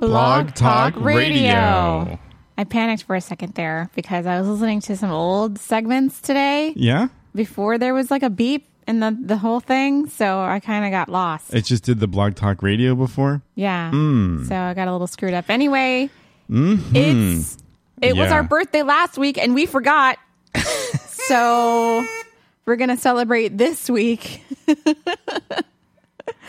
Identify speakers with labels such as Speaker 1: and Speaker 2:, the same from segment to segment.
Speaker 1: Blog Talk Radio.
Speaker 2: I panicked for a second there because I was listening to some old segments today
Speaker 1: Yeah?
Speaker 2: before there was like a beep in the, the whole thing. So I kind of got lost.
Speaker 1: It just did the Blog Talk Radio before. Hmm.
Speaker 2: yeah. So I got a little screwed up. Anyway, it's it was
Speaker 1: Mm-hmm. Yeah.
Speaker 2: our birthday last week and we forgot. so we're going to celebrate this week.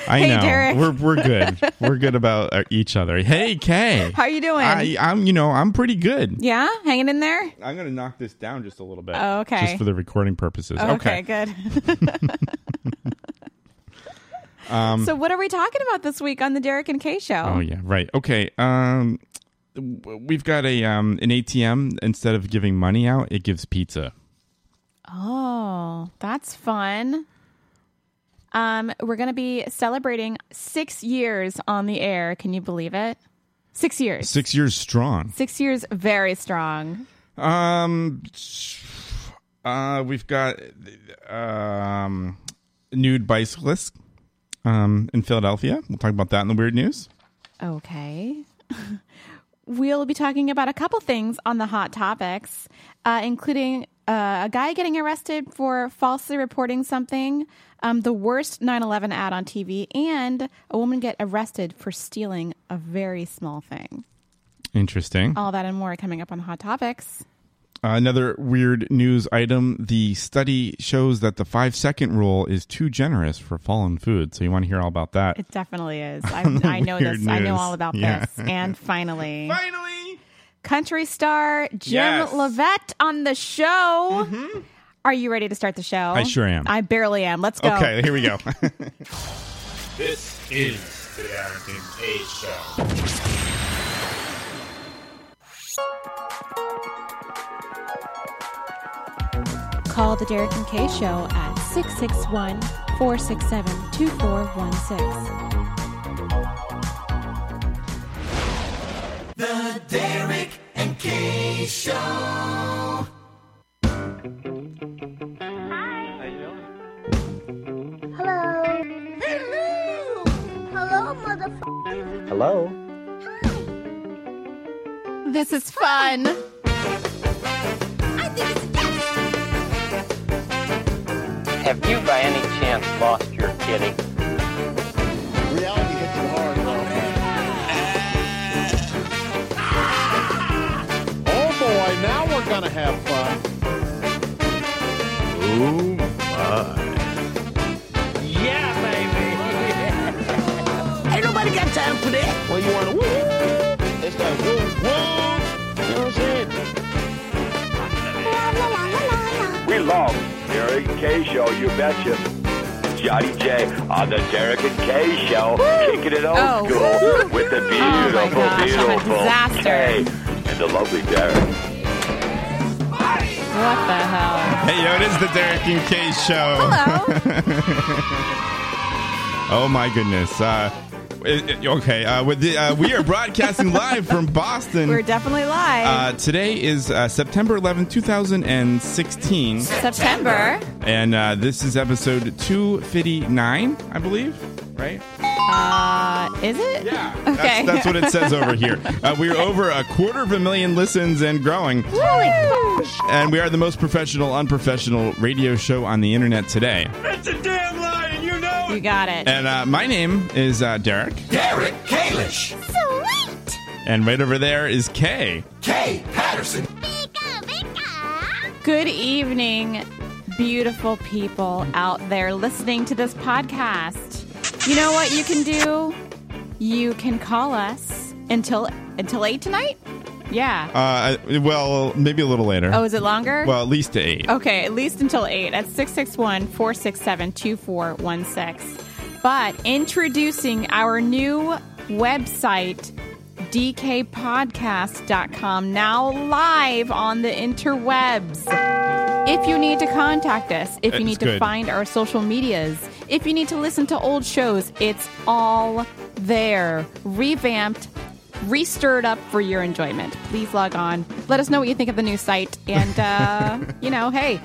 Speaker 1: I
Speaker 2: Hey,
Speaker 1: know.
Speaker 2: Derek.
Speaker 1: We're we're good. we're good about uh, each other. Hey, Kay.
Speaker 2: How you doing?
Speaker 1: I, I'm, you know, I'm pretty good.
Speaker 2: yeah, hanging in there.
Speaker 1: I'm gonna knock this down just a little bit.
Speaker 2: Oh, okay.
Speaker 1: Just for the recording purposes.
Speaker 2: Okay, good. so, what are we talking about this week on the Derek and Kay show?
Speaker 1: Um, Oh yeah, right. Okay. Um, w- we've got a um an ATM. Instead of giving money out, it gives pizza.
Speaker 2: Oh, that's fun. Um, we're going to be celebrating six years on the air. Can you believe it? Six years. Six,
Speaker 1: Six years strong.
Speaker 2: years, very strong.
Speaker 1: Um, uh, we've got um nude bicyclists um in Philadelphia. We'll talk about that in the weird news.
Speaker 2: Okay. we'll be talking about a couple things on the hot topics, uh, including uh, a guy getting arrested for falsely reporting something, um, the worst 9 11 ad on TV, and a woman get arrested for stealing a very small thing.
Speaker 1: Interesting.
Speaker 2: All that and more coming up on Hot Topics.
Speaker 1: Uh, another weird news item: the study shows that the five second rule is too generous for fallen food. So you want to hear all about that?
Speaker 2: It definitely is. I, I know this.
Speaker 1: Weird
Speaker 2: I know
Speaker 1: news.
Speaker 2: all about
Speaker 1: Yeah.
Speaker 2: this. And finally,
Speaker 1: Finally.
Speaker 2: country star Jim
Speaker 1: Yes. Mm-hmm.
Speaker 2: Levette on the show. Are you ready to start the show? I
Speaker 1: sure am.
Speaker 2: I barely am. Let's go.
Speaker 1: Okay, here we go.
Speaker 3: This is the Derek and Kay Show.
Speaker 2: Call the Derek and Kay Show at 661 467 2416.
Speaker 4: Hello. Hello. Hello, motherfucker. Hello.
Speaker 2: This is fun.
Speaker 4: Hi. I think it's excellent.
Speaker 5: Have you by any chance lost your kitty?
Speaker 6: Reality hits you hard, bro. Oh boy, now we're gonna have fun.
Speaker 4: Ain't nobody got time for that.
Speaker 6: Well, you wanna woo? It's that woo woo. You know what I'm saying?
Speaker 4: La, la, la, la, la, la.
Speaker 7: We love Derek and Kay Show, you betcha. Johnny J on the Derek and Kay Show, kicking it old
Speaker 2: Oh.
Speaker 7: school with the
Speaker 2: my
Speaker 7: beautiful,
Speaker 2: gosh, I'm a
Speaker 7: beautiful
Speaker 2: disaster.
Speaker 7: Kay and the lovely Derek.
Speaker 2: What the hell?
Speaker 1: Hey, yo, it is the Derek and Kay show.
Speaker 2: Hello.
Speaker 1: Oh, my goodness. Uh, it- it- okay, uh, with the, uh, we are broadcasting live from Boston.
Speaker 2: We're definitely live.
Speaker 1: uh, today is uh, September 11, 2016,
Speaker 2: September.
Speaker 1: and uh, this is episode 259, I believe, right?
Speaker 2: Uh, is it?
Speaker 1: Yeah.
Speaker 2: Okay.
Speaker 1: That's, that's what it says over here. Uh, we're over a quarter of a million listens and growing.
Speaker 2: Holy f-
Speaker 1: And we are the most professional, unprofessional radio show on the internet today.
Speaker 2: You got it.
Speaker 1: And uh, my name is uh, Derek,
Speaker 4: Sweet.
Speaker 1: and right over there is Kay.
Speaker 4: Bika, bika.
Speaker 2: Good evening, beautiful people out there listening to this podcast. You know what you can do? You can call us until until eight tonight. Yeah.
Speaker 1: Uh, I- well, maybe a little later.
Speaker 2: Oh, is it Oh, longer?
Speaker 1: Well, at least to eight.
Speaker 2: Okay, at least until 8 at 661 467 2416. But introducing our new website, dkpodcast.com, now live on the interwebs. If you need to contact us, if you
Speaker 1: It's
Speaker 2: need to
Speaker 1: good.
Speaker 2: find our social medias, if you need to listen to old shows, it's all there, revamped, re-stirred up for your enjoyment. Please log on. Let us know what you think of the new site, and uh, you know, hey,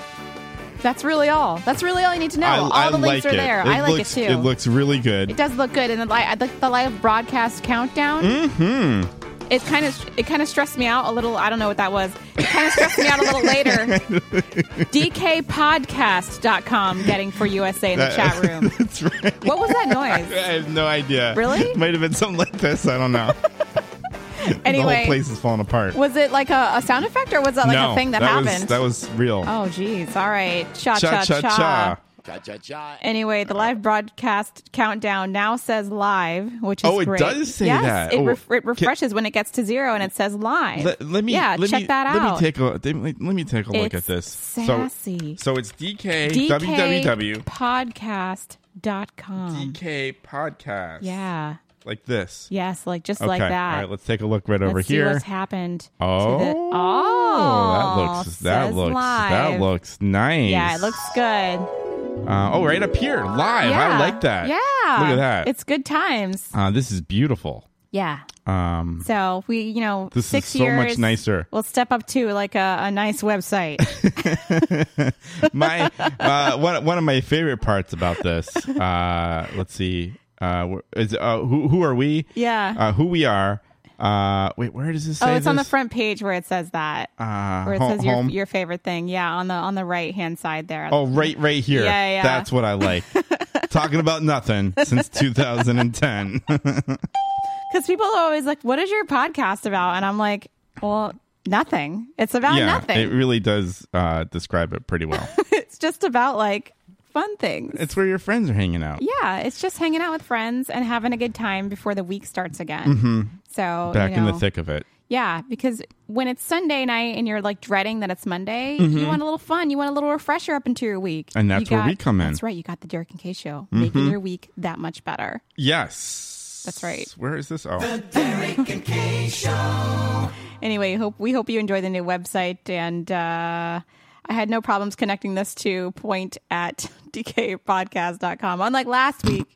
Speaker 2: That's really all. That's really all you need to know. all the links are there. I like
Speaker 1: looks-
Speaker 2: it too.
Speaker 1: It looks really good.
Speaker 2: It does look good, and the li- I like the live broadcast countdown. Mm-hmm. It kind of it kind of stressed me out a little. I don't know what that was. It kind of stressed me out a little later. DKpodcast.com getting for USA in the
Speaker 1: That-
Speaker 2: chat room.
Speaker 1: That's Uh, right.
Speaker 2: What was that
Speaker 1: I
Speaker 2: noise?
Speaker 1: have no idea.
Speaker 2: Really?
Speaker 1: Might have been something like this. I don't know. the whole
Speaker 2: Anyway,
Speaker 1: place is falling apart.
Speaker 2: was it like a, a sound effect or was that like
Speaker 1: no,
Speaker 2: a thing that,
Speaker 1: was-
Speaker 2: happened?
Speaker 1: that was real.
Speaker 2: oh, geez. All right. Cha
Speaker 1: cha cha cha.
Speaker 6: Cha-cha-cha.
Speaker 2: Anyway, the live broadcast countdown now says live, which is
Speaker 1: Oh, it
Speaker 2: great.
Speaker 1: does say
Speaker 2: yes,
Speaker 1: that.
Speaker 2: It,
Speaker 1: Oh,
Speaker 2: ref- it
Speaker 1: can-
Speaker 2: refreshes when it gets to zero and it says live.
Speaker 1: Let, let me
Speaker 2: yeah,
Speaker 1: let
Speaker 2: check
Speaker 1: me,
Speaker 2: that out.
Speaker 1: Let me take a let me, let me take a look
Speaker 2: It's
Speaker 1: at this.
Speaker 2: sassy.
Speaker 1: So so it's DK,
Speaker 2: DK
Speaker 1: www
Speaker 2: podcast.com.
Speaker 1: DK podcast.
Speaker 2: Um. Yeah.
Speaker 1: like this.
Speaker 2: Yes, like just
Speaker 1: okay.
Speaker 2: like that.
Speaker 1: All right, let's take a look right over
Speaker 2: Let's see
Speaker 1: here.
Speaker 2: what's happened.
Speaker 1: oh,
Speaker 2: to the, oh,
Speaker 1: that looks that
Speaker 2: says
Speaker 1: looks
Speaker 2: live.
Speaker 1: that looks nice.
Speaker 2: Yeah, it looks good.
Speaker 1: Uh, oh, right up here, live.
Speaker 2: Yeah.
Speaker 1: I like that.
Speaker 2: Yeah.
Speaker 1: look at that.
Speaker 2: It's good times.
Speaker 1: uh, this is beautiful.
Speaker 2: Yeah.
Speaker 1: Um,
Speaker 2: So we, you know,
Speaker 1: This is
Speaker 2: six
Speaker 1: so much
Speaker 2: years,
Speaker 1: nicer.
Speaker 2: We'll step up to like a, a nice website.
Speaker 1: my uh, one one of my favorite parts about this. Uh, let's see. Uh, wh- is uh, who who are we?
Speaker 2: Yeah.
Speaker 1: Uh, who we are? Uh, wait, where does this say?
Speaker 2: oh, it's on the
Speaker 1: this?
Speaker 2: front page where it says that,
Speaker 1: Uh,
Speaker 2: where it
Speaker 1: ho-
Speaker 2: says your,
Speaker 1: home.
Speaker 2: your favorite thing. Yeah, on the on the right hand side there.
Speaker 1: Oh, right, right here.
Speaker 2: Yeah, yeah.
Speaker 1: That's what I like. Talking about nothing since 2010.
Speaker 2: because people are always like, "What is your podcast about?" And I'm like, "Well, nothing. It's about
Speaker 1: yeah,
Speaker 2: Uh, nothing.
Speaker 1: it really does uh, describe it pretty well.
Speaker 2: it's just about like fun things."
Speaker 1: it's where your friends are hanging out.
Speaker 2: yeah, it's just hanging out with friends and having a good time before the week starts again. So
Speaker 1: Mm-hmm. Back
Speaker 2: you
Speaker 1: in the
Speaker 2: know,
Speaker 1: thick of it.
Speaker 2: yeah, because when it's Sunday night and you're like dreading that it's Monday, you want a little fun, you want a little refresher up into your week,
Speaker 1: Mm-hmm. And
Speaker 2: You
Speaker 1: that's where we come in. Mm-hmm.
Speaker 2: That's right, you got the Derek and Kay show, making your week that much better.
Speaker 1: Yes.
Speaker 2: That's right.
Speaker 1: Where is this? Oh,
Speaker 2: anyway, hope we hope you enjoy the new website and uh I had no problems connecting this to point at dkpodcast.com, unlike last week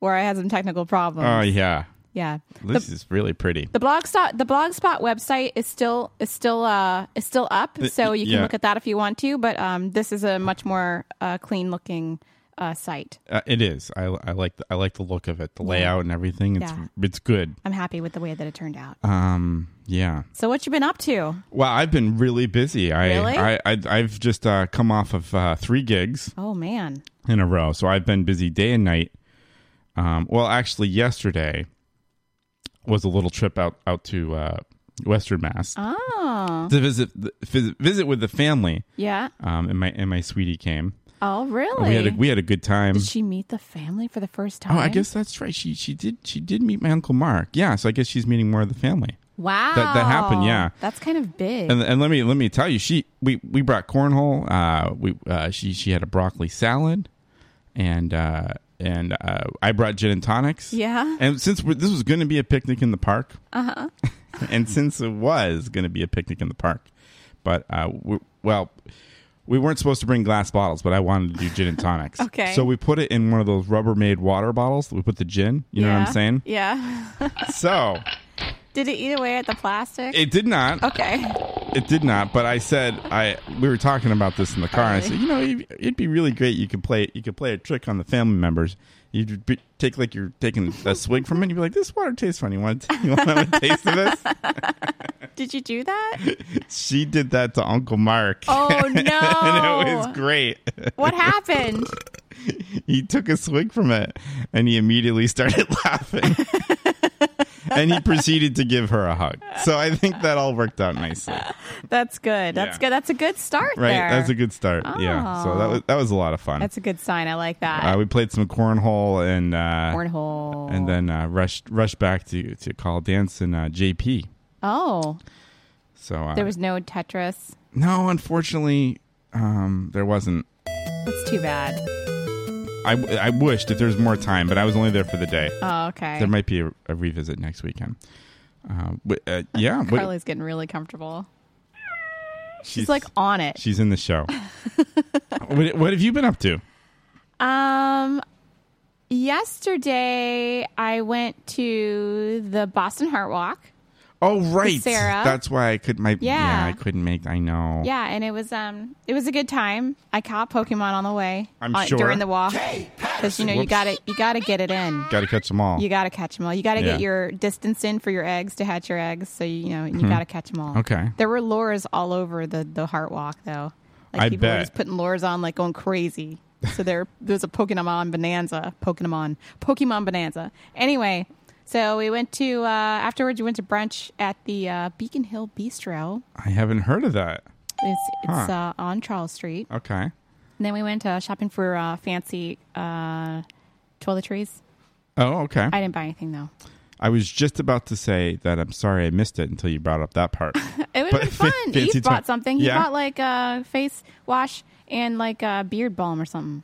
Speaker 2: where I had some technical problems.
Speaker 1: oh yeah.
Speaker 2: yeah.
Speaker 1: This is really pretty.
Speaker 2: The blogspot the blogspot website is still is still uh is still up, so you can
Speaker 1: yeah.
Speaker 2: look at that if you want to, but um this is a much more uh clean looking uh site.
Speaker 1: Uh, it is. I, I like the, I like the look of it, the layout and everything. It's
Speaker 2: Yeah.
Speaker 1: it's good.
Speaker 2: I'm happy with the way that it turned out.
Speaker 1: Um, yeah.
Speaker 2: so what you been up to?
Speaker 1: Well, I've been really busy. I
Speaker 2: Really?
Speaker 1: I, I I've just uh, come off of uh, three gigs
Speaker 2: Oh man.
Speaker 1: in a row, so I've been busy day and night. Um, well, actually, yesterday was a little trip out out to uh, Western Mass
Speaker 2: Oh.
Speaker 1: to visit the, vis- visit with the family.
Speaker 2: Yeah.
Speaker 1: Um, and my and my sweetie came.
Speaker 2: Oh really?
Speaker 1: We had a, we had a good time.
Speaker 2: Did she meet the family for the first time?
Speaker 1: Oh, I guess that's right. She she did she did meet my uncle Mark. Yeah, so I guess she's meeting more of the family.
Speaker 2: Wow.
Speaker 1: that happened, yeah.
Speaker 2: That's kind of big.
Speaker 1: And and let me let me tell you, she we we brought cornhole. Uh, we uh, she she had a broccoli salad, and uh, and uh, I brought gin and tonics.
Speaker 2: Yeah. Uh-huh.
Speaker 1: And since we're, this was going to be a picnic in the park, uh huh. and since it was going to be a picnic in the park, but uh, we, well. We weren't supposed to bring glass bottles, but I wanted to do gin and tonics.
Speaker 2: Okay.
Speaker 1: So we put it in one of those Rubbermaid water bottles. We put the gin. You know
Speaker 2: yeah.
Speaker 1: what I'm saying?
Speaker 2: Yeah.
Speaker 1: So
Speaker 2: Did it eat away at the plastic?
Speaker 1: it did not.
Speaker 2: okay.
Speaker 1: It did not. But I said I. We were talking about this in the car. and I said, you know, it'd, it'd be really great. You could play. You could play a trick on the family members. You'd be, take like you're taking a swig from it. and You'd be like, this water tastes funny. You want to, you want to have a taste of this?
Speaker 2: Did you do that?
Speaker 1: She did that to Uncle Mark.
Speaker 2: Oh no.
Speaker 1: And it was great.
Speaker 2: What happened?
Speaker 1: He took a swig from it and he immediately started laughing. and he proceeded to give her a hug. So I think that all worked out nicely.
Speaker 2: That's good. That's
Speaker 1: Yeah.
Speaker 2: good. That's a good start
Speaker 1: Right,
Speaker 2: there.
Speaker 1: that's a good start. Yeah, so that
Speaker 2: Oh.
Speaker 1: was that was a lot of fun.
Speaker 2: That's a good sign. I like that.
Speaker 1: uh, we played some cornhole and uh,
Speaker 2: Cornhole.
Speaker 1: and then uh, rushed rushed back to to call dance and uh, JP.
Speaker 2: Oh,
Speaker 1: So uh,
Speaker 2: there was no Tetris.
Speaker 1: no, unfortunately, um, there wasn't.
Speaker 2: That's too bad.
Speaker 1: I, I wished if there was more time, but I was only there for the day.
Speaker 2: Oh, okay.
Speaker 1: There might be a, a revisit next weekend. Uh, but, uh, yeah, but
Speaker 2: Carly's getting really comfortable.
Speaker 1: she's,
Speaker 2: She's, like on it.
Speaker 1: she's in the show. what, what have you been up to?
Speaker 2: Um, yesterday I went to the Boston Heart Walk.
Speaker 1: Oh right,
Speaker 2: Sarah.
Speaker 1: That's why I could. My yeah.
Speaker 2: Yeah.
Speaker 1: I couldn't make. I know.
Speaker 2: Yeah, and it was um it was a good time. I caught Pokemon on the way
Speaker 1: I'm
Speaker 2: on-
Speaker 1: sure.
Speaker 2: during the walk because you know you
Speaker 1: Whoops.
Speaker 2: got to you got to get it in.
Speaker 1: Got to catch them all.
Speaker 2: You got to catch them all. You got to get
Speaker 1: Yeah.
Speaker 2: your distance in for your eggs to hatch your eggs. So you know you got to catch them all.
Speaker 1: Hmm. Okay.
Speaker 2: There were lures all over the the heart walk though. Like
Speaker 1: I
Speaker 2: people
Speaker 1: bet.
Speaker 2: were just putting lures on, like going crazy. So there there's a Pokemon bonanza, Pokemon, Pokemon bonanza. Anyway, so we went to uh, afterwards. We went to brunch at the uh, Beacon Hill Bistro.
Speaker 1: I haven't heard of that.
Speaker 2: It's it's
Speaker 1: Huh.
Speaker 2: uh, on Charles Street.
Speaker 1: Okay.
Speaker 2: And then we went uh, shopping for uh, fancy uh, toiletries.
Speaker 1: Oh, okay.
Speaker 2: I didn't buy anything though.
Speaker 1: I was just about to say that I'm sorry I missed it until you brought up that part.
Speaker 2: It would have
Speaker 1: But
Speaker 2: been fun.
Speaker 1: fancy
Speaker 2: Eve bought
Speaker 1: toilet-
Speaker 2: something. He
Speaker 1: Yeah.
Speaker 2: bought like a face wash and like a beard balm or something.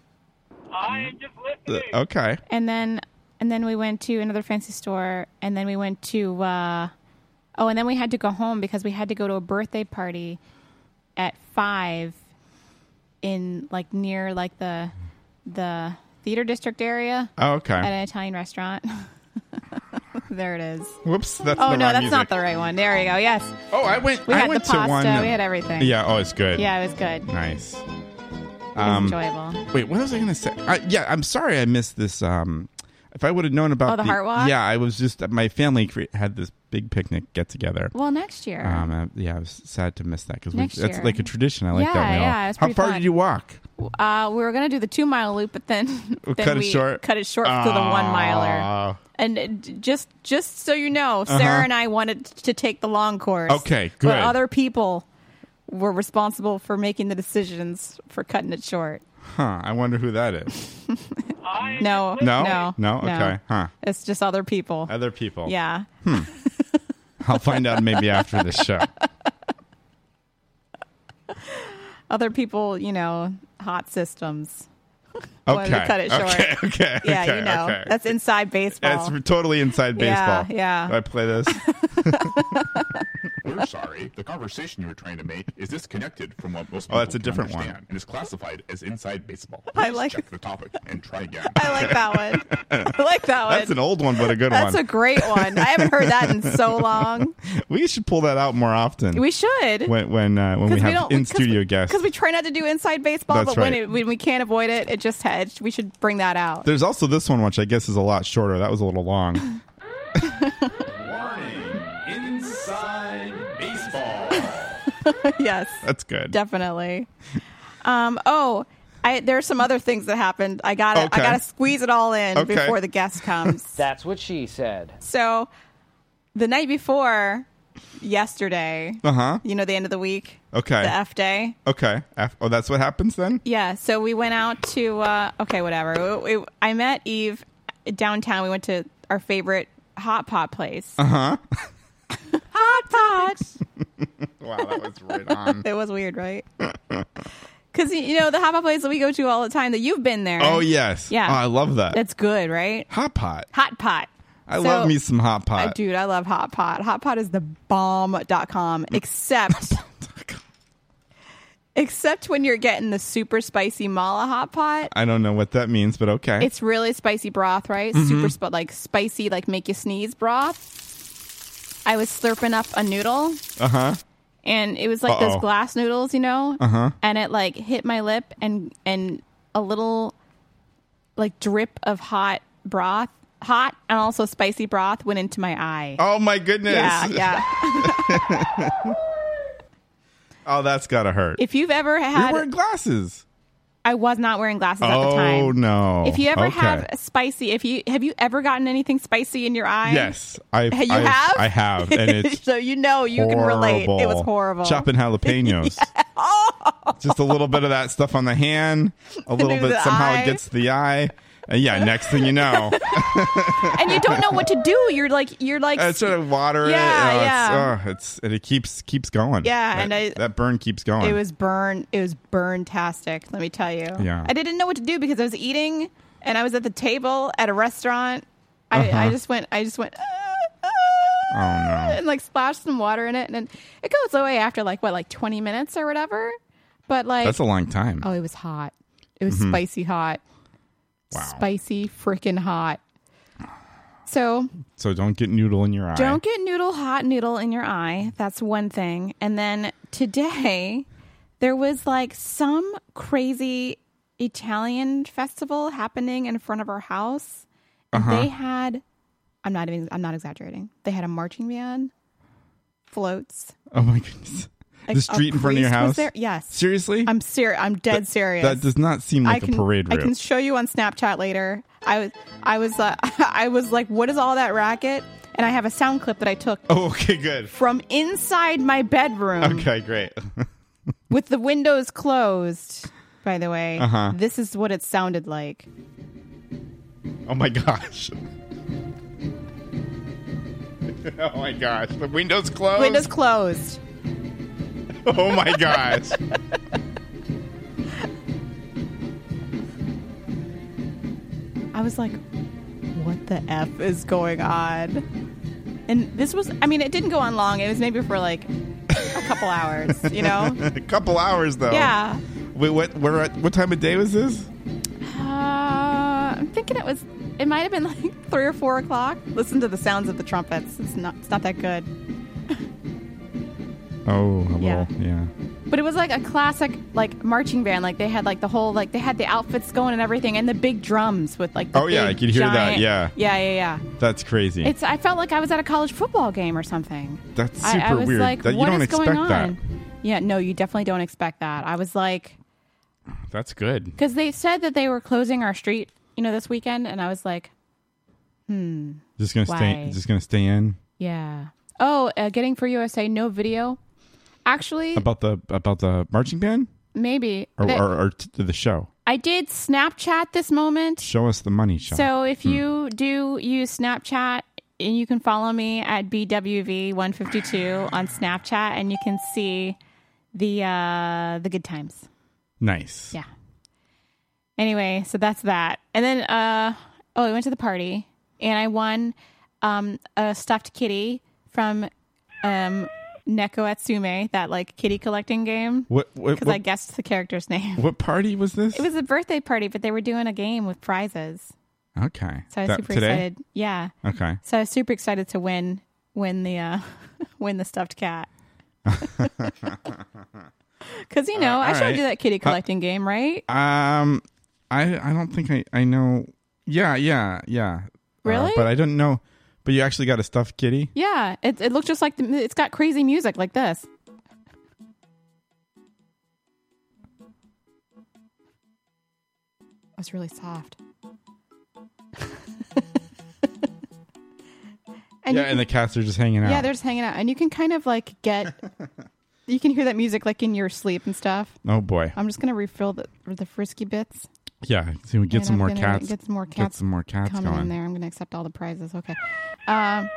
Speaker 3: I am just
Speaker 1: Uh,
Speaker 3: listening.
Speaker 1: okay.
Speaker 2: And then and then we went to another fancy store. And then we went to uh, oh, and then we had to go home because we had to go to a birthday party at five in like near like the the theater district area
Speaker 1: Oh,
Speaker 2: at
Speaker 1: okay.
Speaker 2: an Italian restaurant. there it is.
Speaker 1: Whoops. That's
Speaker 2: Oh
Speaker 1: the
Speaker 2: no,
Speaker 1: wrong
Speaker 2: that's not
Speaker 1: music.
Speaker 2: the right one. There we go. Yes,
Speaker 1: Oh, I went.
Speaker 2: we
Speaker 1: I
Speaker 2: had the
Speaker 1: went to
Speaker 2: pasta.
Speaker 1: one. that-
Speaker 2: We had everything.
Speaker 1: Yeah. Oh, it's good.
Speaker 2: Yeah, it was good. It was
Speaker 1: Nice. Um,
Speaker 2: enjoyable.
Speaker 1: Wait, what was I going to say? I, yeah, I'm sorry I missed this. Um, if I would have known about
Speaker 2: Oh, the Heart Walk?
Speaker 1: yeah, I was just my family cre- had this big picnic get together.
Speaker 2: Well, next year.
Speaker 1: Um, uh, yeah, I was sad to miss that because
Speaker 2: Next
Speaker 1: that's
Speaker 2: year.
Speaker 1: like a tradition. I like
Speaker 2: Yeah,
Speaker 1: that. we all-
Speaker 2: yeah, it's
Speaker 1: How
Speaker 2: pretty
Speaker 1: far
Speaker 2: fun.
Speaker 1: did you walk?
Speaker 2: uh, we were gonna do the two mile loop, but then,
Speaker 1: We
Speaker 2: then
Speaker 1: cut it
Speaker 2: we
Speaker 1: short?
Speaker 2: cut it short to the one miler.
Speaker 1: Ah.
Speaker 2: And uh, d- just just so you know, Sarah and I wanted t- to take the long course.
Speaker 1: Uh-huh. Okay, good.
Speaker 2: But other people were responsible for making the decisions for cutting it short.
Speaker 1: Huh. I wonder who that is.
Speaker 2: No,
Speaker 1: No?
Speaker 2: no,
Speaker 1: No? Okay, huh.
Speaker 2: It's just other people.
Speaker 1: Other people.
Speaker 2: yeah.
Speaker 1: I'll find out maybe after the show.
Speaker 2: other people, you know, hot systems. Wanted
Speaker 1: Okay.
Speaker 2: to cut it short.
Speaker 1: Okay. Okay.
Speaker 2: Yeah,
Speaker 1: okay,
Speaker 2: you know,
Speaker 1: okay.
Speaker 2: that's inside
Speaker 1: That's
Speaker 2: baseball.
Speaker 1: totally inside
Speaker 2: Yeah,
Speaker 1: baseball.
Speaker 2: yeah.
Speaker 1: Do I play this.
Speaker 8: We're sorry. The conversation you were trying to make is disconnected from what most people
Speaker 1: Oh, that's a
Speaker 8: can
Speaker 1: different one.
Speaker 8: understand and is classified as inside baseball.
Speaker 2: I
Speaker 8: Please
Speaker 2: like-
Speaker 8: check the topic and try again.
Speaker 2: I like that one. I like that one.
Speaker 1: That's an old one, but a good
Speaker 2: That's a
Speaker 1: one.
Speaker 2: great one. I haven't heard that in so long.
Speaker 1: we should pull that out more often.
Speaker 2: We should.
Speaker 1: when when uh, when we have in studio guests.
Speaker 2: because we try not to do inside baseball,
Speaker 1: That's
Speaker 2: but when,
Speaker 1: right.
Speaker 2: it, when we can't avoid it, it just hedged. We should bring that out.
Speaker 1: There's also this one, which I guess is a lot shorter. That was a little long.
Speaker 3: Warning, inside baseball.
Speaker 2: yes,
Speaker 1: That's good.
Speaker 2: definitely. Um, oh, I, there are some other things that happened. I got to
Speaker 1: Okay.
Speaker 2: I got to squeeze it all in
Speaker 1: Okay.
Speaker 2: before the guest comes.
Speaker 5: That's what she said.
Speaker 2: So the night before yesterday,
Speaker 1: uh huh.
Speaker 2: you know, the end of the week,
Speaker 1: Okay.
Speaker 2: the F day.
Speaker 1: okay. Af- oh, that's what happens then.
Speaker 2: Yeah. So we went out to, uh, okay, whatever. We, we- I met Eve downtown. We went to our favorite hot pot place. Uh huh.
Speaker 1: Uh-huh.
Speaker 2: hot pot.
Speaker 1: Wow, that was right on.
Speaker 2: It was weird, right? Because, you know, the hot pot place that we go to all the time that you've been there.
Speaker 1: oh yes.
Speaker 2: Yeah.
Speaker 1: Oh, I love that.
Speaker 2: That's good, right?
Speaker 1: hot pot.
Speaker 2: Hot pot.
Speaker 1: I
Speaker 2: So-
Speaker 1: love me some hot
Speaker 2: I-
Speaker 1: pot.
Speaker 2: dude, I love Hot Pot. Hot Pot is the bomb.com, except except when you're getting the super spicy mala hot pot.
Speaker 1: I don't know what that means, but okay.
Speaker 2: It's really spicy broth, right?
Speaker 1: Mm-hmm.
Speaker 2: Super sp- like spicy, like make you sneeze broth. I was slurping up a noodle. Uh
Speaker 1: Uh-huh.
Speaker 2: And it was like
Speaker 1: Uh-oh. Uh-huh.
Speaker 2: those glass noodles, you know. Uh huh. And it like hit my lip, and and a little like drip of hot broth, hot and also spicy broth went into my eye.
Speaker 1: oh my goodness.
Speaker 2: Yeah, yeah.
Speaker 1: Oh, that's gotta hurt.
Speaker 2: If you've ever
Speaker 1: You're
Speaker 2: had,
Speaker 1: wearing glasses.
Speaker 2: I was not wearing glasses at the
Speaker 1: Oh
Speaker 2: time.
Speaker 1: no.
Speaker 2: If you ever
Speaker 1: Okay.
Speaker 2: have a spicy, if you have you ever gotten anything spicy in your eye?
Speaker 1: Yes, I.
Speaker 2: Hey, you have?
Speaker 1: I have, and it's
Speaker 2: so you know you can relate. It was horrible.
Speaker 1: Chopping jalapenos. Just a little bit of that stuff on the hand, a little
Speaker 2: Into
Speaker 1: bit
Speaker 2: the
Speaker 1: somehow
Speaker 2: eye.
Speaker 1: it gets the eye. And yeah, next thing you know,
Speaker 2: and you don't know what to do. You're like you're like
Speaker 1: it's sort of water.
Speaker 2: Yeah,
Speaker 1: it, oh,
Speaker 2: yeah.
Speaker 1: It's, oh, it's and it keeps keeps going.
Speaker 2: Yeah,
Speaker 1: that,
Speaker 2: and I-
Speaker 1: that burn keeps going.
Speaker 2: it was burn. It was burn tastic. Let me tell you.
Speaker 1: Yeah.
Speaker 2: I didn't know what to do because I was eating and I was at the table at a restaurant. I, I just went. I just went. "Ah, ah,"
Speaker 1: Uh-huh. oh no.
Speaker 2: and like splashed some water in it, and then it goes away after like what, like twenty minutes or whatever. But like
Speaker 1: That's a long time.
Speaker 2: Oh, it was hot. It was spicy hot.
Speaker 1: Wow.
Speaker 2: Spicy freaking hot. So
Speaker 1: So don't get noodle in your eye.
Speaker 2: Don't get noodle hot noodle in your eye. That's one thing. And then today, there was like some crazy Italian festival happening in front of our house. And
Speaker 1: Uh-huh.
Speaker 2: They had, I'm not even, I'm not exaggerating. They had a marching band, floats.
Speaker 1: oh my goodness.
Speaker 2: like,
Speaker 1: the
Speaker 2: a
Speaker 1: street in front of your
Speaker 2: priest was
Speaker 1: house.
Speaker 2: there- Yes,
Speaker 1: Seriously?
Speaker 2: I'm serious. I'm dead serious.
Speaker 1: That does not seem like
Speaker 2: I can,
Speaker 1: a parade
Speaker 2: I
Speaker 1: route.
Speaker 2: can show you on Snapchat later. I was, I was, uh, I was like, what is all that racket? And I have a sound clip that I took
Speaker 1: oh, okay, good.
Speaker 2: from inside my bedroom
Speaker 1: Okay, great.
Speaker 2: with the windows closed. By the way, this is what it sounded like.
Speaker 1: oh my gosh. oh my gosh. The windows closed.
Speaker 2: Windows closed.
Speaker 1: oh my gosh.
Speaker 2: I was like, what the F is going on? And this was, I mean, it didn't go on long. It was maybe for like a couple hours, you know?
Speaker 1: a couple hours though.
Speaker 2: Oh. Yeah.
Speaker 1: Wait, what? Where? What time of day was this?
Speaker 2: Uh, I'm thinking it was, it might have been like three or four o'clock. Listen to the sounds of the trumpets. It's not, it's not that good.
Speaker 1: Oh, a
Speaker 2: Yeah.
Speaker 1: little. Yeah.
Speaker 2: But it was like a classic like marching band. Like they had like the whole like they had the outfits going and everything and the big drums with like the
Speaker 1: Oh, yeah,
Speaker 2: big,
Speaker 1: I could hear that,
Speaker 2: giant-
Speaker 1: yeah.
Speaker 2: Yeah, yeah, yeah.
Speaker 1: That's crazy.
Speaker 2: It's I felt like I was at a college football game or something.
Speaker 1: That's
Speaker 2: I, I
Speaker 1: super
Speaker 2: was
Speaker 1: weird.
Speaker 2: like,
Speaker 1: That- you
Speaker 2: what
Speaker 1: don't
Speaker 2: is going
Speaker 1: expect that.
Speaker 2: on? Yeah, no, you definitely don't expect that. I was like
Speaker 1: That's good.
Speaker 2: because they said that they were closing our street, you know, this weekend, and I was like,
Speaker 1: Just gonna
Speaker 2: Why?
Speaker 1: stay. Just gonna stay in
Speaker 2: yeah. Oh, uh, getting for USA, no video. Actually,
Speaker 1: about the about the marching band
Speaker 2: maybe
Speaker 1: or
Speaker 2: They-
Speaker 1: or, or t- the show.
Speaker 2: I did Snapchat this moment.
Speaker 1: Show us the money shot.
Speaker 2: So if you do use Snapchat, and you can follow me at bwv152 on Snapchat, and you can see the uh, the good times.
Speaker 1: nice.
Speaker 2: Yeah. Anyway, so that's that, and then uh, oh, I went to the party, and I won um, a stuffed kitty from um, Neko Atsume, that like kitty collecting game,
Speaker 1: What what
Speaker 2: because
Speaker 1: what,
Speaker 2: I guessed the character's name.
Speaker 1: what party was this?
Speaker 2: It was a birthday party, but they were doing a game with prizes.
Speaker 1: okay.
Speaker 2: So I was
Speaker 1: That-
Speaker 2: super
Speaker 1: today?
Speaker 2: excited. Yeah.
Speaker 1: Okay.
Speaker 2: So I was super excited to win win the uh, win the stuffed cat. Cause you know,
Speaker 1: Uh,
Speaker 2: I
Speaker 1: all
Speaker 2: showed
Speaker 1: right.
Speaker 2: you that kitty collecting game, right?
Speaker 1: Um, I I don't think I I know. Yeah, yeah, yeah. Uh,
Speaker 2: Really?
Speaker 1: but I don't know. But you actually got a stuffed kitty.
Speaker 2: yeah. It it looks just like the, it's got crazy music like this. That's really soft. and
Speaker 1: yeah,
Speaker 2: you
Speaker 1: and the cats are just hanging out.
Speaker 2: Yeah, they're just hanging out, and you can kind of like get, you can hear that music like in your sleep and stuff.
Speaker 1: oh boy.
Speaker 2: I'm just gonna refill the the frisky bits.
Speaker 1: Yeah. So we get
Speaker 2: and
Speaker 1: some
Speaker 2: I'm
Speaker 1: more
Speaker 2: gonna
Speaker 1: cats.
Speaker 2: Get some more
Speaker 1: Get
Speaker 2: cats.
Speaker 1: some more cats
Speaker 2: coming in
Speaker 1: going.
Speaker 2: there. I'm gonna accept all the prizes. Okay. Um,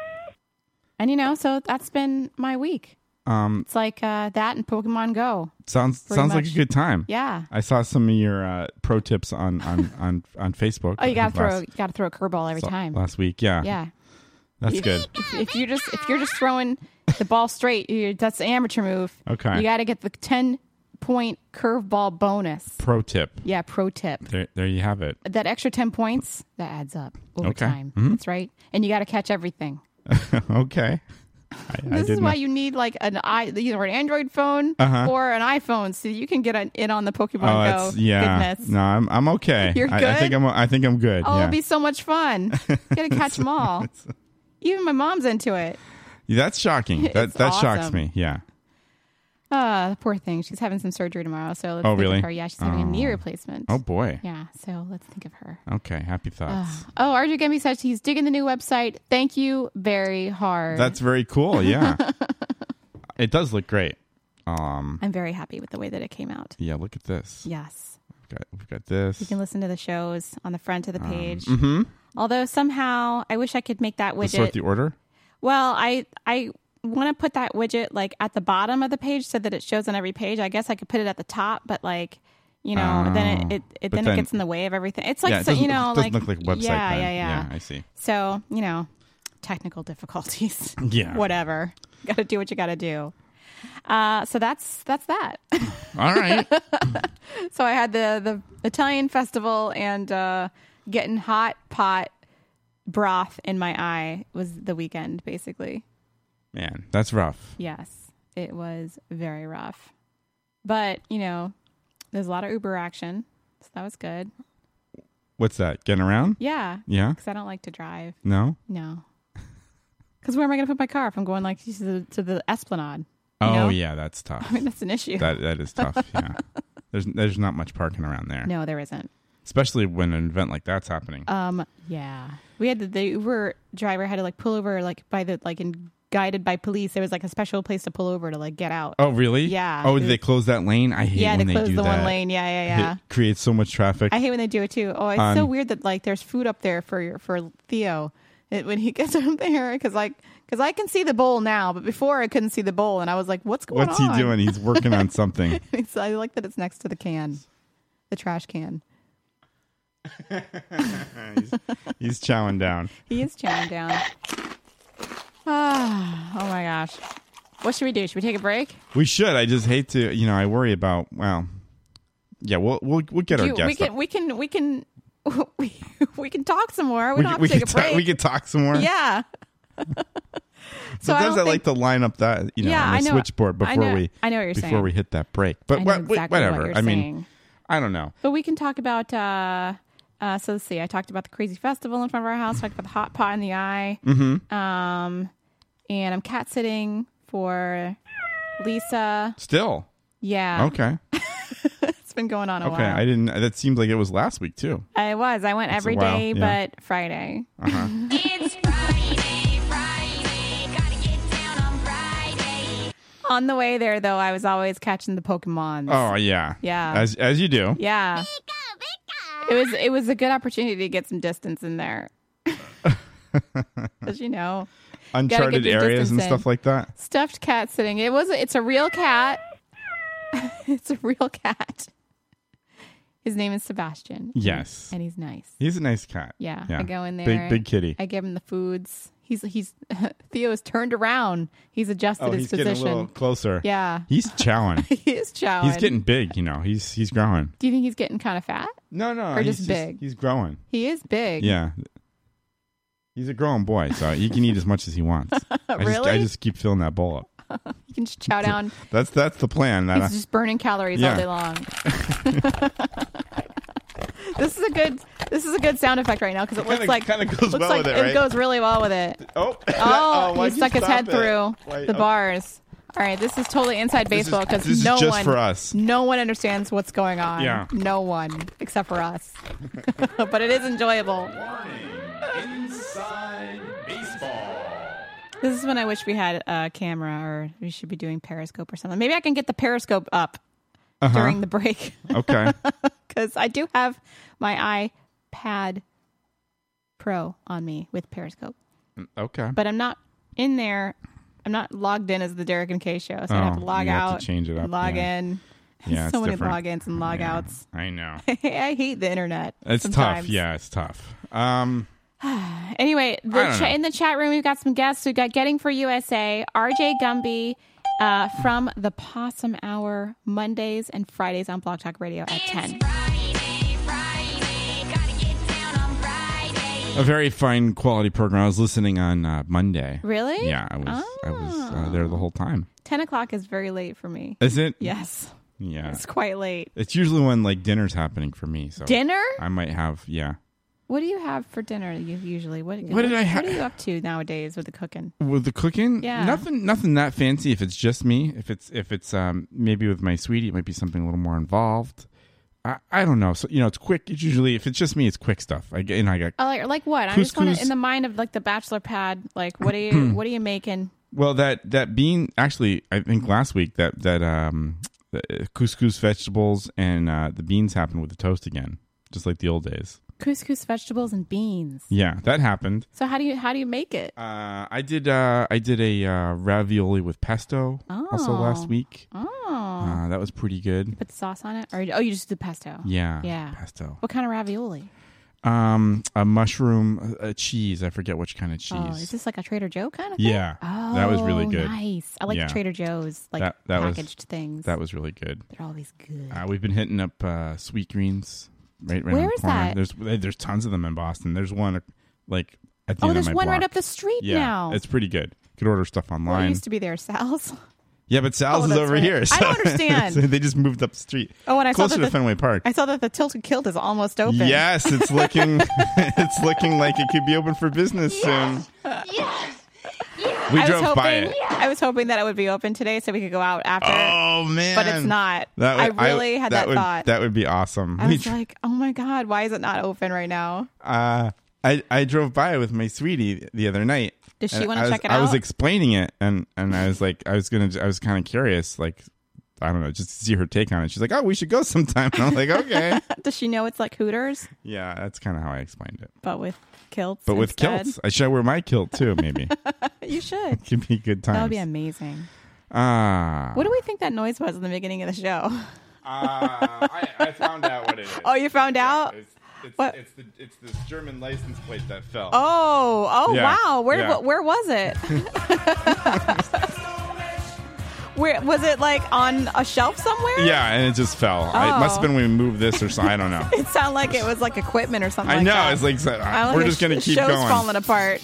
Speaker 2: and you know, so that's been my week.
Speaker 1: Um,
Speaker 2: It's like uh, that and Pokemon Go.
Speaker 1: sounds
Speaker 2: Pretty
Speaker 1: sounds like a
Speaker 2: much.
Speaker 1: good time.
Speaker 2: Yeah.
Speaker 1: I saw some of your uh, pro tips on on on on Facebook.
Speaker 2: Oh, you gotta
Speaker 1: last-
Speaker 2: throw you gotta throw a curveball every
Speaker 1: so-
Speaker 2: time.
Speaker 1: Last week, yeah,
Speaker 2: Yeah.
Speaker 1: that's good.
Speaker 2: If, if you're just if you're just throwing the ball straight, you, that's the amateur move.
Speaker 1: Okay.
Speaker 2: You got to get the ten point curveball bonus.
Speaker 1: Pro tip.
Speaker 2: Yeah. Pro tip.
Speaker 1: There, there you have it.
Speaker 2: that extra 10 points that adds up over
Speaker 1: Okay. Mm-hmm.
Speaker 2: time that's right and you got to catch everything
Speaker 1: okay, I, I
Speaker 2: this is
Speaker 1: didn't Uh-huh.
Speaker 2: why you need like an i either an android phone or an iphone so you can get an, in on the
Speaker 1: Oh,
Speaker 2: pokemon
Speaker 1: that's
Speaker 2: go
Speaker 1: yeah.
Speaker 2: goodness
Speaker 1: No, I'm I'm okay.
Speaker 2: You're
Speaker 1: I, I think
Speaker 2: good?
Speaker 1: I'm I think I'm good.
Speaker 2: oh
Speaker 1: yeah.
Speaker 2: it'll be so much fun gotta catch them all even my mom's into it
Speaker 1: That's shocking. That
Speaker 2: It's
Speaker 1: that shocks
Speaker 2: awesome.
Speaker 1: me. Yeah.
Speaker 2: ah poor thing she's having some surgery tomorrow so let's
Speaker 1: Oh,
Speaker 2: think
Speaker 1: really?
Speaker 2: of her yeah she's having a knee replacement
Speaker 1: Oh boy.
Speaker 2: yeah so let's think of her
Speaker 1: Okay. Happy thoughts.
Speaker 2: oh arjun Gemby says he's digging the new website thank you very hard
Speaker 1: That's very cool. Yeah. it does look great. Um.
Speaker 2: i'm very happy with the way that it came out
Speaker 1: Yeah. Look at this.
Speaker 2: yes
Speaker 1: We've, got, we've got this.
Speaker 2: You can listen to the shows on the front of
Speaker 1: Um,
Speaker 2: the page.
Speaker 1: mm-hmm.
Speaker 2: Although somehow I wish I could make that
Speaker 1: To sort
Speaker 2: widget.
Speaker 1: the order.
Speaker 2: well, I I want to put that widget like at the bottom of the page so that it shows on every page. I guess I could put it at the top, but like you know, then it, it, it
Speaker 1: Oh, But
Speaker 2: then,
Speaker 1: then-
Speaker 2: it gets in the way of everything. It's like
Speaker 1: yeah. It
Speaker 2: so
Speaker 1: doesn't,
Speaker 2: you know
Speaker 1: it doesn't
Speaker 2: like,
Speaker 1: look like a website.
Speaker 2: Yeah,
Speaker 1: then.
Speaker 2: yeah, yeah,
Speaker 1: I see.
Speaker 2: So you know, technical difficulties.
Speaker 1: Yeah.
Speaker 2: whatever. Got to do what you got to do. Uh, so that's that's that.
Speaker 1: All right.
Speaker 2: So I had the the Italian festival and uh, getting hot pot broth in my eye was the weekend, basically.
Speaker 1: Man, that's rough.
Speaker 2: Yes, it was very rough. But, you know, there's a lot of Uber action. So that was good.
Speaker 1: What's that? Getting around?
Speaker 2: Yeah.
Speaker 1: Yeah.
Speaker 2: Because I don't like to drive.
Speaker 1: No.
Speaker 2: No. Because where am I going to put my car if I'm going like to the, to the Esplanade?
Speaker 1: Oh
Speaker 2: No.
Speaker 1: yeah, that's tough.
Speaker 2: I mean, that's an issue.
Speaker 1: that that is tough. Yeah. There's there's not much parking around there,
Speaker 2: no, there isn't.
Speaker 1: especially when an event like that's happening.
Speaker 2: Um, yeah, we had the, the Uber driver had to like pull over like by the like in guided by police. There was like a special place to pull over to like get out.
Speaker 1: oh really?
Speaker 2: yeah.
Speaker 1: Oh, did they close that lane? I hate
Speaker 2: yeah,
Speaker 1: when
Speaker 2: they
Speaker 1: they,
Speaker 2: closed
Speaker 1: do
Speaker 2: the
Speaker 1: that.
Speaker 2: one lane. Yeah, yeah, yeah.
Speaker 1: It creates so much traffic.
Speaker 2: I hate when they do it too. Oh, it's so
Speaker 1: On-
Speaker 2: weird that like there's food up there for your for Theo that when he gets up there because like because I can see the bowl now, but before I couldn't see the bowl, and I was like, what's going
Speaker 1: What's
Speaker 2: on?
Speaker 1: he doing? He's working on something.
Speaker 2: It's- I like that it's next to the can, the trash can.
Speaker 1: He's chowing down.
Speaker 2: He is chowing down. Ah, oh my gosh. What should we do? Should we take a break?
Speaker 1: We should. I just hate to. You know, I worry about. Well, yeah. We'll we'll we'll get our
Speaker 2: Do-
Speaker 1: guest.
Speaker 2: we can
Speaker 1: up.
Speaker 2: we can we can we, we can talk some more. We, don't have
Speaker 1: we
Speaker 2: to take
Speaker 1: could
Speaker 2: a
Speaker 1: ta-
Speaker 2: break.
Speaker 1: we could talk some more.
Speaker 2: yeah. so I
Speaker 1: Sometimes
Speaker 2: don't
Speaker 1: I, like
Speaker 2: think-
Speaker 1: to line up that you know,
Speaker 2: Yeah,
Speaker 1: on the
Speaker 2: I know-
Speaker 1: switchboard
Speaker 2: I
Speaker 1: before
Speaker 2: know-
Speaker 1: we
Speaker 2: I know what you're
Speaker 1: before
Speaker 2: saying.
Speaker 1: we hit that break. But
Speaker 2: I know
Speaker 1: what,
Speaker 2: exactly what
Speaker 1: whatever.
Speaker 2: you're
Speaker 1: I mean,
Speaker 2: saying.
Speaker 1: I don't know.
Speaker 2: But we can talk about. Uh, uh, so let's see. I talked about the crazy festival in front of our house. Talked about the hot pot in the eye.
Speaker 1: Mm-hmm.
Speaker 2: Um, and I'm cat sitting for Lisa.
Speaker 1: Still
Speaker 2: Yeah,
Speaker 1: okay,
Speaker 2: it's been going on a
Speaker 1: okay.
Speaker 2: while.
Speaker 1: I didn't. That seemed like it was last week too.
Speaker 2: I was. I went
Speaker 1: It's a
Speaker 2: every
Speaker 1: while,
Speaker 2: day,
Speaker 1: yeah.
Speaker 2: but Friday.
Speaker 4: It's Friday, Friday, gotta get down on Friday.
Speaker 2: On the way there, though, I was always catching the Pokemons.
Speaker 1: Oh yeah,
Speaker 2: Yeah.
Speaker 1: As as you do.
Speaker 2: Yeah,
Speaker 4: Pika, pika.
Speaker 2: it was. It was a good opportunity to get some distance in there, as you know,
Speaker 1: Uncharted
Speaker 2: your
Speaker 1: areas and
Speaker 2: distance in.
Speaker 1: stuff like that.
Speaker 2: stuffed cat sitting. It was. It's a real cat. it's a real cat. His name is Sebastian.
Speaker 1: Yes.
Speaker 2: and he's nice.
Speaker 1: He's a nice cat.
Speaker 2: Yeah, I go in there.
Speaker 1: Big big kitty.
Speaker 2: I give him the foods. He's he's Theo is turned around. He's adjusted
Speaker 1: oh,
Speaker 2: his
Speaker 1: he's
Speaker 2: position.
Speaker 1: getting a little closer.
Speaker 2: Yeah,
Speaker 1: He's chowing.
Speaker 2: he is chowing.
Speaker 1: he's getting big. You know. He's he's growing.
Speaker 2: Do you think he's getting kind of fat?
Speaker 1: No, no.
Speaker 2: Or
Speaker 1: he's
Speaker 2: just big.
Speaker 1: He's growing.
Speaker 2: He is big.
Speaker 1: Yeah. He's a growing boy, so he can eat as much as he wants. I just, I
Speaker 2: Really?
Speaker 1: just keep filling that bowl up.
Speaker 2: You can just chow down.
Speaker 1: That's that's the plan. That
Speaker 2: He's just burning calories
Speaker 1: Yeah.
Speaker 2: all day long. this is a good. This is a good sound effect right now because it,
Speaker 1: kinda-
Speaker 2: looks like
Speaker 1: kinda goes
Speaker 2: looks
Speaker 1: well
Speaker 2: like
Speaker 1: with it, right?
Speaker 2: goes really well with it.
Speaker 1: oh,
Speaker 2: Oh,
Speaker 1: why'd
Speaker 2: he stuck his
Speaker 1: stop
Speaker 2: head
Speaker 1: it?
Speaker 2: through
Speaker 1: Why-
Speaker 2: the
Speaker 1: oh,
Speaker 2: bars. All right, this is totally inside
Speaker 1: This is-
Speaker 2: baseball because
Speaker 1: this is
Speaker 2: no
Speaker 1: just
Speaker 2: one
Speaker 1: for us.
Speaker 2: no one understands what's going on.
Speaker 1: Yeah.
Speaker 2: no one except for us. but it is enjoyable.
Speaker 3: Inside baseball.
Speaker 2: This is when I wish we had a camera, or we should be doing Periscope or something. Maybe I can get the Periscope up
Speaker 1: Uh-huh.
Speaker 2: during the break.
Speaker 1: Okay.
Speaker 2: because I do have my iPad Pro on me with Periscope,
Speaker 1: Okay.
Speaker 2: but I'm not in there. I'm not logged in as the Derek and Kay show, so I have
Speaker 1: Oh,
Speaker 2: to log
Speaker 1: you have to
Speaker 2: out,
Speaker 1: change it up,
Speaker 2: and log
Speaker 1: yeah.
Speaker 2: in.
Speaker 1: Yeah,
Speaker 2: so
Speaker 1: it's
Speaker 2: many
Speaker 1: different.
Speaker 2: logins and log
Speaker 1: Yeah,
Speaker 2: outs.
Speaker 1: I know.
Speaker 2: I hate the internet.
Speaker 1: It's
Speaker 2: sometimes.
Speaker 1: tough. Yeah, it's tough. Um,
Speaker 2: Anyway,
Speaker 1: I
Speaker 2: the
Speaker 1: don't
Speaker 2: cha-
Speaker 1: know.
Speaker 2: in the chat room, we've got some guests. We've got Getting for USA, RJ Gumby uh, from the Possum Hour, Mondays and Fridays on Blog Talk Radio at 10.
Speaker 4: Friday, Friday, gotta get down on Friday.
Speaker 1: a very fine quality program. I was listening on uh, Monday.
Speaker 2: Really? Oh.
Speaker 1: Yeah, I was. I was uh, there the whole time.
Speaker 2: 10 o'clock is very late for me.
Speaker 1: Is it?
Speaker 2: Yes,
Speaker 1: Yeah.
Speaker 2: it's quite late.
Speaker 1: It's usually when like dinner's happening for me. So
Speaker 2: Dinner?
Speaker 1: I might have. Yeah.
Speaker 2: What do you have for dinner you usually? What,
Speaker 1: What did I ha-
Speaker 2: What are you up to nowadays with the cooking?
Speaker 1: with the cooking
Speaker 2: Yeah.
Speaker 1: nothing nothing that fancy if it's just me if it's if it's um maybe with my sweetie it might be something a little more involved i i don't know so you know it's quick it's usually if it's just me it's quick stuff i get and i got
Speaker 2: Oh, like, like what? I just want
Speaker 1: Couscous.
Speaker 2: to in the mind of like the bachelor pad. Like, what are you? what are you making?
Speaker 1: well that that bean actually i think last week that that um the uh, couscous vegetables and uh the beans happened with the toast again just like the old days
Speaker 2: Couscous, vegetables, and beans.
Speaker 1: yeah that happened
Speaker 2: So how do you how do you make it?
Speaker 1: uh i did uh i did a uh, ravioli with pesto also
Speaker 2: Oh.
Speaker 1: last week
Speaker 2: Oh,
Speaker 1: uh, that was pretty good
Speaker 2: put the sauce on it, or oh, you just do pesto.
Speaker 1: yeah
Speaker 2: Yeah.
Speaker 1: pesto
Speaker 2: What kind of ravioli?
Speaker 1: um a mushroom a, a cheese i forget which kind of cheese
Speaker 2: Oh, is this like a Trader Joe kind of? thing?
Speaker 1: yeah
Speaker 2: Oh,
Speaker 1: that was really good
Speaker 2: Nice. I like
Speaker 1: Yeah.
Speaker 2: Trader Joe's like
Speaker 1: That- that was-
Speaker 2: packaged things.
Speaker 1: that was really good
Speaker 2: They're always good.
Speaker 1: uh, we've been hitting up uh sweet greens right right
Speaker 2: Where
Speaker 1: around the
Speaker 2: is
Speaker 1: corner
Speaker 2: that?
Speaker 1: there's there's tons of them in boston there's one like At the
Speaker 2: Oh,
Speaker 1: end of
Speaker 2: there's
Speaker 1: my
Speaker 2: one right
Speaker 1: block.
Speaker 2: up the street
Speaker 1: Yeah,
Speaker 2: now.
Speaker 1: it's pretty good. You could order stuff
Speaker 2: Well, it
Speaker 1: online.
Speaker 2: used to be their Sal's.
Speaker 1: yeah, but Sal's
Speaker 2: Oh,
Speaker 1: is
Speaker 2: that's
Speaker 1: over
Speaker 2: right.
Speaker 1: here.
Speaker 2: I
Speaker 1: so-
Speaker 2: don't understand.
Speaker 1: so they just moved up the street.
Speaker 2: Oh, and I saw
Speaker 1: closer
Speaker 2: that
Speaker 1: to
Speaker 2: the-
Speaker 1: Fenway Park.
Speaker 2: I saw that the Tilted Kilt is almost open.
Speaker 1: Yes, it's looking it's looking like it could be open for business soon. We
Speaker 2: I was
Speaker 1: drove
Speaker 2: hoping,
Speaker 1: by it.
Speaker 2: I was hoping that it would be open today so we could go out after.
Speaker 1: Oh man.
Speaker 2: But it's not. I really had that
Speaker 1: would,
Speaker 2: thought.
Speaker 1: That would be awesome.
Speaker 2: I
Speaker 1: We
Speaker 2: was
Speaker 1: dr-
Speaker 2: like, oh my God, why is it not open right now?
Speaker 1: uh, I I drove by with my sweetie the other night.
Speaker 2: Does she
Speaker 1: and
Speaker 2: wanna
Speaker 1: I was-
Speaker 2: check it
Speaker 1: I was
Speaker 2: out?
Speaker 1: explaining it, and and I was like, I was gonna, I was kind of curious, like, I don't know, just to see her take on it. She's like, oh, we should go sometime. And I'm like, okay,
Speaker 2: Does she know it's like Hooters,
Speaker 1: yeah, that's kind of how I explained it.
Speaker 2: but with kilts?
Speaker 1: But with
Speaker 2: instead?
Speaker 1: kilts, I should I wear my kilt too. Maybe
Speaker 2: You should.
Speaker 1: could be good times.
Speaker 2: That would be amazing.
Speaker 1: Ah,
Speaker 2: What do we think that noise was in the beginning of the show?
Speaker 1: Uh, I, I found out what it is.
Speaker 2: Oh, you found out?
Speaker 1: it's,
Speaker 2: What?
Speaker 1: the it's this German license plate that fell.
Speaker 2: Oh, oh
Speaker 1: Yeah,
Speaker 2: wow. Where
Speaker 1: yeah.
Speaker 2: wh- where was it? where was it like on a shelf somewhere?
Speaker 1: Yeah, and it just fell. I- it must have
Speaker 2: Oh.
Speaker 1: been when we moved this or something. I don't know.
Speaker 2: It sounded like it was like equipment or something.
Speaker 1: I
Speaker 2: like
Speaker 1: know.
Speaker 2: that.
Speaker 1: It's like, so- uh,
Speaker 2: I don't
Speaker 1: we're
Speaker 2: think
Speaker 1: just
Speaker 2: the
Speaker 1: gonna keep
Speaker 2: show's
Speaker 1: going.
Speaker 2: falling apart.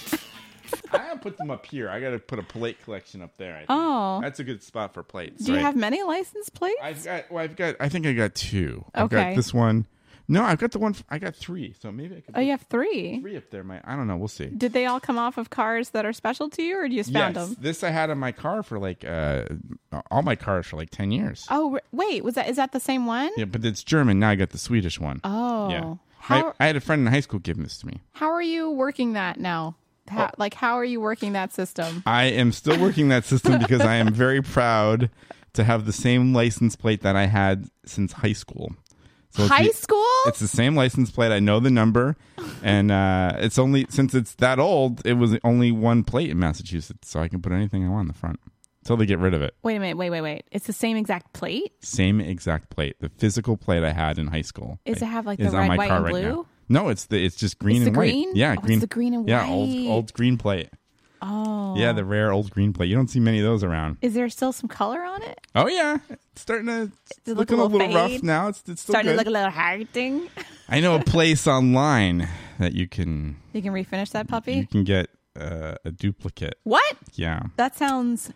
Speaker 1: I gotta put them up here. I gotta put a plate collection up there. I think.
Speaker 2: Oh.
Speaker 1: that's a good spot for plates.
Speaker 2: Do you
Speaker 1: right?
Speaker 2: have many license plates?
Speaker 1: I've got. Well, I've got. I think I got two. I've got
Speaker 2: Okay.
Speaker 1: this one. No, I've got the one. f- I got three. So maybe I could.
Speaker 2: oh,
Speaker 1: put
Speaker 2: you have three.
Speaker 1: three up there. My. I don't know. We'll see.
Speaker 2: Did they all come off of cars that are special to you, or you just found
Speaker 1: yes,
Speaker 2: them?
Speaker 1: this I had in my car for like uh, all my cars for like ten years.
Speaker 2: Oh, re- wait, was that is that the same one?
Speaker 1: Yeah, but it's German. Now I got the Swedish one.
Speaker 2: Oh,
Speaker 1: yeah.
Speaker 2: how
Speaker 1: My- I had a friend in high school give this to me.
Speaker 2: how are you working that now?
Speaker 1: Oh.
Speaker 2: How, Like, how are you working that system?
Speaker 1: I am still working that system because I am very proud to have the same license plate that I had since high school. So it's
Speaker 2: High
Speaker 1: the-
Speaker 2: school?
Speaker 1: It's the same license plate. I know the number, and uh, it's only since it's that old. It was only one plate in Massachusetts, so I can put anything I want on the front until they get rid of it.
Speaker 2: Wait a minute, wait, wait, wait. It's the same exact plate.
Speaker 1: Same exact plate, the physical plate I had in high school.
Speaker 2: Is it have, like, the
Speaker 1: is on
Speaker 2: red,
Speaker 1: my
Speaker 2: white,
Speaker 1: car
Speaker 2: and
Speaker 1: right now.
Speaker 2: blue?
Speaker 1: No, it's the it's just green
Speaker 2: It's the
Speaker 1: and white.
Speaker 2: green? Oh,
Speaker 1: Yeah,
Speaker 2: it's
Speaker 1: green.
Speaker 2: the green and
Speaker 1: yeah, old
Speaker 2: white.
Speaker 1: old green plate.
Speaker 2: Oh,
Speaker 1: Yeah, the rare old green plate. You don't see many of those around.
Speaker 2: Is there still some color on it?
Speaker 1: Oh yeah, it's starting to it's
Speaker 2: it look
Speaker 1: looking
Speaker 2: a
Speaker 1: a
Speaker 2: little
Speaker 1: little, rough
Speaker 2: fade?
Speaker 1: now. It's, it's still
Speaker 2: Starting to
Speaker 1: good.
Speaker 2: look a little hard thing.
Speaker 1: I know a place online that you can
Speaker 2: You can refinish that
Speaker 1: you
Speaker 2: puppy.
Speaker 1: can get uh, a duplicate.
Speaker 2: What?
Speaker 1: Yeah,
Speaker 2: That sounds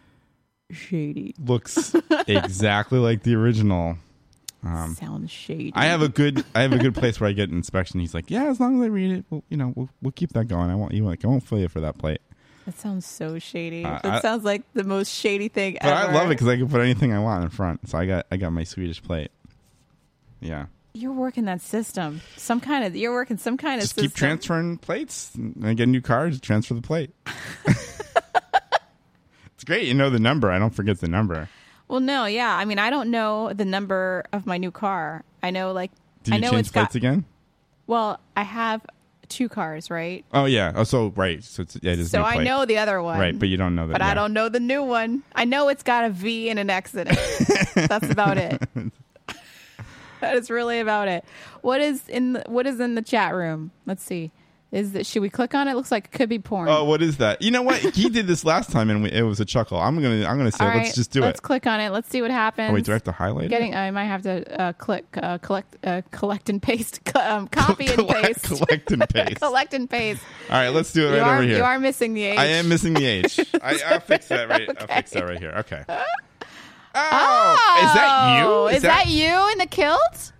Speaker 2: shady.
Speaker 1: looks exactly like the original.
Speaker 2: sounds shady.
Speaker 1: Um, I have a good I have a good place where I get an inspection. He's like, yeah, as long as I read it, we'll, you know, we'll, we'll keep that going. I won't you won't- I won't fail you for that plate.
Speaker 2: that sounds so shady.
Speaker 1: Uh,
Speaker 2: that
Speaker 1: I-
Speaker 2: sounds like the most shady thing
Speaker 1: But
Speaker 2: ever.
Speaker 1: I love it because I can put anything I want in front. So I got I got my Swedish plate. Yeah,
Speaker 2: you're working that system. Some kind of you're working some kind
Speaker 1: just
Speaker 2: of
Speaker 1: keep
Speaker 2: system.
Speaker 1: transferring plates. And I get a new car, just transfer the plate. it's great. You know the number. I don't forget the number.
Speaker 2: well, no, yeah. I mean, I don't know the number of my new car. I know like
Speaker 1: Did
Speaker 2: I
Speaker 1: you
Speaker 2: know
Speaker 1: change
Speaker 2: it's got
Speaker 1: plates again?
Speaker 2: well, I have two cars, right?
Speaker 1: Oh yeah. Oh so right. So it's, yeah, it is
Speaker 2: So
Speaker 1: new
Speaker 2: I
Speaker 1: plate.
Speaker 2: know the other one.
Speaker 1: Right, but you don't know that.
Speaker 2: But
Speaker 1: yeah.
Speaker 2: I don't know the new one. I know it's got a V and an X in it. That's about it. that is really about it. What is in the, what is in the chat room? Let's see. Is that should we click on it? Looks like it could be porn.
Speaker 1: Oh, what is that? You know what? He did this last time, and we, it was a chuckle. I'm gonna, I'm gonna say,
Speaker 2: All
Speaker 1: let's
Speaker 2: right,
Speaker 1: just do
Speaker 2: Let's
Speaker 1: it.
Speaker 2: click on it. Let's see what happens.
Speaker 1: Oh, wait, do I have to highlight
Speaker 2: Getting, I might have to uh, click, uh, collect, uh, collect and paste, co- um,
Speaker 1: it?
Speaker 2: copy and paste,
Speaker 1: Collect- collect and paste. All
Speaker 2: collect and paste.
Speaker 1: right, let's do it
Speaker 2: you
Speaker 1: right
Speaker 2: are
Speaker 1: over here.
Speaker 2: you are missing the H.
Speaker 1: I am missing the H. I, I'll fix that right. I'll fix that right here. Okay. Oh, is that you?
Speaker 2: Oh, Is, that, you in the kilt?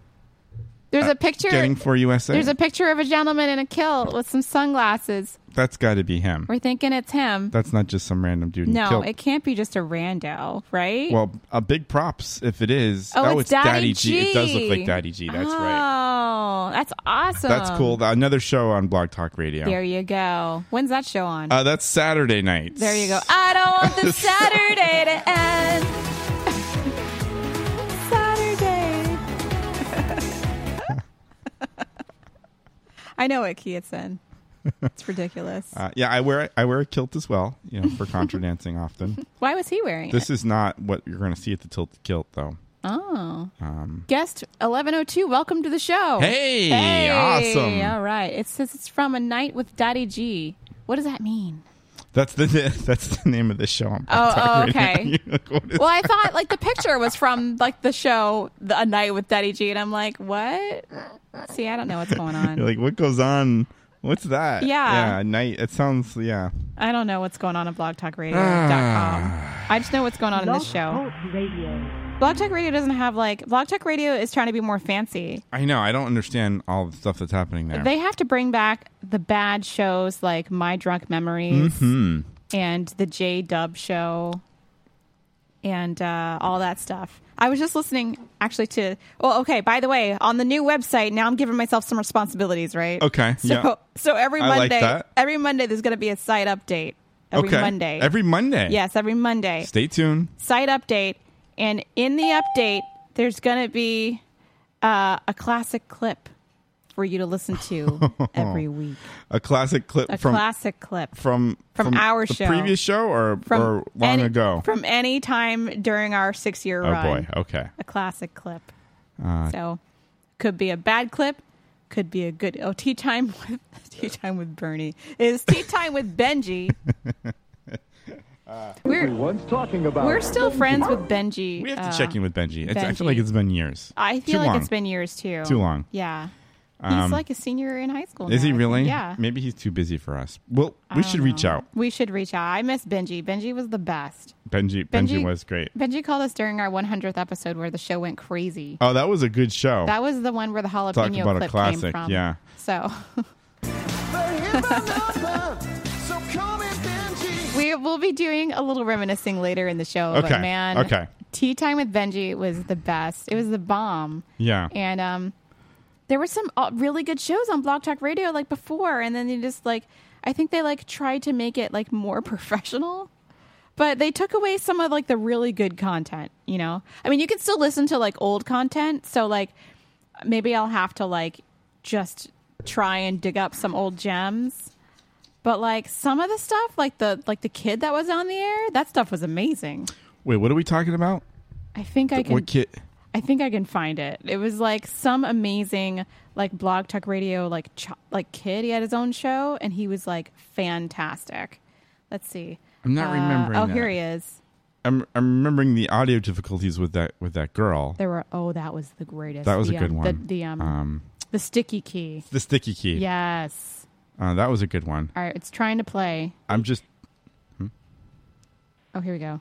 Speaker 2: There's a picture.
Speaker 1: Getting for USA.
Speaker 2: There's a picture of a gentleman in a kilt with some sunglasses.
Speaker 1: That's got to be him.
Speaker 2: We're thinking it's him.
Speaker 1: That's not just some random dude. in a
Speaker 2: no,
Speaker 1: kilt.
Speaker 2: it can't be just a rando, right?
Speaker 1: Well, a big props if it is.
Speaker 2: Oh, it's Daddy
Speaker 1: It does look
Speaker 2: G.
Speaker 1: like Daddy G. That's right.
Speaker 2: Oh, that's awesome.
Speaker 1: That's cool. Another show on Blog Talk Radio.
Speaker 2: There you go. When's that show on?
Speaker 1: Uh, that's Saturday night.
Speaker 2: there you go. Ah. I don't want the Saturday to end. Saturday. I know what key it's in. It's ridiculous.
Speaker 1: Uh, yeah, I wear I wear a kilt as well, you know, for contra dancing often.
Speaker 2: Why was he wearing it?
Speaker 1: This is not what you're going to see at the tilted kilt, though.
Speaker 2: Oh. Guest 1102, welcome to the show.
Speaker 1: um, Hey,
Speaker 2: Hey.
Speaker 1: awesome!
Speaker 2: All right. It says it's from A Night with Daddy G. What does that mean?
Speaker 1: That's the that's the name of the show. On
Speaker 2: Oh,
Speaker 1: Blog Talk
Speaker 2: oh,
Speaker 1: Radio.
Speaker 2: okay.
Speaker 1: You're like, what is-
Speaker 2: Well, I thought like the picture was from like the show the, A Night with Daddy G and I'm like, "What?" See, I don't know what's going on.
Speaker 1: you're like, what goes on? What's that?
Speaker 2: Yeah.
Speaker 1: Yeah. Night. It sounds. Yeah.
Speaker 2: I don't know what's going on at
Speaker 1: Ah.
Speaker 2: blogtalkradio.com. I just know what's going on in this show. Blog Talk Radio doesn't have like Blog Talk Radio is trying to be more fancy.
Speaker 1: I know. I don't understand all the stuff that's happening there.
Speaker 2: They have to bring back the bad shows like My Drunk Memories
Speaker 1: Mm-hmm.
Speaker 2: and the J Dub Show and uh, all that stuff. I was just listening actually to. Well, okay. By the way, on the new website now, I'm giving myself some responsibilities, right?
Speaker 1: Okay,
Speaker 2: So
Speaker 1: yeah.
Speaker 2: so every
Speaker 1: I like
Speaker 2: Monday,
Speaker 1: that.
Speaker 2: every Monday there's going to be a site update. Every
Speaker 1: okay.
Speaker 2: Monday.
Speaker 1: Every Monday.
Speaker 2: yes, every Monday
Speaker 1: Stay tuned.
Speaker 2: site update, and in the update, there's going to be uh, a classic clip for you to listen to every week.
Speaker 1: A classic clip
Speaker 2: A
Speaker 1: from
Speaker 2: classic clip
Speaker 1: from
Speaker 2: from our
Speaker 1: the
Speaker 2: show.
Speaker 1: previous show, or or long
Speaker 2: any,
Speaker 1: ago.
Speaker 2: from any time during our six year
Speaker 1: oh
Speaker 2: run.
Speaker 1: boy. Uh, Okay.
Speaker 2: a classic clip. so could be a bad clip, could be a good. Oh, tea time with tea time with Bernie is tea time with Benji. we're,
Speaker 9: Everyone's talking about
Speaker 2: we're still friends with Benji.
Speaker 1: We have to
Speaker 2: uh,
Speaker 1: check in with Benji. It's, I
Speaker 2: Benji.
Speaker 1: feel like it's been years.
Speaker 2: I feel
Speaker 1: Too
Speaker 2: like
Speaker 1: long.
Speaker 2: it's been years too.
Speaker 1: Too long.
Speaker 2: Yeah. He's
Speaker 1: Um,
Speaker 2: like a senior in high school.
Speaker 1: Is
Speaker 2: now,
Speaker 1: he
Speaker 2: I think.
Speaker 1: really?
Speaker 2: Yeah.
Speaker 1: Maybe he's too busy for us. Well, we should reach out.
Speaker 2: We should reach out. I miss Benji. Benji was the best.
Speaker 1: Benji, Benji.
Speaker 2: Benji-
Speaker 1: was great.
Speaker 2: Benji called us during our 100th episode where the show went crazy.
Speaker 1: Oh, that was a good show.
Speaker 2: That was the one where the jalapeno
Speaker 1: about
Speaker 2: clip
Speaker 1: a
Speaker 2: came
Speaker 1: classic,
Speaker 2: from.
Speaker 1: yeah.
Speaker 2: So
Speaker 9: So call me Benji.
Speaker 2: we will be doing a little reminiscing later in the show. But
Speaker 1: Okay.
Speaker 2: man,
Speaker 1: Okay.
Speaker 2: tea time with Benji was the best. It was the bomb.
Speaker 1: yeah.
Speaker 2: And um, there were some uh, really good shows on Blog Talk Radio like before, and then they just like I think they like tried to make it like more professional, but they took away some of like the really good content. You know, I mean, you can still listen to like old content, so like maybe I'll have to like just try and dig up some old gems. But like some of the stuff, like the like the kid that was on the air, that stuff was amazing.
Speaker 1: Wait, what are we talking about?
Speaker 2: I think I can.
Speaker 1: What kid?
Speaker 2: I think I can find it. It was like some amazing like blog talk radio like ch- like kid. He had his own show and he was like fantastic. Let's see.
Speaker 1: I'm not remembering
Speaker 2: Oh,
Speaker 1: that.
Speaker 2: here he is.
Speaker 1: I'm I'm remembering the audio difficulties with that with that girl.
Speaker 2: There were oh, that was the greatest.
Speaker 1: That was
Speaker 2: the,
Speaker 1: a good
Speaker 2: um,
Speaker 1: one.
Speaker 2: The, the um,
Speaker 1: Um,
Speaker 2: the sticky key.
Speaker 1: the sticky key.
Speaker 2: Yes.
Speaker 1: Uh, that was a good one.
Speaker 2: All right, it's trying to play.
Speaker 1: I'm just
Speaker 2: Oh, here we go.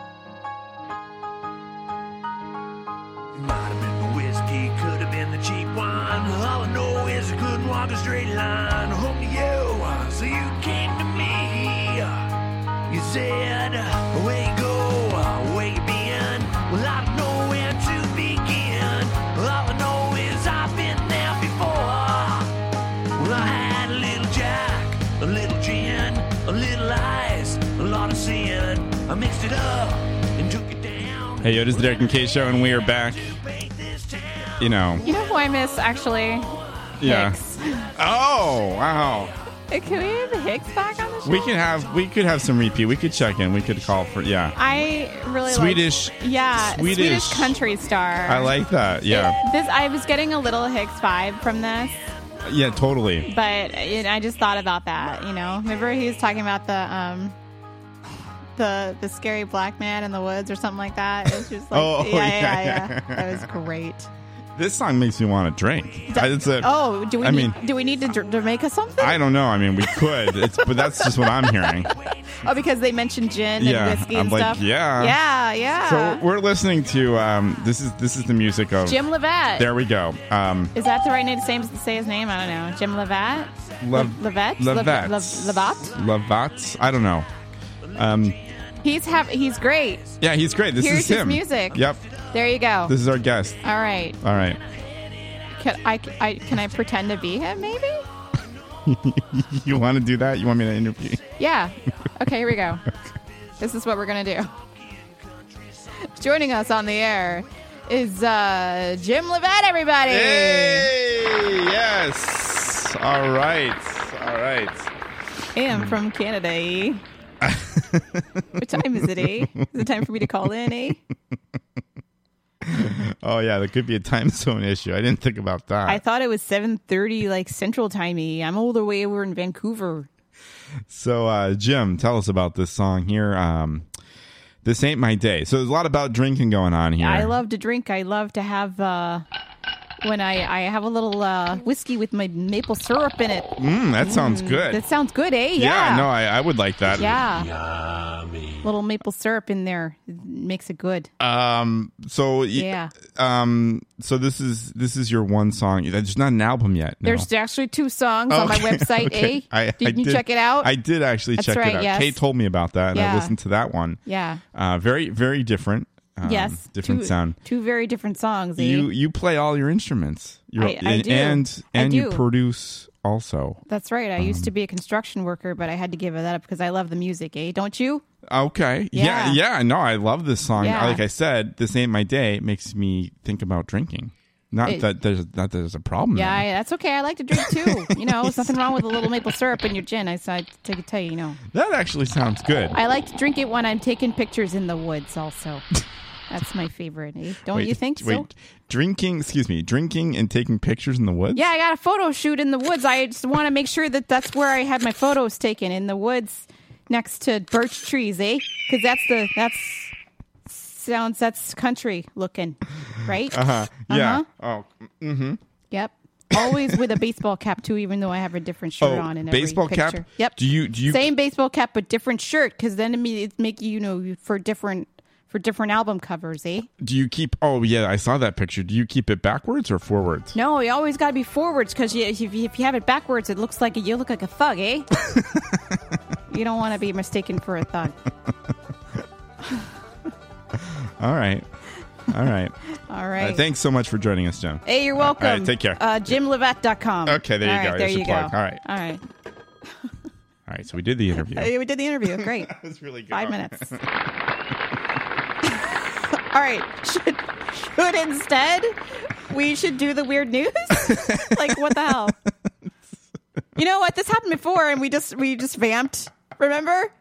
Speaker 9: Might have been the whiskey, could have been the cheap wine. All I know is I couldn't walk a straight line. Home to you, so you came to me. You said, Way you go, way you been? Well, I don't know where to begin. All I know is I've been there before. Well, I had a little jack, a little gin, a little ice, a lot of sin. I mixed it up and took it down.
Speaker 1: Hey, yo, this is the Derek and Kay show, and we are back. You know,
Speaker 2: You know who I miss, actually?
Speaker 1: yeah. Oh wow,
Speaker 2: Eh, Can we have Hicks back on the show?
Speaker 1: we can have we could have some repeat. We could check in. We could call for yeah.
Speaker 2: I really
Speaker 1: Swedish-
Speaker 2: Like, yeah,
Speaker 1: Swedish-
Speaker 2: Swedish. country star.
Speaker 1: I like that. Yeah,
Speaker 2: this. I was getting a little Hicks vibe from this,
Speaker 1: yeah, totally.
Speaker 2: but you know, I just thought about that. You know, remember he was talking about the um, the the scary black man in the woods or something like that. It was just like,
Speaker 1: Oh,
Speaker 2: yeah,
Speaker 1: yeah,
Speaker 2: yeah, yeah,
Speaker 1: yeah.
Speaker 2: That was great.
Speaker 1: This song makes me want to drink. I- It's a,
Speaker 2: Oh, do we?
Speaker 1: I
Speaker 2: need,
Speaker 1: mean,
Speaker 2: do we need to dr- Jamaica something?
Speaker 1: I don't know. I mean, we could. It's but that's just what I'm hearing.
Speaker 2: Oh, because they mentioned gin
Speaker 1: Yeah,
Speaker 2: and whiskey
Speaker 1: I'm
Speaker 2: and
Speaker 1: like,
Speaker 2: stuff.
Speaker 1: yeah.
Speaker 2: yeah, yeah.
Speaker 1: So we're listening to um, this is this is the music of
Speaker 2: Jim Levette.
Speaker 1: There we go. Um,
Speaker 2: Is that the right name to say, say his name? I don't know. Jim Levette?
Speaker 1: Lev-
Speaker 2: Levette?
Speaker 1: Levette.
Speaker 2: Lev- Levat?
Speaker 1: Lavat. I don't know. Um,
Speaker 2: He's have he's great.
Speaker 1: yeah, he's great. This
Speaker 2: Here's
Speaker 1: is him.
Speaker 2: his music.
Speaker 1: Yep.
Speaker 2: There you go.
Speaker 1: This is our guest.
Speaker 2: All right.
Speaker 1: All right.
Speaker 2: Can I, I can I pretend to be him? Maybe.
Speaker 1: you want to do that? You want me to interview?
Speaker 2: Yeah. Okay, here we go. This is what we're going to do. Joining us on the air is uh, Jim Levette, everybody.
Speaker 1: Hey, yes. All right, all right.
Speaker 2: And from Canada, eh? what time is it, eh? Is it time for me to call in, eh?
Speaker 1: Oh yeah, there could be a time zone issue. I didn't think about that.
Speaker 2: I thought it was 7.30, like, Central Timey. I'm all the way over in Vancouver.
Speaker 1: So, uh, Jim, tell us about this song here. Um, this ain't my day. So there's a lot about drinking going on here.
Speaker 2: I love to drink. I love to have uh, when I, I have a little uh, whiskey with my maple syrup in it.
Speaker 1: Mm, that sounds
Speaker 2: Mm,
Speaker 1: good.
Speaker 2: That sounds good, eh?
Speaker 1: yeah.
Speaker 2: Yeah.
Speaker 1: no, I, I would like that.
Speaker 2: Yeah. Little maple syrup in there makes it good.
Speaker 1: Um. So y-
Speaker 2: Yeah.
Speaker 1: Um. So this is this is your one song. There's not an album yet. no.
Speaker 2: There's actually two songs on my
Speaker 1: Okay,
Speaker 2: website,
Speaker 1: okay.
Speaker 2: eh?
Speaker 1: I- I
Speaker 2: Didn't you
Speaker 1: did-
Speaker 2: check it out?
Speaker 1: I did actually
Speaker 2: That's
Speaker 1: check
Speaker 2: right,
Speaker 1: it out.
Speaker 2: yes.
Speaker 1: Kate told me about that, and I
Speaker 2: Yeah.
Speaker 1: listened to that one.
Speaker 2: Yeah.
Speaker 1: Uh, very very different. um,
Speaker 2: yes.
Speaker 1: Different
Speaker 2: two,
Speaker 1: sound.
Speaker 2: Two very different songs, eh?
Speaker 1: You you play all your instruments. You're-
Speaker 2: I- I
Speaker 1: and,
Speaker 2: do.
Speaker 1: and
Speaker 2: I
Speaker 1: and you
Speaker 2: do.
Speaker 1: produce also.
Speaker 2: That's right. I used
Speaker 1: Um,
Speaker 2: to be a construction worker, but I had to give that up because I love the music, eh? Don't you?
Speaker 1: Okay. Yeah. yeah. No, I love this song.
Speaker 2: Yeah.
Speaker 1: Like I said, this ain't my day. It makes me think about drinking. Not
Speaker 2: It-
Speaker 1: that there's not that there's a problem.
Speaker 2: Yeah, I, that's okay. I like to drink too. You know, there's nothing wrong with a little maple syrup in your gin. I said, I could tell you, you know.
Speaker 1: there. That actually sounds good.
Speaker 2: I like to drink it when I'm taking pictures in the woods. Also, that's my favorite. eh? Don't
Speaker 1: Wait,
Speaker 2: you think so?
Speaker 1: Wait, drinking. Excuse me, drinking and taking pictures in the woods.
Speaker 2: Yeah, I got a photo shoot in the woods. I just want to make sure that that's where I had my photos taken in the woods, next to birch trees, eh? Because that's the that's sounds that's country looking, right?
Speaker 1: Uh huh.
Speaker 2: Uh-huh.
Speaker 1: Yeah. Oh. Mm-hmm.
Speaker 2: Yep. Always with a baseball cap too, even though I have a different shirt
Speaker 1: Oh,
Speaker 2: on in every
Speaker 1: baseball cap.
Speaker 2: picture. Yep.
Speaker 1: Do you do you
Speaker 2: Same baseball cap but different shirt, because then it me- it make you, you know for different for different album covers, eh?
Speaker 1: do you keep? Oh yeah, I saw that picture. Do you keep it backwards or forwards?
Speaker 2: No, you always got to be forwards because you, if, you, if you have it backwards, it looks like you look like a thug, eh? you don't want to be mistaken for a thug.
Speaker 1: All right. All right.
Speaker 2: All right.
Speaker 1: Uh, thanks so much for joining us, Jim.
Speaker 2: Hey, you're welcome.
Speaker 1: All right, take care.
Speaker 2: Uh, JimLevette.com.
Speaker 1: Okay, there you
Speaker 2: All
Speaker 1: go.
Speaker 2: right,
Speaker 1: There's
Speaker 2: there you
Speaker 1: your plug.
Speaker 2: go.
Speaker 1: All right.
Speaker 2: All right.
Speaker 1: All right. So we did the interview.
Speaker 2: Hey, we did the interview. Great.
Speaker 1: That was really good.
Speaker 2: Five minutes. All right. Should, should instead we should do the weird news? like what the hell? You know what? This happened before, and we just we just vamped. Remember?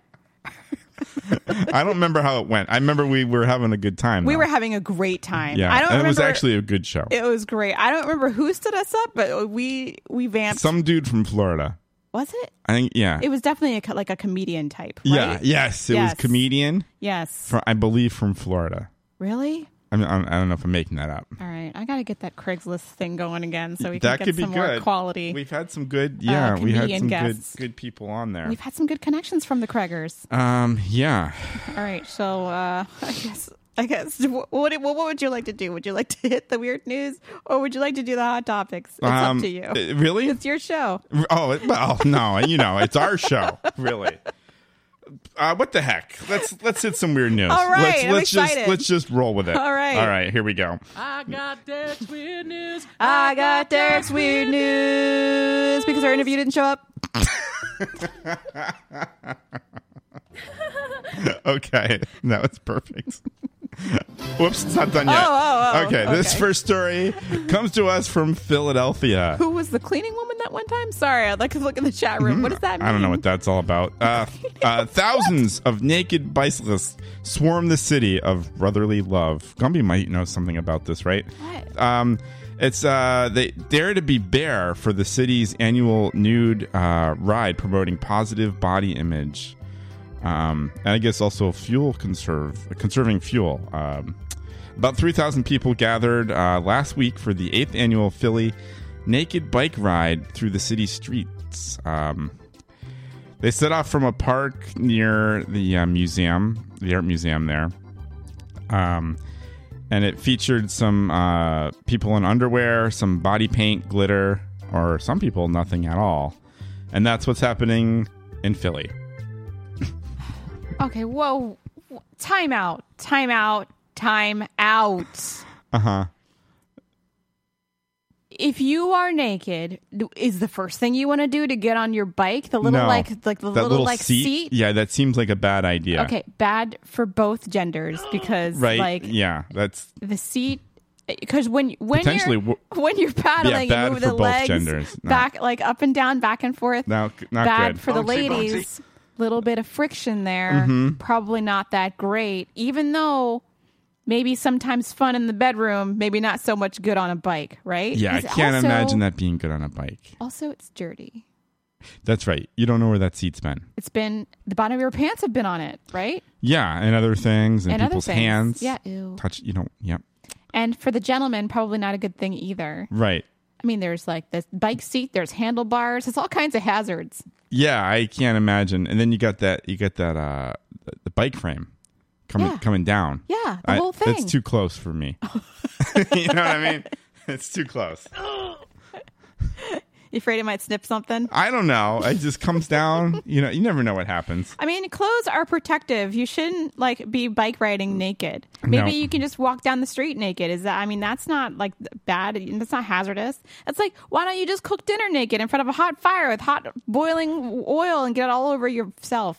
Speaker 1: I don't remember how it went. I remember we were having a good time.
Speaker 2: We
Speaker 1: though.
Speaker 2: were having a great time.
Speaker 1: Yeah.
Speaker 2: I don't.
Speaker 1: and
Speaker 2: remember,
Speaker 1: it was actually a good show.
Speaker 2: It was great. I don't remember who stood us up, but we we vamped.
Speaker 1: Some dude from Florida.
Speaker 2: was it?
Speaker 1: I think. Yeah.
Speaker 2: It was definitely a, co- like a comedian type. Right?
Speaker 1: Yeah. Yes. It
Speaker 2: Yes.
Speaker 1: was comedian.
Speaker 2: Yes.
Speaker 1: From, I believe from Florida.
Speaker 2: Really?
Speaker 1: I mean, I I don't know if I'm making that up.
Speaker 2: All right. I got to get that Craigslist thing going again so we
Speaker 1: that
Speaker 2: can get
Speaker 1: could be
Speaker 2: some more
Speaker 1: good.
Speaker 2: quality. uh,
Speaker 1: We've had some good. Yeah. we had
Speaker 2: comedian
Speaker 1: some
Speaker 2: guests.
Speaker 1: good good people on there.
Speaker 2: We've had some good connections from the Craigers.
Speaker 1: um. Yeah.
Speaker 2: All right, so uh, I guess I guess what, what what would you like to do? Would you like to hit the weird news, or would you like to do the hot topics? It's
Speaker 1: Um,
Speaker 2: up to you.
Speaker 1: uh, really?
Speaker 2: it's your show.
Speaker 1: Oh it- well, no, you know it's our show, really. Uh, what the heck? Let's let's hit some weird news.
Speaker 9: All right,
Speaker 1: let's,
Speaker 9: I'm
Speaker 1: let's just
Speaker 9: excited.
Speaker 1: let's just roll with it.
Speaker 9: All right.
Speaker 1: all right, here we go.
Speaker 2: Uh,
Speaker 9: I got Derek's weird news.
Speaker 2: I got Derek's weird news because our interview didn't show up.
Speaker 1: okay, that was perfect. Whoops, it's not done yet.
Speaker 2: Oh, oh, oh,
Speaker 1: okay, this
Speaker 2: okay.
Speaker 1: first story comes to us from Philadelphia.
Speaker 2: Who was the cleaning woman that one time? Sorry, I'd like to look in the chat room. What does that mean?
Speaker 1: I don't know what that's all about. Uh, uh, thousands of naked bicyclists swarm the city of brotherly love. Gumby might know something about this, right? What? Um, it's uh, they dare to be bare for the city's annual nude uh, ride, promoting positive body image, um, and I guess also fuel conserve, conserving fuel. Um, about three thousand people gathered uh, last week for the eighth annual Philly naked bike ride through the city streets. Um, they set off from a park near the uh, museum, the art museum there. Um, and it featured some uh, people in underwear, some body paint, glitter, or some people nothing at all. And that's what's happening in Philly.
Speaker 2: Okay, whoa, wh- time out,
Speaker 1: Uh-huh.
Speaker 2: time out, time out.
Speaker 1: Uh huh.
Speaker 2: if you are naked, do- is the first thing you want to do to get on your bike? The little
Speaker 1: No.
Speaker 2: like like the
Speaker 1: That
Speaker 2: little, like seat.
Speaker 1: Yeah, that seems like a bad idea.
Speaker 2: Okay, bad for both genders because
Speaker 1: Right.
Speaker 2: like
Speaker 1: yeah, that's
Speaker 2: the seat because when when
Speaker 1: Potentially
Speaker 2: you're
Speaker 1: wo-
Speaker 2: when you're paddling,
Speaker 1: bad
Speaker 2: you move
Speaker 1: for
Speaker 2: the
Speaker 1: both
Speaker 2: legs
Speaker 1: genders. No.
Speaker 2: back like up and down, back and forth.
Speaker 1: No, not
Speaker 2: bad
Speaker 1: good.
Speaker 2: for the
Speaker 1: Bouncy,
Speaker 2: ladies. Little bit of friction there,
Speaker 1: Mhm.
Speaker 2: probably not that great. Even though maybe sometimes fun in the bedroom, maybe not so much good on a bike, right?
Speaker 1: yeah. I
Speaker 2: 'Cause
Speaker 1: can't
Speaker 2: also-
Speaker 1: imagine that being good on a bike.
Speaker 2: Also, it's dirty.
Speaker 1: That's right. You don't know where that seat's been.
Speaker 2: It's been the bottom of your pants have been on it, right?
Speaker 1: Yeah, and other things and,
Speaker 2: And other
Speaker 1: people's
Speaker 2: things.
Speaker 1: hands.
Speaker 2: Yeah, ew.
Speaker 1: Touch. You know. Yep.
Speaker 2: And for the gentleman, probably not a good thing either.
Speaker 1: Right.
Speaker 2: I mean, there's like the bike seat, there's handlebars, it's all kinds of hazards.
Speaker 1: Yeah, I can't imagine. And then you got that you got that uh the- the bike frame coming
Speaker 2: Yeah.
Speaker 1: coming down.
Speaker 2: Yeah, the whole thing.
Speaker 1: That's too close for me. you know what I mean? It's too close.
Speaker 2: You afraid it might snip something?
Speaker 1: I don't know. It just comes down. You know, you never know what happens.
Speaker 2: I mean, clothes are protective. You shouldn't like be bike riding naked. Maybe
Speaker 1: No.
Speaker 2: you can just walk down the street naked. Is that? I mean, that's not like bad. That's not hazardous. That's like why don't you just cook dinner naked in front of a hot fire with hot boiling oil and get it all over yourself?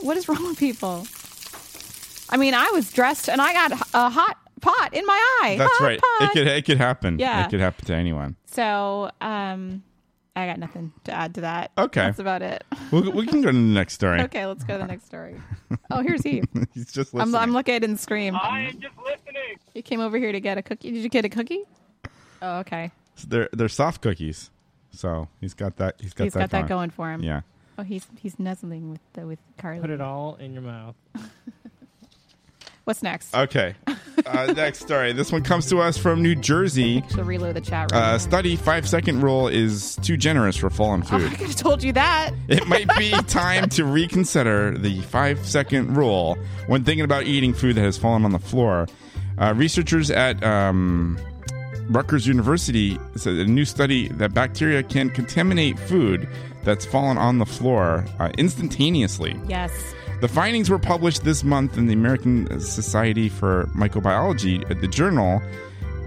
Speaker 2: what is wrong with people? I mean, I was dressed and I got a hot pot in my eye.
Speaker 1: That's
Speaker 2: Hot
Speaker 1: right.
Speaker 2: pot.
Speaker 1: It could it could happen.
Speaker 2: Yeah.
Speaker 1: It could happen to anyone.
Speaker 2: So, um, I got nothing to add to that.
Speaker 1: Okay.
Speaker 2: that's about it.
Speaker 1: We'll, we can go to the next story.
Speaker 2: Okay, let's go to the next story. Oh, here's he.
Speaker 1: He's just
Speaker 2: I'm,
Speaker 1: listening.
Speaker 2: I'm looking at and scream. I am just listening. You came over here to get a cookie. Did you get a cookie? Oh, okay.
Speaker 1: they're they're soft cookies. So, he's got that he's got
Speaker 2: He's
Speaker 1: that
Speaker 2: got that
Speaker 1: going.
Speaker 2: going for him.
Speaker 1: Yeah.
Speaker 2: Oh, he's he's nuzzling with the, with Carly.
Speaker 10: Put it all in your mouth.
Speaker 2: What's next?
Speaker 1: Okay. Uh, next story. This one comes to us from New Jersey.
Speaker 2: She'll reload the chat room.
Speaker 1: Uh, study five second rule is too generous for fallen
Speaker 2: oh, I
Speaker 1: food.
Speaker 2: could have told you that.
Speaker 1: It might be time to reconsider the five second rule when thinking about eating food that has fallen on the floor. Uh, researchers at um, Rutgers University said a new study that bacteria can contaminate food that's fallen on the floor uh, instantaneously.
Speaker 2: Yes.
Speaker 1: The findings were published this month in the American Society for Microbiology at the journal,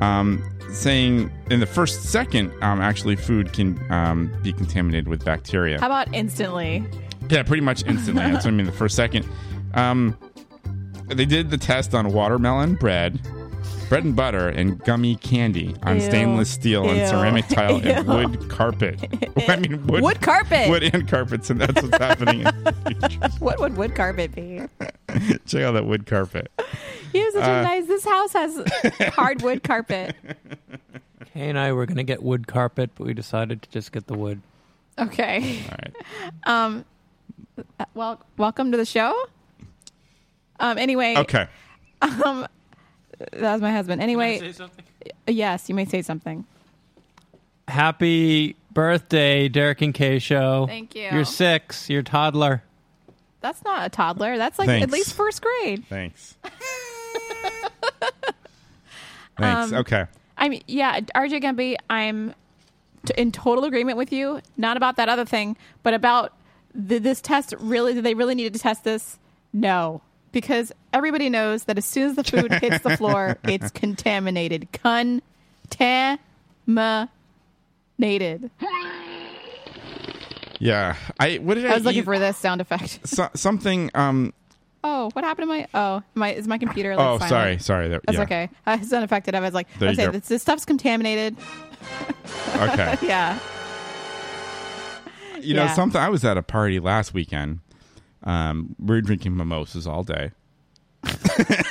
Speaker 1: um, saying in the first second, um, actually, food can um, be contaminated with bacteria.
Speaker 2: How about instantly?
Speaker 1: Yeah, pretty much instantly. That's what I mean. The first second. Um, they did the test on watermelon bread, bread and butter, and gummy candy on
Speaker 2: Ew.
Speaker 1: stainless steel
Speaker 2: Ew.
Speaker 1: and ceramic tile and
Speaker 2: Ew.
Speaker 1: wood carpet. I mean, wood,
Speaker 2: Wood carpet.
Speaker 1: Wood and carpets, and that's what's happening.
Speaker 2: what would wood carpet be?
Speaker 1: Check out that wood carpet.
Speaker 2: He was such a
Speaker 11: Uh,
Speaker 2: nice. This house has hardwood carpet.
Speaker 11: Kay and I were going to get wood carpet, but we decided to just get the wood.
Speaker 2: Okay.
Speaker 1: All right.
Speaker 2: Um. uh, Well, welcome to the show. Um. Anyway.
Speaker 1: Okay.
Speaker 2: Um. That was my husband. Anyway. Yes, you may say something.
Speaker 11: Happy birthday, Derek and Kay Show.
Speaker 2: Thank you.
Speaker 11: Oh. You're six. You're a toddler.
Speaker 2: That's not a toddler. That's like at
Speaker 11: Thanks.
Speaker 2: least first grade.
Speaker 1: Thanks. Thanks.
Speaker 2: Um,
Speaker 1: okay.
Speaker 2: I mean, yeah, RJ Gumby, I'm t- in total agreement with you. Not about that other thing, but about th- this test. Really, did they really needed to test this? No, because everybody knows that as soon as the food hits the floor, it's contaminated. Contaminated.
Speaker 1: Yeah. I what did I,
Speaker 2: I was looking
Speaker 1: eat?
Speaker 2: for this sound effect.
Speaker 1: So, something. Um.
Speaker 2: Oh, what happened to my? Oh, my is my computer? Like,
Speaker 1: oh,
Speaker 2: silent?
Speaker 1: sorry. Sorry. There,
Speaker 2: That's
Speaker 1: yeah.
Speaker 2: okay. I was unaffected. I was like,
Speaker 1: There
Speaker 2: I was
Speaker 1: you
Speaker 2: saying,
Speaker 1: go.
Speaker 2: this, this stuff's contaminated.
Speaker 1: Okay.
Speaker 2: yeah.
Speaker 1: You know,
Speaker 2: Yeah.
Speaker 1: something. I was at a party last weekend. Um, we were drinking mimosas all day.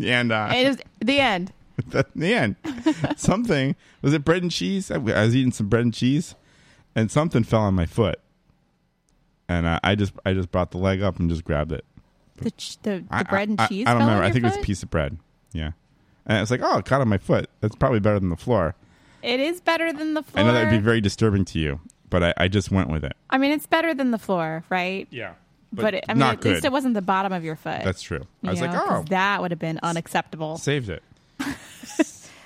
Speaker 1: and uh,
Speaker 2: And it was the end.
Speaker 1: at the end, something was it bread and cheese? I, I was eating some bread and cheese, and something fell on my foot. And uh, I just, I just brought the leg up and just grabbed it.
Speaker 2: The ch- the,
Speaker 1: I-
Speaker 2: the bread and
Speaker 1: I, I-
Speaker 2: cheese.
Speaker 1: I, don't
Speaker 2: fell on
Speaker 1: remember. I
Speaker 2: your
Speaker 1: think it was
Speaker 2: foot?
Speaker 1: a piece of bread. Yeah. And it's like, oh, it caught on my foot. That's probably better than the floor.
Speaker 2: It is better than the floor.
Speaker 1: I know that would be very disturbing to you, but I, I just went with it.
Speaker 2: I mean, it's better than the floor, right?
Speaker 1: Yeah.
Speaker 2: But,
Speaker 1: but
Speaker 2: it, I mean,
Speaker 1: not
Speaker 2: at least
Speaker 1: good.
Speaker 2: it wasn't the bottom of your foot.
Speaker 1: That's true. I was
Speaker 2: You
Speaker 1: like,
Speaker 2: know, 'cause
Speaker 1: oh,
Speaker 2: that would have been unacceptable.
Speaker 1: saved it.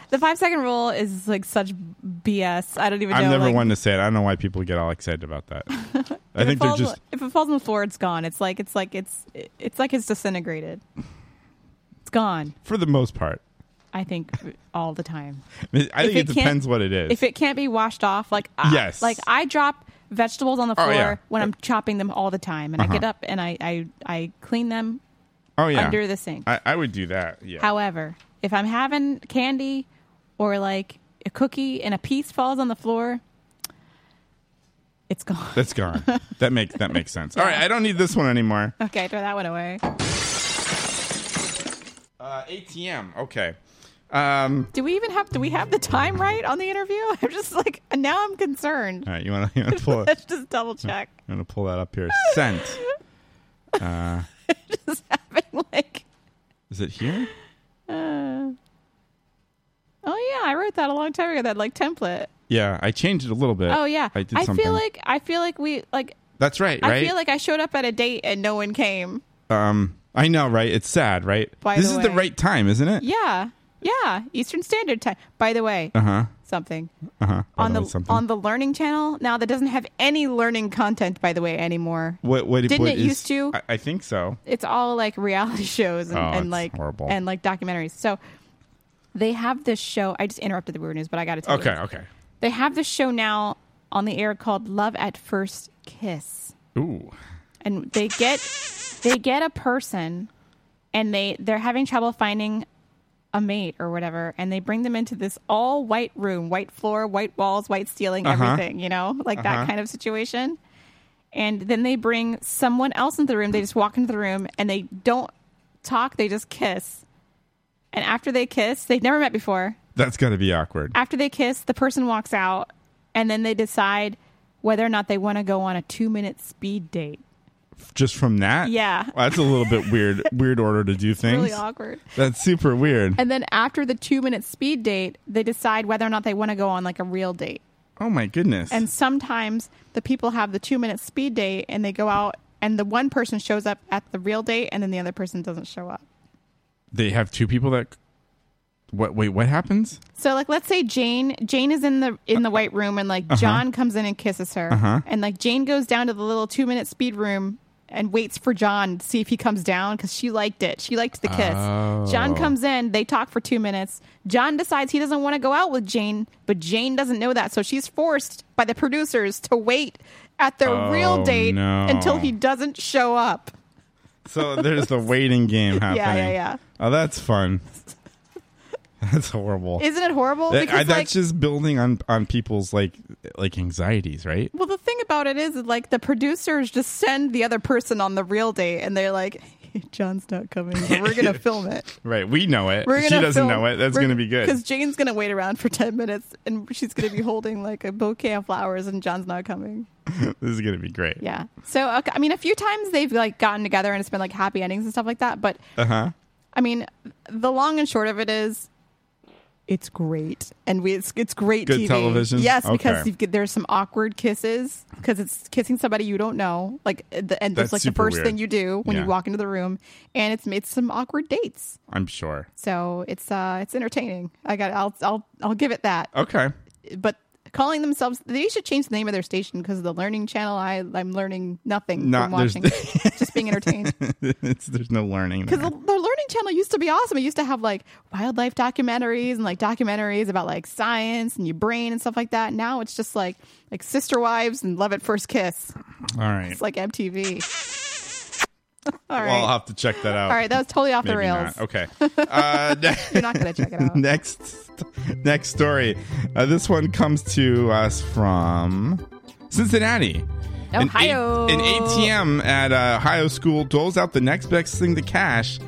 Speaker 2: The five second rule is like such BS. I don't even.
Speaker 1: I'm
Speaker 2: know,
Speaker 1: never
Speaker 2: like,
Speaker 1: one to say it. I don't know why people get all excited about that. I
Speaker 2: if it
Speaker 1: think they're
Speaker 2: falls-
Speaker 1: just
Speaker 2: if it falls on the floor, it's gone. It's like it's like it's it's like it's disintegrated. It's gone.
Speaker 1: for the most part.
Speaker 2: I think all the time.
Speaker 1: I
Speaker 2: If
Speaker 1: think it
Speaker 2: can't-
Speaker 1: depends what it is.
Speaker 2: If it can't be washed off, like I,
Speaker 1: Yes.
Speaker 2: like I drop vegetables on the
Speaker 1: Oh,
Speaker 2: floor
Speaker 1: yeah.
Speaker 2: when I'm chopping them all the time, and
Speaker 1: Uh-huh.
Speaker 2: I get up and I I, I clean them
Speaker 1: oh yeah,
Speaker 2: under the sink.
Speaker 1: I, I would do that. Yeah.
Speaker 2: However, if I'm having candy or like a cookie and a piece falls on the floor, it's gone.
Speaker 1: That's gone. that makes that makes sense. All right, I don't need this one anymore.
Speaker 2: Okay, throw that one away.
Speaker 1: Uh, ATM. Okay. Um,
Speaker 2: Do we even have? Do we have the time right on the interview? I'm just like now I'm concerned.
Speaker 1: all right, you want to pull it?
Speaker 2: Let's just double check.
Speaker 1: I'm gonna pull that up here. Scent. Uh,
Speaker 2: just having like.
Speaker 1: is it here?
Speaker 2: Uh, oh yeah, I wrote that a long time ago. That like template.
Speaker 1: Yeah, I changed it a little bit.
Speaker 2: oh yeah,
Speaker 1: I did something.
Speaker 2: feel like I feel like we like.
Speaker 1: that's right.
Speaker 2: I
Speaker 1: Right.
Speaker 2: feel like I showed up at a date and no one came.
Speaker 1: um, I know, right? It's sad, right?
Speaker 2: By
Speaker 1: this
Speaker 2: the
Speaker 1: is the
Speaker 2: way-
Speaker 1: right time, isn't it?
Speaker 2: Yeah, yeah. Eastern Standard Time. By the way,
Speaker 1: Uh huh.
Speaker 2: something
Speaker 1: Uh huh.
Speaker 2: on the on the Learning Channel now that doesn't have any learning content. By the way, anymore.
Speaker 1: what, what
Speaker 2: didn't
Speaker 1: what
Speaker 2: it
Speaker 1: is-
Speaker 2: used to?
Speaker 1: I, I think so.
Speaker 2: it's all like reality shows and,
Speaker 1: Oh, it's
Speaker 2: and like
Speaker 1: horrible.
Speaker 2: and like documentaries. So they have this show. I just interrupted the weird news, but I got to tell you.
Speaker 1: Okay.
Speaker 2: this.
Speaker 1: Okay.
Speaker 2: They have this show now on the air called Love at First Kiss,
Speaker 1: Ooh.
Speaker 2: and they get they get a person, and they they're having trouble finding a mate or whatever, and they bring them into this all white room, white floor, white walls, white ceiling,
Speaker 10: Uh-huh.
Speaker 2: everything. You know, like
Speaker 10: Uh-huh.
Speaker 2: that kind of situation. And then they bring someone else into the room. They just walk into the room and they don't talk. They just kiss. And after they kiss, they've never met before
Speaker 1: That's got to be awkward.
Speaker 2: after they kiss, the person walks out, and then they decide whether or not they want to go on a two minute speed date.
Speaker 1: Just from that.
Speaker 2: Yeah.
Speaker 1: Well, that's a little bit weird. Weird order to do things.
Speaker 2: Really awkward.
Speaker 1: That's super weird.
Speaker 2: And then after the two minute speed date, they decide whether or not they want to go on like a real date.
Speaker 1: oh my goodness.
Speaker 2: And sometimes the people have the two minute speed date and they go out, and the one person shows up at the real date, and then the other person doesn't show up.
Speaker 1: they have two people that. What? Wait. What happens?
Speaker 2: So like let's say Jane Jane is in the in the white room and like
Speaker 1: Uh-huh.
Speaker 2: John comes in and kisses her
Speaker 1: Uh-huh.
Speaker 2: and like Jane goes down to the little 2 minute speed room and waits for John to see if he comes down cuz she liked it. She liked the kiss.
Speaker 10: Oh.
Speaker 2: John comes in, they talk for 2 minutes. John decides he doesn't want to go out with Jane, but Jane doesn't know that. So she's forced by the producers to wait at their
Speaker 1: Oh,
Speaker 2: real date
Speaker 1: no.
Speaker 2: until he doesn't show up.
Speaker 1: So there's the waiting game
Speaker 2: Yeah,
Speaker 1: happening.
Speaker 2: yeah, yeah.
Speaker 1: Oh, that's fun. That's horrible.
Speaker 2: Isn't it horrible?
Speaker 1: That- I-
Speaker 2: Because, like-
Speaker 1: that's just building on on people's like like anxieties, right?
Speaker 2: Well, the thing about it is, is, like the producers just send the other person on the real date, and they're like, "John's not coming. but We're gonna film it.
Speaker 1: Right. We know it.
Speaker 2: We're
Speaker 1: she
Speaker 2: gonna."
Speaker 1: doesn't know it. That's gonna be
Speaker 2: because
Speaker 1: good.
Speaker 2: Jane's gonna wait around for ten minutes, and she's gonna be holding like a bouquet of flowers, and John's not coming.
Speaker 1: this is gonna be great.
Speaker 2: Yeah. So, okay, I mean, a few times they've like gotten together, and it's been like happy endings and stuff like that. But
Speaker 1: Uh huh.
Speaker 2: I mean, the long and short of it is. It's great, and we it's, it's great
Speaker 1: Good
Speaker 2: TV.
Speaker 1: television?
Speaker 2: Yes, because
Speaker 1: Okay.
Speaker 2: you get, there's some awkward kisses because it's kissing somebody you don't know, like at the, and that's,
Speaker 1: That's
Speaker 2: like the
Speaker 1: super
Speaker 2: first
Speaker 1: weird.
Speaker 2: thing you do when
Speaker 1: Yeah.
Speaker 2: you walk into the room, and it's made some awkward dates.
Speaker 1: I'm sure.
Speaker 2: So it's uh it's entertaining. I got I'll I'll I'll give it that.
Speaker 1: Okay.
Speaker 2: But calling themselves they should change the name of their station because the Learning Channel. I I'm learning nothing
Speaker 1: Not
Speaker 2: from
Speaker 1: there's
Speaker 2: watching, just being entertained.
Speaker 1: it's, there's no learning.
Speaker 2: Because
Speaker 1: There.
Speaker 2: the, the Learning Channel used to be awesome. It used to have like wildlife documentaries and like documentaries about like science and your brain and stuff like that. Now it's just like like Sister Wives and Love at First Kiss.
Speaker 1: All right.
Speaker 2: It's like MTV. All right.
Speaker 1: Well, I'll have to check that out.
Speaker 2: All right, that was totally off the
Speaker 1: Maybe
Speaker 2: rails.
Speaker 1: not. Okay. Uh,
Speaker 2: You're not gonna check it out.
Speaker 1: next, next story. Uh, this one comes to us from Cincinnati. An A-
Speaker 2: Ohio.
Speaker 1: An, ATM at uh, Ohio school doles out the next best thing to cash.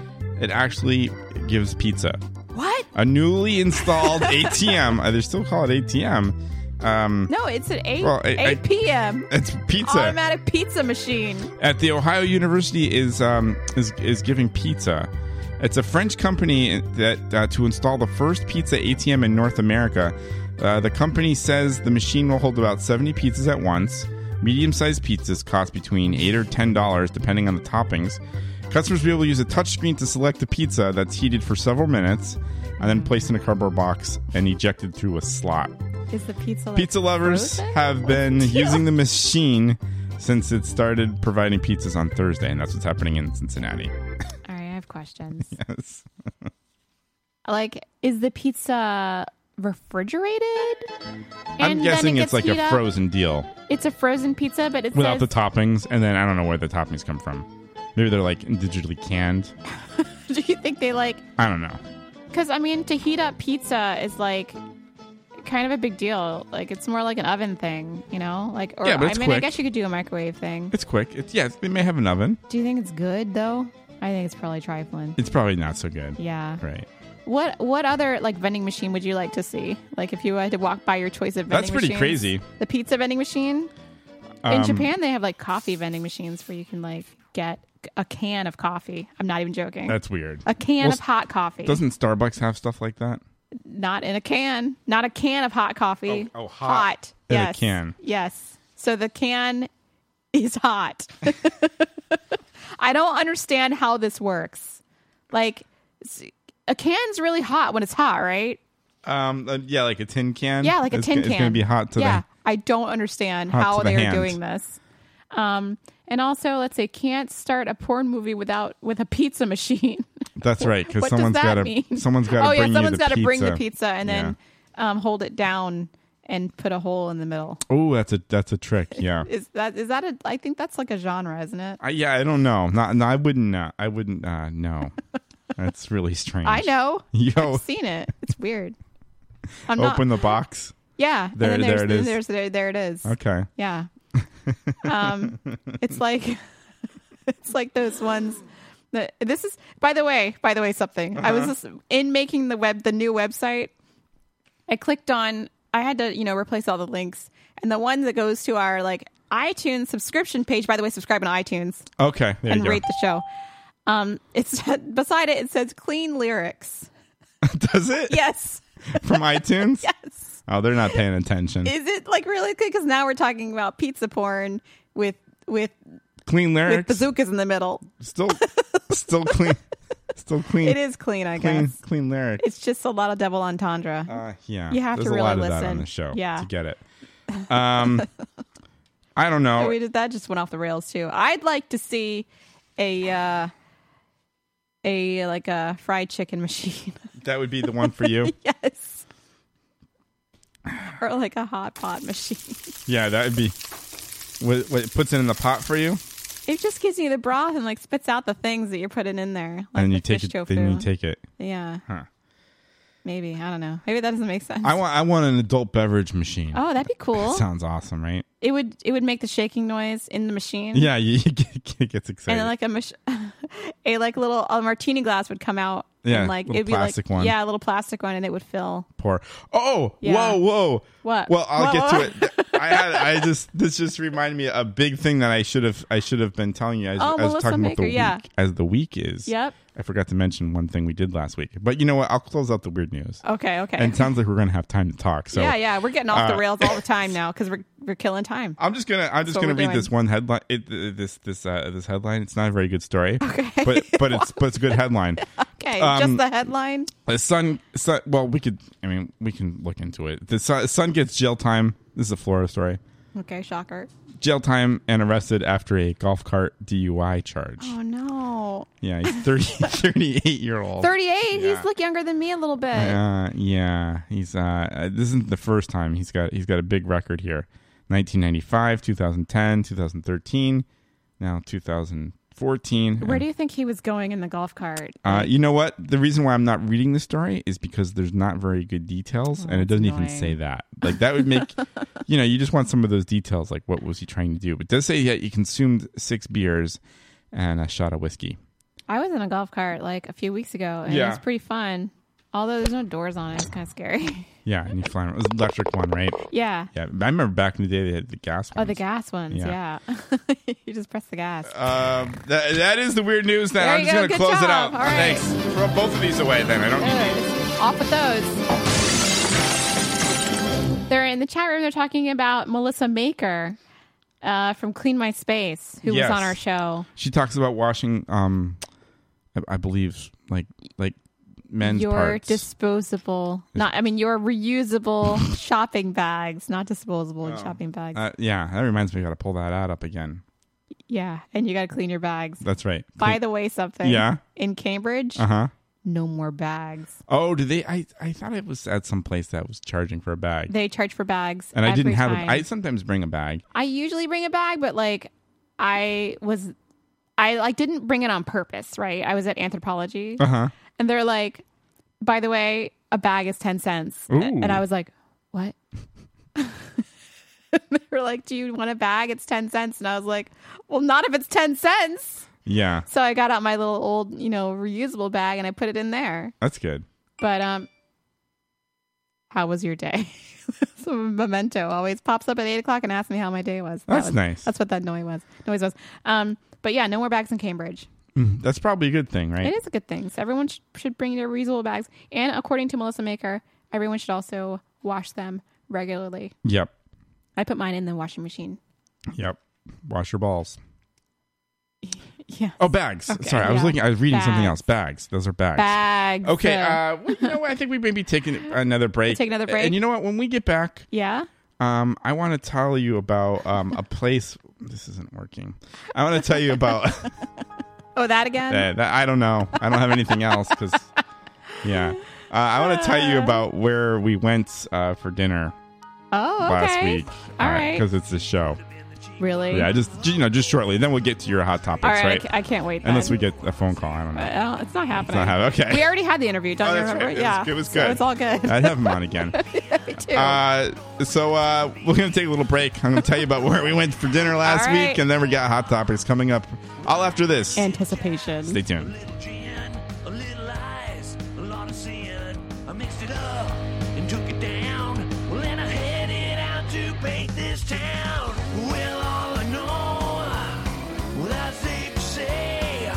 Speaker 1: It actually gives pizza.
Speaker 2: What?
Speaker 1: A newly installed ATM. Uh, they still call it ATM. Um,
Speaker 2: No, it's at eight
Speaker 1: Well, I- I-
Speaker 2: eight p.m.
Speaker 1: It's pizza.
Speaker 2: automatic pizza machine.
Speaker 1: at the Ohio University is um, is is giving pizza. It's a French company that uh, to install the first pizza ATM in North America. Uh, the company says the machine will hold about 70 pizzas at once. Medium-sized pizzas cost between eight or ten dollars, depending on the toppings. Customers will be able to use a touchscreen to select a pizza that's heated for several minutes, and then placed in a cardboard box and ejected through a slot.
Speaker 2: Is the pizza like,
Speaker 1: Pizza lovers
Speaker 2: frozen?
Speaker 1: have been using the machine since it started providing pizzas on Thursday, and that's what's happening in Cincinnati.
Speaker 2: All right, I have questions.
Speaker 1: yes.
Speaker 2: Like is the pizza refrigerated?
Speaker 1: I'm
Speaker 2: then
Speaker 1: guessing
Speaker 2: it gets
Speaker 1: it's like
Speaker 2: heat
Speaker 1: a
Speaker 2: up?
Speaker 1: frozen deal
Speaker 2: It's a frozen pizza, but it's
Speaker 1: without the toppings, and then I don't know where the toppings come from. Maybe they're like digitally canned.
Speaker 2: Do you think they like?
Speaker 1: I don't know.
Speaker 2: Because I mean, to heat up pizza is like kind of a big deal. Like it's more like an oven thing, you know? Like, or
Speaker 1: Yeah, but
Speaker 2: I
Speaker 1: it's
Speaker 2: mean, I
Speaker 1: quick.
Speaker 2: guess you could do a microwave thing.
Speaker 1: It's quick. It's yes, they may have an oven.
Speaker 2: Do you think it's good though? I think it's probably trifling.
Speaker 1: It's probably not so good.
Speaker 2: Yeah.
Speaker 1: Right.
Speaker 2: What what other like vending machine would you like to see? Like if you had to walk by your choice of vending
Speaker 1: That's pretty
Speaker 2: machines.
Speaker 1: crazy.
Speaker 2: The pizza vending machine. In
Speaker 1: Um,
Speaker 2: Japan, they have like coffee vending machines where you can like get a can of coffee. I'm not even joking.
Speaker 1: That's weird.
Speaker 2: A can
Speaker 1: Well,
Speaker 2: of hot coffee.
Speaker 1: Doesn't Starbucks have stuff like that?
Speaker 2: not in a can, not a can of hot coffee.
Speaker 1: Oh, oh,
Speaker 2: hot.
Speaker 1: hot. In a
Speaker 2: Yes.
Speaker 1: can.
Speaker 2: Yes. So the can is hot. I don't understand how this works. Like s- a can's really hot when it's hot, right?
Speaker 1: Um, uh, yeah, like a tin can.
Speaker 2: Yeah, like a
Speaker 1: It's
Speaker 2: tin
Speaker 1: go-
Speaker 2: can.
Speaker 1: It's gonna be hot to
Speaker 2: yeah,
Speaker 1: the.
Speaker 2: I don't understand
Speaker 1: hot
Speaker 2: how
Speaker 1: to the
Speaker 2: they are
Speaker 1: hand.
Speaker 2: doing this. Um, and also, let's say can't start a porn movie without with a pizza machine.
Speaker 1: That's right, because
Speaker 2: What does
Speaker 1: someone's
Speaker 2: that
Speaker 1: got to.
Speaker 2: mean?
Speaker 1: Someone's got to.
Speaker 2: oh yeah,
Speaker 1: bring
Speaker 2: someone's
Speaker 1: got
Speaker 2: gotta bring the pizza and then um, hold it down and put a hole in the middle.
Speaker 1: Oh, that's a that's a trick. Yeah.
Speaker 2: Is that is that a? I think that's like a genre, isn't it?
Speaker 1: I, yeah, I don't know. Not, no, I wouldn't. Uh, I wouldn't. Uh, no, that's really strange.
Speaker 2: I know.
Speaker 1: Yo.
Speaker 2: I've seen it. It's weird. I'm not.
Speaker 1: Open the box.
Speaker 2: yeah.
Speaker 1: There-
Speaker 2: and then
Speaker 1: there
Speaker 2: there's,
Speaker 1: it
Speaker 2: then
Speaker 1: is.
Speaker 2: There's, there, there it is.
Speaker 1: Okay.
Speaker 2: Yeah. um, it's like it's like those ones. That, this is by the way. By the way, something I was
Speaker 10: Uh-huh.
Speaker 2: just in making the web the new website. I clicked on. I had to you know replace all the links, and the one that goes to our like iTunes subscription page. By the way, subscribe on iTunes
Speaker 1: Okay. There
Speaker 2: and
Speaker 1: you go.
Speaker 2: rate the show. Um, it's beside it. It says clean lyrics.
Speaker 1: Does it?
Speaker 2: Yes.
Speaker 1: From iTunes.
Speaker 2: yes.
Speaker 1: Oh, they're not paying attention.
Speaker 2: Is it like really good? Because now we're talking about pizza porn with with
Speaker 1: clean
Speaker 2: with
Speaker 1: lyrics.
Speaker 2: bazookas in the middle.
Speaker 1: Still, still clean. Still clean.
Speaker 2: It is clean, I
Speaker 1: clean.
Speaker 2: guess.
Speaker 1: Clean lyrics.
Speaker 2: It's just a lot of double entendre.
Speaker 1: Uh, yeah,
Speaker 2: you have
Speaker 1: There's
Speaker 2: to really
Speaker 1: a lot of
Speaker 2: listen
Speaker 1: that on the show
Speaker 2: Yeah,
Speaker 1: to get it. Um, I don't know.
Speaker 2: So we did- that just went off the rails too. I'd like to see a uh, a like a fried chicken machine
Speaker 1: That would be the one for you.
Speaker 2: yes, or like a hot pot machine.
Speaker 1: yeah, that would be. What, what it puts it in the pot for you,
Speaker 2: It just gives you the broth and like spits out the things that you're putting in there, like
Speaker 1: and
Speaker 2: the
Speaker 1: you take
Speaker 2: fish
Speaker 1: it.
Speaker 2: tofu.
Speaker 1: Then you take it.
Speaker 2: yeah,
Speaker 1: Huh.
Speaker 2: maybe I don't know. Maybe that doesn't make sense.
Speaker 1: I want. I want an adult beverage machine.
Speaker 2: oh, that'd be cool.
Speaker 1: Sounds awesome, right?
Speaker 2: it would it would make the shaking noise in the machine.
Speaker 1: Yeah, you, you get, it gets
Speaker 2: and
Speaker 1: excited.
Speaker 2: then like a mach- a like little a martini glass would come out.
Speaker 1: Yeah,
Speaker 2: and, like
Speaker 1: little
Speaker 2: it'd be
Speaker 1: plastic
Speaker 2: like
Speaker 1: one.
Speaker 2: yeah, a little plastic one, and it would fill.
Speaker 1: Pour. Oh,
Speaker 2: Yeah.
Speaker 1: whoa, whoa.
Speaker 2: What?
Speaker 1: Well, I'll
Speaker 2: Whoa,
Speaker 1: get
Speaker 2: whoa.
Speaker 1: to it. I had. I just. This just reminded me of a big thing that I should have. I should have been telling you as,
Speaker 2: Oh,
Speaker 1: as
Speaker 2: Melissa
Speaker 1: talking about the
Speaker 2: Maker, yeah.
Speaker 1: week as the week is.
Speaker 2: Yep.
Speaker 1: I forgot to mention one thing we did last week, but you know what? I'll close out the weird news.
Speaker 2: Okay, okay.
Speaker 1: And it sounds like we're gonna have time to talk. So
Speaker 2: yeah, yeah, we're getting off
Speaker 1: uh,
Speaker 2: the rails all the time now because we're we're killing time.
Speaker 1: I'm just gonna I'm just gonna read this one headline. It, th- this this uh, this headline. It's not a very good story. Okay. But but it's but it's a good headline.
Speaker 2: Okay,
Speaker 1: Um,
Speaker 2: just the headline.
Speaker 1: The son, son. Well, we could. I mean, we can look into it. The son, son gets jail time. This is a Florida story.
Speaker 2: Okay, shocker.
Speaker 1: Jail time and arrested after a golf cart DUI charge.
Speaker 2: Oh no,
Speaker 1: Yeah, he's 30, 38 year old.
Speaker 2: thirty eight.
Speaker 1: Yeah.
Speaker 2: He's look younger than me a little bit.
Speaker 1: Uh, yeah, he's uh, uh, this isn't the first time he's got he's got a big record here. 1995, 2010, 2013, now 2014.
Speaker 2: Where do you think he was going in the golf cart?
Speaker 1: uh, you know what? The reason why I'm not reading the story is because there's not very good details,
Speaker 2: Oh,
Speaker 1: and it doesn't even say that. Like that would make, you know, you just want some of those details. Like what was he trying to do? But it does say that he consumed six beers and a shot of whiskey.
Speaker 2: I was in a golf cart like a few weeks ago, and
Speaker 1: Yeah.
Speaker 2: it was pretty fun. Although there's no doors on it, it's kind of scary.
Speaker 1: Yeah, and you're flying. It was an electric one, right?
Speaker 2: Yeah.
Speaker 1: Yeah, I remember back in the day they had the gas one.
Speaker 2: Oh, the gas ones.
Speaker 1: Yeah.
Speaker 2: Yeah. you just press the gas.
Speaker 1: Um, that, that is the weird news. Then
Speaker 2: There
Speaker 1: I'm
Speaker 2: you
Speaker 1: just
Speaker 2: go.
Speaker 1: going to
Speaker 2: Good
Speaker 1: close it out.
Speaker 2: job. All right.
Speaker 1: Thanks. Throw both of these away. Then I don't. need
Speaker 2: Good. Off with those. They're in the chat room. They're talking about Melissa Maker uh, from Clean My Space, who
Speaker 1: Yes.
Speaker 2: was on our show.
Speaker 1: She talks about washing. Um, I, I believe like like men's
Speaker 2: your
Speaker 1: parts.
Speaker 2: disposable, not I mean your reusable shopping bags, not disposable shopping bags.
Speaker 1: uh, yeah, that reminds me. I got to pull that ad up again.
Speaker 2: yeah, and you got to clean your bags.
Speaker 1: That's right.
Speaker 2: By the way, something.
Speaker 1: Yeah.
Speaker 2: In Cambridge,
Speaker 1: Uh huh.
Speaker 2: no more bags.
Speaker 1: Oh, do they? I I thought it was at some place that was charging for a bag,
Speaker 2: They charge for bags.
Speaker 1: and I didn't
Speaker 2: every
Speaker 1: have.
Speaker 2: time.
Speaker 1: A, I sometimes bring a bag.
Speaker 2: I usually bring a bag, but like I was I like didn't bring it on purpose, right? I was at anthropology
Speaker 1: Uh huh.
Speaker 2: and they're like, by the way, a bag is ten cents.
Speaker 1: Ooh.
Speaker 2: And I was like, What? they were like, Do you want a bag? It's ten cents. And I was like, Well, not if it's ten cents.
Speaker 1: Yeah,
Speaker 2: So I got out my little old, you know, reusable bag and I put it in there.
Speaker 1: that's good.
Speaker 2: But um how was your day? so memento always pops up at eight o'clock and asks me how my day was. That
Speaker 1: That's
Speaker 2: was-
Speaker 1: nice.
Speaker 2: That's what that noise was. Noise was. Um, but yeah, no more bags in Cambridge.
Speaker 1: Mm, That's probably a good thing, right?
Speaker 2: It is a good thing. So everyone sh- should bring their reusable bags, and according to Melissa Maker, everyone should also wash them regularly.
Speaker 1: Yep.
Speaker 2: I put mine in the washing machine.
Speaker 1: Yep. Wash your balls.
Speaker 2: Yeah.
Speaker 1: Oh, bags.
Speaker 2: Okay,
Speaker 1: Sorry, I was
Speaker 2: yeah.
Speaker 1: looking. I was reading something
Speaker 2: Bags.
Speaker 1: else. Bags. Those are bags.
Speaker 2: Bags.
Speaker 1: Okay.
Speaker 2: So-
Speaker 1: Uh, well, you know what? I think we may be taking another break.
Speaker 2: Take another break?
Speaker 1: And you know what? When we get back,
Speaker 2: Yeah.
Speaker 1: Um, I want to tell you about um, a place. This isn't working. I want to tell you about. eh,
Speaker 2: Oh, that again.
Speaker 1: that, that- I don't know. I don't have anything else because. Yeah, uh, I want to tell you about where we went uh, for dinner
Speaker 2: oh, okay.
Speaker 1: last week.
Speaker 2: All right.
Speaker 1: because it's a show.
Speaker 2: Really?
Speaker 1: Yeah, just you know, just shortly. Then we'll get to your hot topics,
Speaker 2: All right, I
Speaker 1: right?
Speaker 2: ca- I can't wait then.
Speaker 1: Unless we get a phone call, I don't know.
Speaker 2: But, uh, it's not happening.
Speaker 1: happening. Okay.
Speaker 2: We already had the interview. Don't
Speaker 1: Oh,
Speaker 2: you
Speaker 1: that's
Speaker 2: remember?
Speaker 1: right.
Speaker 2: Yeah.
Speaker 1: It was- it was
Speaker 2: So
Speaker 1: good.
Speaker 2: it's all good.
Speaker 1: I'd have him on again.
Speaker 2: Me too.
Speaker 1: Uh, so uh, we're gonna take a little break. I'm gonna tell you about where we went for dinner last
Speaker 2: All right.
Speaker 1: week, and then we got hot topics coming up all after this.
Speaker 2: Anticipation.
Speaker 1: Stay tuned.
Speaker 9: A little ice, a lot of sin. I mixed it up and took it down. Well, then I headed out to paint this town. Well, all I know, well, that's safe to say.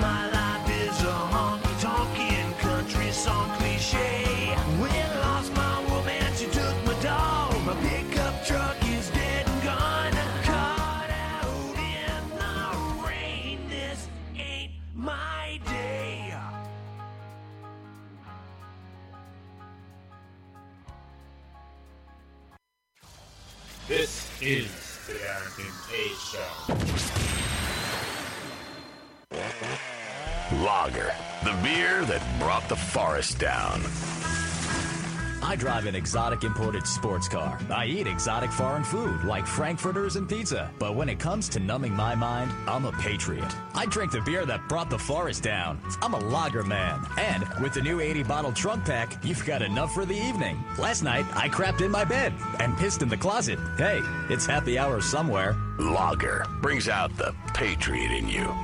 Speaker 9: My life is a honky tonkin' country song cliche. Well, I lost my woman, she took my dog. My pickup truck is dead and gone. Caught out in the rain. This ain't my day.
Speaker 3: This is the Arrington Page Show.
Speaker 10: Lager, the beer that brought the forest down. I drive an exotic imported sports car. I eat exotic foreign food like frankfurters and pizza. But when it comes to numbing my mind, I'm a patriot. I drink the beer that brought the forest down. I'm a lager man. And with the new 80 bottle trunk pack, you've got enough for the evening. Last night, I crapped in my bed and pissed in the closet. Hey, it's happy hour somewhere. Lager brings out the patriot in you.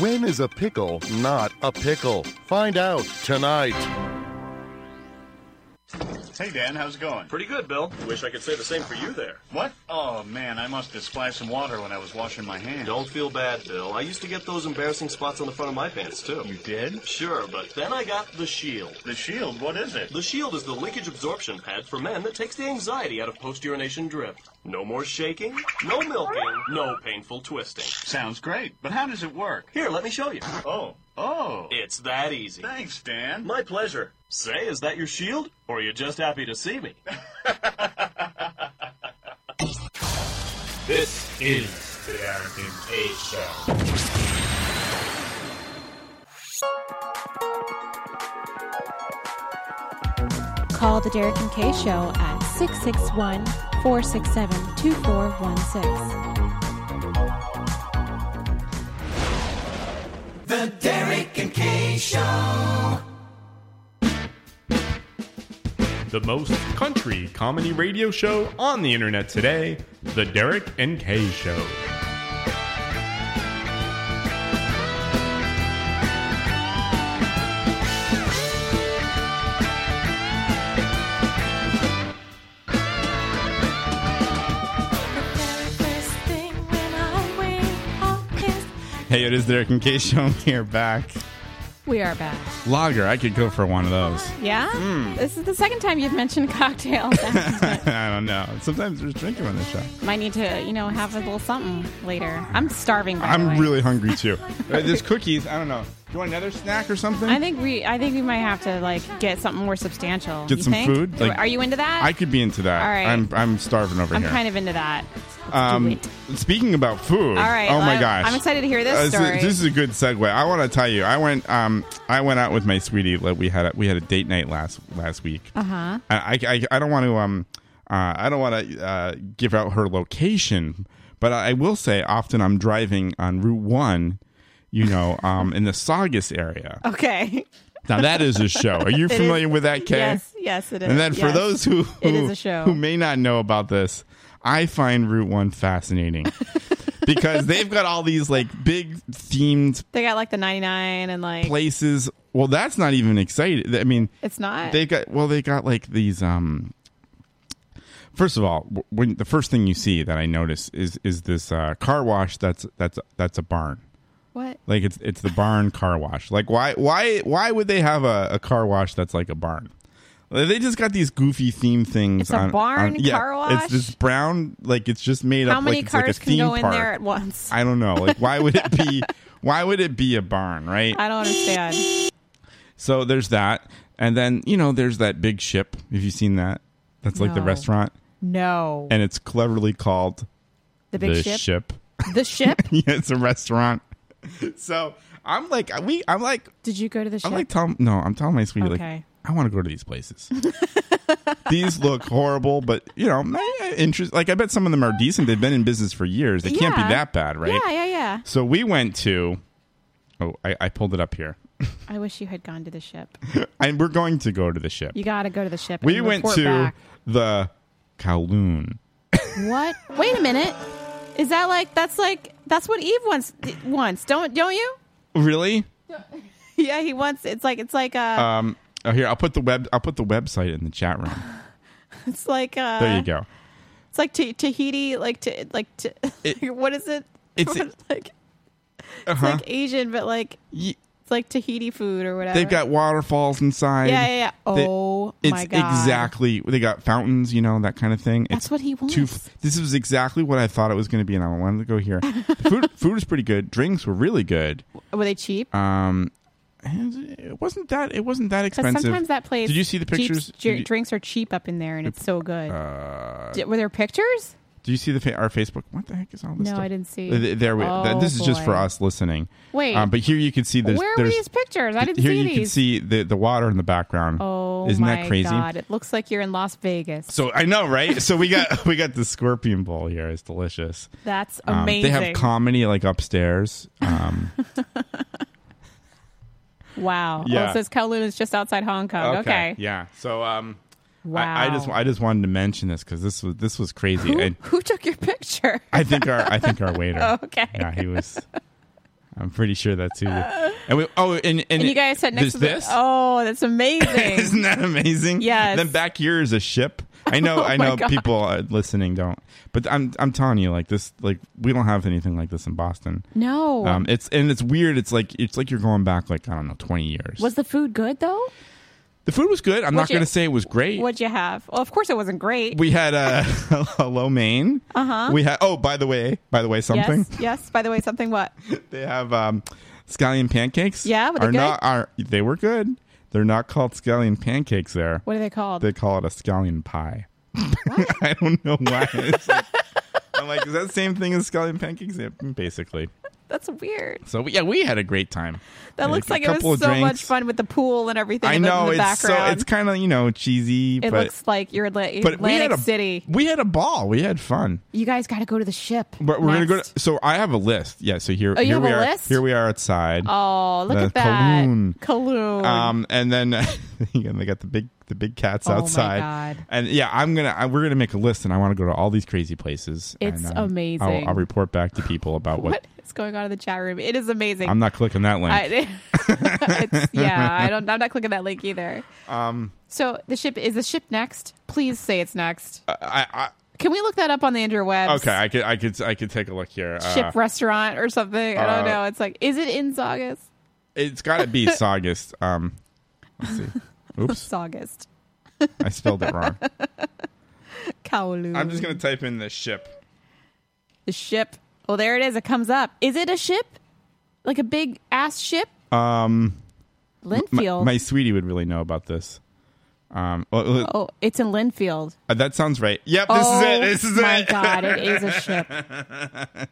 Speaker 12: When is a pickle not a pickle? Find out tonight.
Speaker 13: Hey, Dan, how's it going? Pretty good, Bill. Wish I could say the same for you there. What? Oh, man, I must have splashed some water when I was washing my hands. Don't feel bad, Bill. I used to get those embarrassing spots on the front of my pants, too. You did? Sure, but then I got the shield. The shield? What is it? The shield is the leakage absorption pad for men that takes the anxiety out of post urination drift. No more shaking, no milking, no painful twisting. Sounds great, but how does it work? Here, let me show you. Oh. Oh. It's that easy. Thanks, Dan. My pleasure. Say, is that your shield? Or are you just happy to see me?
Speaker 3: This is the Arrington Page Show.
Speaker 2: Call the Derek and Kay Show at 661 467 2416.
Speaker 9: The Derek and Kay Show.
Speaker 14: The most country comedy radio show on the internet today, The Derek and Kay Show.
Speaker 1: Hey, it is Derek and Kay Show. We are back.
Speaker 2: We are back.
Speaker 1: Lager. I could go for one of those.
Speaker 2: Yeah?
Speaker 1: Mm.
Speaker 2: This is the second time you've mentioned cocktails.
Speaker 1: I don't know. Sometimes there's drinking on the show.
Speaker 2: Might need to, you know, have a little something later. I'm starving. By the way.
Speaker 1: I'm really hungry too. Uh, There's cookies. I don't know. Do you want another snack or something?
Speaker 2: I think we, I think we might have to like get something more substantial.
Speaker 1: Get
Speaker 2: you
Speaker 1: some
Speaker 2: think?
Speaker 1: food? Like-
Speaker 2: Are you into that?
Speaker 1: I could be into that.
Speaker 2: All right.
Speaker 1: I'm I'm starving over
Speaker 2: I'm
Speaker 1: here.
Speaker 2: kind of into that.
Speaker 1: Um, speaking about food,
Speaker 2: All right,
Speaker 1: oh my
Speaker 2: I'm-
Speaker 1: gosh,
Speaker 2: I'm excited to hear this
Speaker 1: Uh, is-
Speaker 2: story.
Speaker 1: This is a good segue. I want to tell you, I went, um, I went out with my sweetie. Like we had a, we had a date night last last week.
Speaker 2: Uh-huh.
Speaker 1: I, I, I don't want to um, uh, I don't want to uh, give out her location, but I, I will say often I'm driving on Route One, you know, um, in the Saugus area.
Speaker 2: Okay.
Speaker 1: Now that is a show. Are
Speaker 2: Oh.
Speaker 1: you
Speaker 2: It is-
Speaker 1: familiar with that, Kay?
Speaker 2: Yes, yes, it is.
Speaker 1: And then for
Speaker 2: Yes.
Speaker 1: those who,
Speaker 2: It
Speaker 1: who-
Speaker 2: is a show.
Speaker 1: who may not know about this, I find Route One fascinating because they've got all these like big themed
Speaker 2: They got like the 99 and like
Speaker 1: places. Well, that's not even exciting. I mean,
Speaker 2: It's not?
Speaker 1: They got well, they got like these. um First of all, w- when the first thing you see that I notice is is this uh, car wash that's that's that's a barn.
Speaker 2: what?
Speaker 1: Like it's it's the barn car wash. Like why why why would they have a, a car wash that's like a barn? Like, They just got these goofy theme things.
Speaker 2: It's a
Speaker 1: on-
Speaker 2: barn
Speaker 1: on- yeah,
Speaker 2: car wash?
Speaker 1: It's this brown, like it's just made
Speaker 2: How
Speaker 1: up.
Speaker 2: many
Speaker 1: like, it's
Speaker 2: cars
Speaker 1: like a
Speaker 2: can
Speaker 1: theme
Speaker 2: go in
Speaker 1: park.
Speaker 2: there at once?
Speaker 1: I don't know. Like why would it be? why would it be a barn? Right.
Speaker 2: I don't understand.
Speaker 1: So there's that, and then you know there's that big ship. Have you seen that? That's like the
Speaker 2: No.
Speaker 1: restaurant,
Speaker 2: No.
Speaker 1: and it's cleverly called
Speaker 2: The big ship? The ship?
Speaker 1: yeah, it's a restaurant. So I'm like, we, I'm like,
Speaker 2: did you go to the ship?
Speaker 1: I'm like, tell no, I'm telling my sweetie, like,
Speaker 2: Okay.
Speaker 1: I want to go to these places. these look horrible, but you know, my uh, interest. Like, I bet some of them are decent. They've been in business for years. They can't be
Speaker 2: Yeah.
Speaker 1: that bad, right?
Speaker 2: Yeah, yeah, yeah.
Speaker 1: So we went to. Oh, I, I pulled it up here,
Speaker 2: I wish you had gone to the ship.
Speaker 1: and we're going to go to the ship.
Speaker 2: You got to go to the ship.
Speaker 1: we
Speaker 2: and
Speaker 1: went
Speaker 2: report
Speaker 1: to
Speaker 2: back.
Speaker 1: the Kowloon.
Speaker 2: What? Wait a minute. Is that like that's like that's what Eve wants wants. Don't don't you?
Speaker 1: Really?
Speaker 2: Yeah, he wants it's like it's like uh
Speaker 1: Um. Oh, here I'll put the web. I'll put the website in the chat room.
Speaker 2: it's like uh
Speaker 1: there you go.
Speaker 2: It's like Ta- Tahiti like to like to what is it?
Speaker 1: it's-
Speaker 2: like
Speaker 1: Uh
Speaker 2: it's
Speaker 1: huh.
Speaker 2: like Asian but like it's like Tahiti food or whatever.
Speaker 1: They've got waterfalls inside.
Speaker 2: uh-huh. Yeah, yeah, yeah.
Speaker 1: They-
Speaker 2: Oh,
Speaker 1: it's
Speaker 2: my God.
Speaker 1: Exactly. They got fountains, you know, that kind of thing.
Speaker 2: That's
Speaker 1: It's
Speaker 2: what he
Speaker 1: Too,
Speaker 2: wants.
Speaker 1: this is exactly what I thought it was going to be, and I wanted to go here. The food, food was pretty good. Drinks were really good.
Speaker 2: Were they cheap?
Speaker 1: Um, and it wasn't that. It wasn't that
Speaker 2: Because
Speaker 1: expensive.
Speaker 2: sometimes that place.
Speaker 1: Did you see the
Speaker 2: cheap-
Speaker 1: pictures?
Speaker 2: dr-
Speaker 1: Did you-
Speaker 2: drinks are cheap up in there, and it's so good.
Speaker 1: Uh,
Speaker 2: Did- were there pictures?
Speaker 1: Do you see the fa- our Facebook? What the heck is all this?
Speaker 2: No,
Speaker 1: stuff?
Speaker 2: I didn't see.
Speaker 1: Uh, th- There, we, th-
Speaker 2: Oh,
Speaker 1: this is just for
Speaker 2: boy.
Speaker 1: us listening.
Speaker 2: Wait.
Speaker 1: um, but here you can see there's.
Speaker 2: Where were
Speaker 1: there's,
Speaker 2: these pictures? I didn't
Speaker 1: here
Speaker 2: see
Speaker 1: you can
Speaker 2: these.
Speaker 1: see the the water in the background.
Speaker 2: Oh
Speaker 1: isn't
Speaker 2: my
Speaker 1: that crazy?
Speaker 2: god! It looks like you're in Las Vegas.
Speaker 1: So I know, right? So we got we got the scorpion bowl here. It's delicious.
Speaker 2: That's
Speaker 1: Um,
Speaker 2: amazing.
Speaker 1: they have comedy like upstairs. Um,
Speaker 2: wow.
Speaker 1: Yeah.
Speaker 2: Oh, it says Kowloon is just outside Hong Kong. Oh, Okay.
Speaker 1: Yeah. So um, I-
Speaker 2: Wow.
Speaker 1: I, just I just wanted to mention this because this was this was crazy. And
Speaker 2: Who took your picture?
Speaker 1: I think our I think our waiter.
Speaker 2: Oh, okay.
Speaker 1: Yeah, he was. I'm pretty sure that's who. And we oh and and,
Speaker 2: And, you guys sat next
Speaker 1: there's
Speaker 2: to the,
Speaker 1: this.
Speaker 2: Oh, that's amazing.
Speaker 1: Isn't that amazing?
Speaker 2: Yes.
Speaker 1: Then back here is a ship. I know.
Speaker 2: Oh
Speaker 1: I
Speaker 2: my
Speaker 1: know
Speaker 2: God.
Speaker 1: people uh, listening don't, but I'm I'm telling you, like this, like we don't have anything like this in Boston.
Speaker 2: No.
Speaker 1: Um. It's and it's weird. It's like it's like you're going back like I don't know, 20 years.
Speaker 2: was the food good though?
Speaker 1: the food was good. I'm not
Speaker 2: What'd you-
Speaker 1: going to say it was great.
Speaker 2: What'd you have? Well, of course it wasn't great.
Speaker 1: We had a, a lo mein.
Speaker 2: Uh-huh.
Speaker 1: We had oh, by the way, by the way, something.
Speaker 2: Yes. Yes. By the way, something what?
Speaker 1: They have um, scallion pancakes.
Speaker 2: Yeah, were they
Speaker 1: are not
Speaker 2: good?
Speaker 1: are they were good. They're not called scallion pancakes there.
Speaker 2: What are they called?
Speaker 1: They call it a scallion pie. I don't know why. It's like- I'm like, is that the same thing as scallion pancakes? Yeah, basically.
Speaker 2: That's weird.
Speaker 1: So we, yeah, we had a great time.
Speaker 2: That
Speaker 1: Had a
Speaker 2: looks like it was
Speaker 1: couple
Speaker 2: so
Speaker 1: of drinks.
Speaker 2: much fun with the pool and everything.
Speaker 1: I
Speaker 2: in the-
Speaker 1: know
Speaker 2: in the
Speaker 1: it's
Speaker 2: background.
Speaker 1: so it's kind of you know cheesy,
Speaker 2: it
Speaker 1: but
Speaker 2: looks like you're Atla-
Speaker 1: but we had
Speaker 2: Atlantic
Speaker 1: a
Speaker 2: City.
Speaker 1: we had a ball. We had fun.
Speaker 2: You guys got to go to the ship.
Speaker 1: But we're
Speaker 2: next.
Speaker 1: gonna go. To, so I have a list. Yeah. So here,
Speaker 2: Oh, you
Speaker 1: here
Speaker 2: have
Speaker 1: we
Speaker 2: a
Speaker 1: are.
Speaker 2: list?
Speaker 1: Here we are outside.
Speaker 2: Oh, look
Speaker 1: The
Speaker 2: at that.
Speaker 1: Kowloon.
Speaker 2: Kowloon.
Speaker 1: Um, and then and they got the big the big cats
Speaker 2: Oh my
Speaker 1: outside.
Speaker 2: God.
Speaker 1: And yeah, I'm gonna I, we're gonna make a list, and I want to go to all these crazy places.
Speaker 2: It's
Speaker 1: and, um,
Speaker 2: amazing.
Speaker 1: I'll, I'll report back to people about what.
Speaker 2: what is going on in the chat room? It is amazing.
Speaker 1: I'm not clicking that link.
Speaker 2: I, it's, yeah, I don't. I'm not clicking that link either.
Speaker 1: um,
Speaker 2: So the ship is the ship next. Please say it's next.
Speaker 1: I, I
Speaker 2: Can we look that up on the interwebs?
Speaker 1: okay. I could I could I could take a look here. Uh,
Speaker 2: Ship restaurant or something. I don't
Speaker 1: uh,
Speaker 2: know. It's like, is it in Saugus?
Speaker 1: it's got to be Saugus. Um, let's see. Oops,
Speaker 2: Saugus.
Speaker 1: I spelled it wrong.
Speaker 2: Kowloon.
Speaker 1: I'm just gonna type in the ship.
Speaker 2: The ship. Oh, there it is. It comes up. Is it a ship? Like a big ass ship?
Speaker 1: Um, m- my-
Speaker 2: Linfield.
Speaker 1: My, sweetie would really know about this. Um, well,
Speaker 2: Oh, it's in Linfield.
Speaker 1: uh, that sounds right. Yep, this
Speaker 2: oh,
Speaker 1: is it. This is
Speaker 2: my
Speaker 1: it.
Speaker 2: god, it is a ship.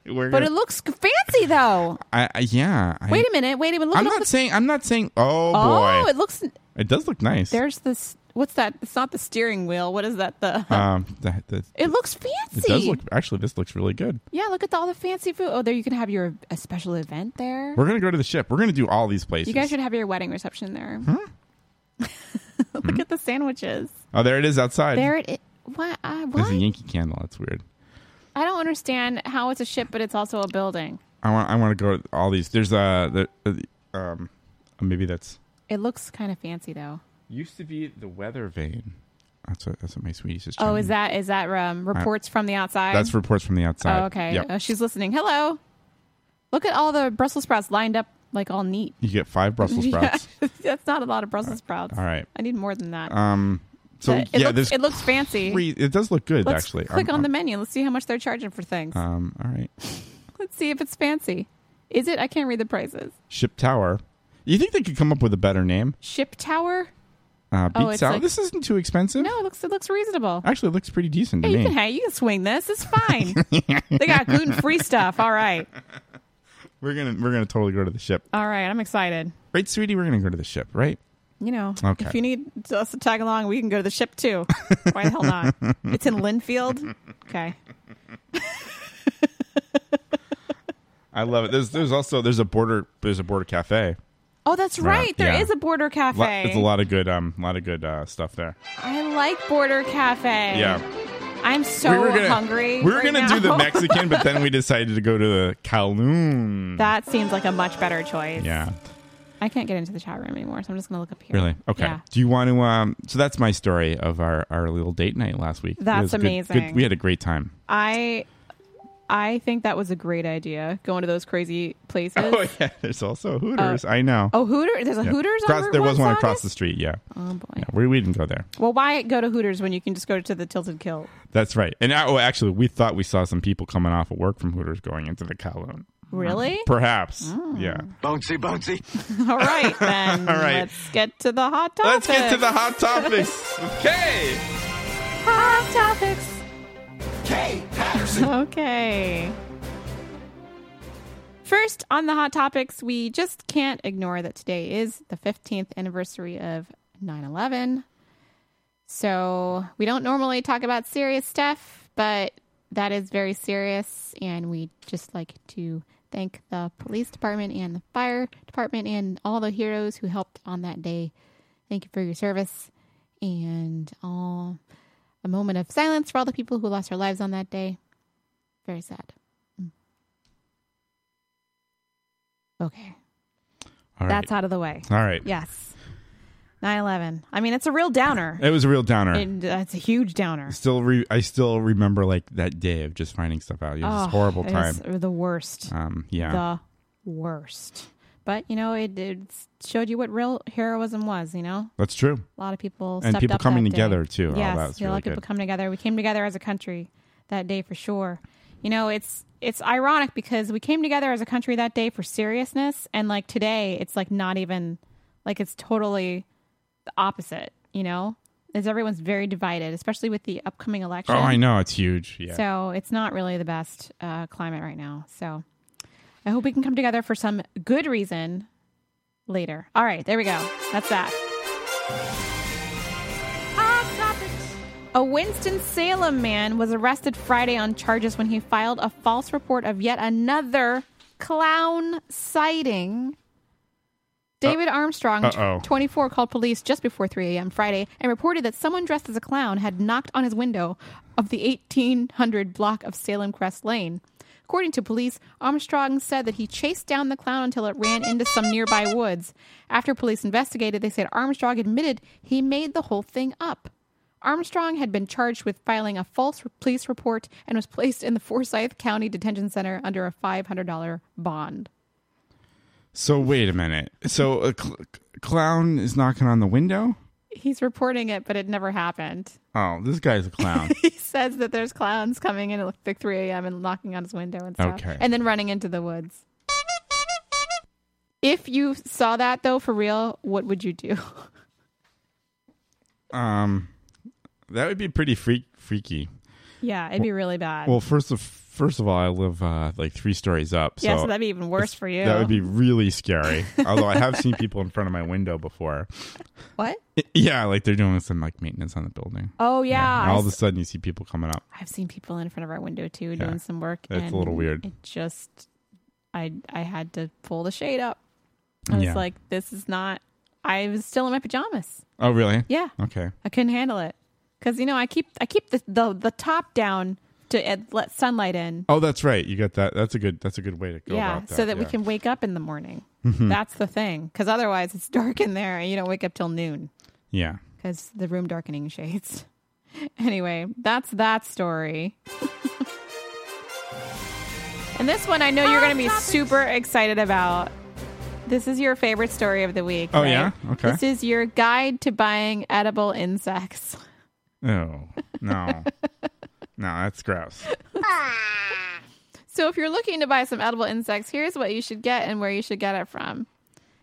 Speaker 1: We're
Speaker 2: But
Speaker 1: gonna-
Speaker 2: it looks fancy though.
Speaker 1: I, I, yeah. I,
Speaker 2: Wait a minute. Wait a minute. Look
Speaker 1: I'm
Speaker 2: at all
Speaker 1: not
Speaker 2: the-
Speaker 1: saying. I'm not saying. Oh,
Speaker 2: Oh,
Speaker 1: boy,
Speaker 2: it looks.
Speaker 1: It does look nice.
Speaker 2: There's this. What's that? It's not the steering wheel. What is that? The.
Speaker 1: um, that, that,
Speaker 2: it looks
Speaker 1: it
Speaker 2: fancy.
Speaker 1: does look. Actually, this looks really good.
Speaker 2: Yeah, look at the, all the fancy food. Oh, there you can have your a special event there.
Speaker 1: We're gonna go to the ship. We're gonna do all these places.
Speaker 2: You guys should have your wedding reception there. look
Speaker 1: Hmm?
Speaker 2: at the sandwiches.
Speaker 1: oh, there it is outside.
Speaker 2: There it. i- What? I
Speaker 1: There's
Speaker 2: what?
Speaker 1: a Yankee candle. That's weird.
Speaker 2: I don't understand how it's a ship, but it's also a building.
Speaker 1: I want. I want to go to all these. There's a. The, uh, um, maybe that's
Speaker 2: It looks kind of fancy though.
Speaker 1: used to be the weather vane. That's what. That's what my sweetie says.
Speaker 2: Oh, is that is that um, reports from the outside?
Speaker 1: Uh, That's reports from the outside.
Speaker 2: Oh, okay.
Speaker 1: Yep.
Speaker 2: Uh, she's listening. Hello. Look at all the Brussels sprouts lined up like all neat.
Speaker 1: You get five Brussels sprouts.
Speaker 2: Yeah, that's not a lot of Brussels sprouts.
Speaker 1: All right.
Speaker 2: I need more than that.
Speaker 1: Um. So
Speaker 2: But it
Speaker 1: yeah,
Speaker 2: looks,
Speaker 1: there's
Speaker 2: it looks fancy.
Speaker 1: three- it does look good
Speaker 2: Let's
Speaker 1: actually.
Speaker 2: click
Speaker 1: I'm-
Speaker 2: on the menu. Let's see how much they're charging for things.
Speaker 1: I'm- Um. All right.
Speaker 2: Let's see if it's fancy. Is it? I can't read the prices.
Speaker 1: Ship Tower. You think they could come up with a better name?
Speaker 2: Ship Tower.
Speaker 1: Uh,
Speaker 2: Oh,
Speaker 1: Beats
Speaker 2: it's
Speaker 1: Out.
Speaker 2: like-
Speaker 1: this isn't too expensive.
Speaker 2: No, it looks it looks reasonable.
Speaker 1: Actually, it looks pretty decent
Speaker 2: Yeah,
Speaker 1: to
Speaker 2: you
Speaker 1: me.
Speaker 2: can hang. You can swing this. It's fine. they got gluten free stuff. All right.
Speaker 1: We're gonna we're gonna totally go to the ship,
Speaker 2: All right. I'm excited.
Speaker 1: right, sweetie? We're gonna go to the ship, right?
Speaker 2: You know,
Speaker 1: Okay.
Speaker 2: if you need us to tag along, we can go to the ship too. Why the hell not? It's in Linfield. Okay.
Speaker 1: I love it. There's there's also there's a border there's a border cafe.
Speaker 2: Oh, that's
Speaker 1: Yeah,
Speaker 2: right. There is
Speaker 1: yeah.
Speaker 2: a border
Speaker 1: Lo-
Speaker 2: cafe.
Speaker 1: There's a lot of good um a lot of good uh, stuff there.
Speaker 2: I like border cafe.
Speaker 1: Yeah.
Speaker 2: I'm so
Speaker 1: gonna,
Speaker 2: hungry.
Speaker 1: We were
Speaker 2: right
Speaker 1: gonna
Speaker 2: now.
Speaker 1: do the Mexican, but then we decided to go to the Kowloon.
Speaker 2: that seems like a much better choice.
Speaker 1: yeah.
Speaker 2: I can't get into the chat room anymore, so I'm just gonna look up here.
Speaker 1: Really? Okay.
Speaker 2: Yeah.
Speaker 1: Do you want to? Um, so that's my story of our, our little date night last week. It
Speaker 2: That's
Speaker 1: was a good-
Speaker 2: amazing.
Speaker 1: we had a great time.
Speaker 2: I I think that was a great idea. Going to those crazy places.
Speaker 1: Oh yeah. There's also Hooters. I know.
Speaker 2: Oh, Hooters. There's a
Speaker 1: Yeah.
Speaker 2: Hooters.
Speaker 1: Across-
Speaker 2: on
Speaker 1: there was one
Speaker 2: Saugus?
Speaker 1: across the street. Yeah.
Speaker 2: Oh boy.
Speaker 1: Yeah, we, we didn't go there.
Speaker 2: Well, why go to Hooters when you can just go to the Tilted Kilt?
Speaker 1: That's right. And I, oh, actually, we thought we saw some people coming off of work from Hooters going into the Kowloon.
Speaker 2: Really?
Speaker 1: Perhaps.
Speaker 2: Oh.
Speaker 1: Yeah.
Speaker 15: Bouncy, bouncy.
Speaker 2: All right then.
Speaker 1: All right.
Speaker 2: Let's get to the hot
Speaker 1: Let's
Speaker 2: topics.
Speaker 1: get to the hot topics. okay.
Speaker 2: hot topics. Kay Patterson. Okay. First, on the hot topics, we just can't ignore that today is the 15th anniversary of 9 11. So we don't normally talk about serious stuff, but that is very serious. And we just like to thank the police department and the fire department and all the heroes who helped on that day. Thank you for your service. And all a moment of silence for all the people who lost their lives on that day. Very sad. Mm. Okay.
Speaker 1: All right.
Speaker 2: That's out of the way.
Speaker 1: All right.
Speaker 2: Yes. 9 11. I mean, it's a real downer.
Speaker 1: It was a real downer.
Speaker 2: And, uh, it's a huge downer.
Speaker 1: still, re- I still remember like that day of just finding stuff out. It was
Speaker 2: Oh,
Speaker 1: a horrible
Speaker 2: it
Speaker 1: time.
Speaker 2: was the worst.
Speaker 1: Um, yeah.
Speaker 2: The worst. But, you know, it, it showed you what real heroism was, you know?
Speaker 1: That's true.
Speaker 2: A lot of people
Speaker 1: And
Speaker 2: stepped
Speaker 1: people
Speaker 2: up that
Speaker 1: coming
Speaker 2: day.
Speaker 1: together, too. Oh,
Speaker 2: Yes,
Speaker 1: that was
Speaker 2: yeah, a
Speaker 1: really
Speaker 2: lot of people
Speaker 1: good.
Speaker 2: coming together. We came together as a country that day for sure. You know, it's it's ironic because we came together as a country that day for seriousness, and like today, it's like not even like it's totally the opposite. You know, is everyone's very divided, especially with the upcoming election.
Speaker 1: Oh, I know. It's huge. Yeah.
Speaker 2: So it's not really the best uh, climate right now. So I hope we can come together for some good reason later. All right, there we go. That's that. A Winston-Salem man was arrested Friday on charges when he filed a false report of yet another clown sighting. David Armstrong,
Speaker 1: Uh-oh.
Speaker 2: 24, called police just before 3 a.m. Friday and reported that someone dressed as a clown had knocked on his window of the 1800 block of Salem Crest Lane. According to police, Armstrong said that he chased down the clown until it ran into some nearby woods. After police investigated, they said Armstrong admitted he made the whole thing up. Armstrong had been charged with filing a false police report and was placed in the Forsyth County Detention Center under a $500 bond.
Speaker 1: So wait a minute. So a cl- clown is knocking on the window.
Speaker 2: He's reporting it, but it never happened.
Speaker 1: Oh, this guy's a clown.
Speaker 2: He says that there's clowns coming in at like 3 a.m. and knocking on his window and stuff,
Speaker 1: Okay.
Speaker 2: and then running into the woods. If you saw that though for real, what would you do?
Speaker 1: Um, that would be pretty freak freaky.
Speaker 2: Yeah, it'd be really bad.
Speaker 1: Well, first of first of all, I live uh, like three stories up.
Speaker 2: Yeah, so that'd be even worse
Speaker 1: if-
Speaker 2: for you.
Speaker 1: That would be really scary. Although I have seen people in front of my window before.
Speaker 2: What?
Speaker 1: I- Yeah, like they're doing some like maintenance on the building.
Speaker 2: Oh, yeah.
Speaker 1: and all of
Speaker 2: I
Speaker 1: a
Speaker 2: s-
Speaker 1: sudden you see people coming up.
Speaker 2: I've seen people in front of our window too
Speaker 1: Yeah.
Speaker 2: doing some work.
Speaker 1: That's a
Speaker 2: and
Speaker 1: little weird.
Speaker 2: It just, I I had to pull the shade up. I was
Speaker 1: Yeah.
Speaker 2: like, this is not. I was still in my pajamas.
Speaker 1: Oh, really?
Speaker 2: Yeah.
Speaker 1: Okay.
Speaker 2: I couldn't handle it because you know I keep I keep the the, the top down to uh, let sunlight in.
Speaker 1: Oh, that's right. You got that. That's a good. That's a good way to go.
Speaker 2: yeah,
Speaker 1: about that.
Speaker 2: so that we
Speaker 1: yeah.
Speaker 2: can wake up in the morning.
Speaker 1: Mhm.
Speaker 2: That's the thing, because otherwise it's dark in there, and you don't wake up till noon
Speaker 1: Yeah.
Speaker 2: because the room darkening shades. anyway, that's that story. and this one I know you're going to be super excited about. This is your favorite story of the week.
Speaker 1: Oh,
Speaker 2: right?
Speaker 1: yeah? Okay.
Speaker 2: This is your guide to buying edible insects.
Speaker 1: Oh no, no, that's gross.
Speaker 2: So if you're looking to buy some edible insects, here's what you should get and where you should get it from.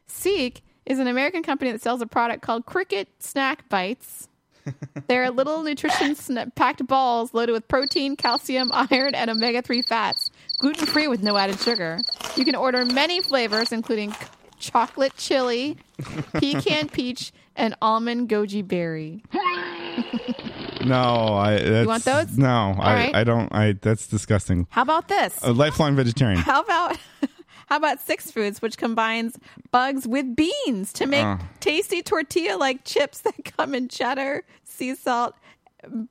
Speaker 2: Seek is an American company that sells a product called Cricket Snack Bites. They're little nutrition sna- packed balls loaded with protein, calcium, iron, and omega 3 fats, gluten free with no added sugar. You can order many flavors, including c- chocolate chili, pecan peach, and almond goji berry.
Speaker 1: No, I. That's,
Speaker 2: want those?
Speaker 1: No, I.
Speaker 2: right.
Speaker 1: I don't. I. That's disgusting.
Speaker 2: How about this?
Speaker 1: A lifelong vegetarian.
Speaker 2: How about how about six foods, which combines bugs with beans to make
Speaker 1: Oh.
Speaker 2: tasty tortilla-like chips that come in cheddar, sea salt,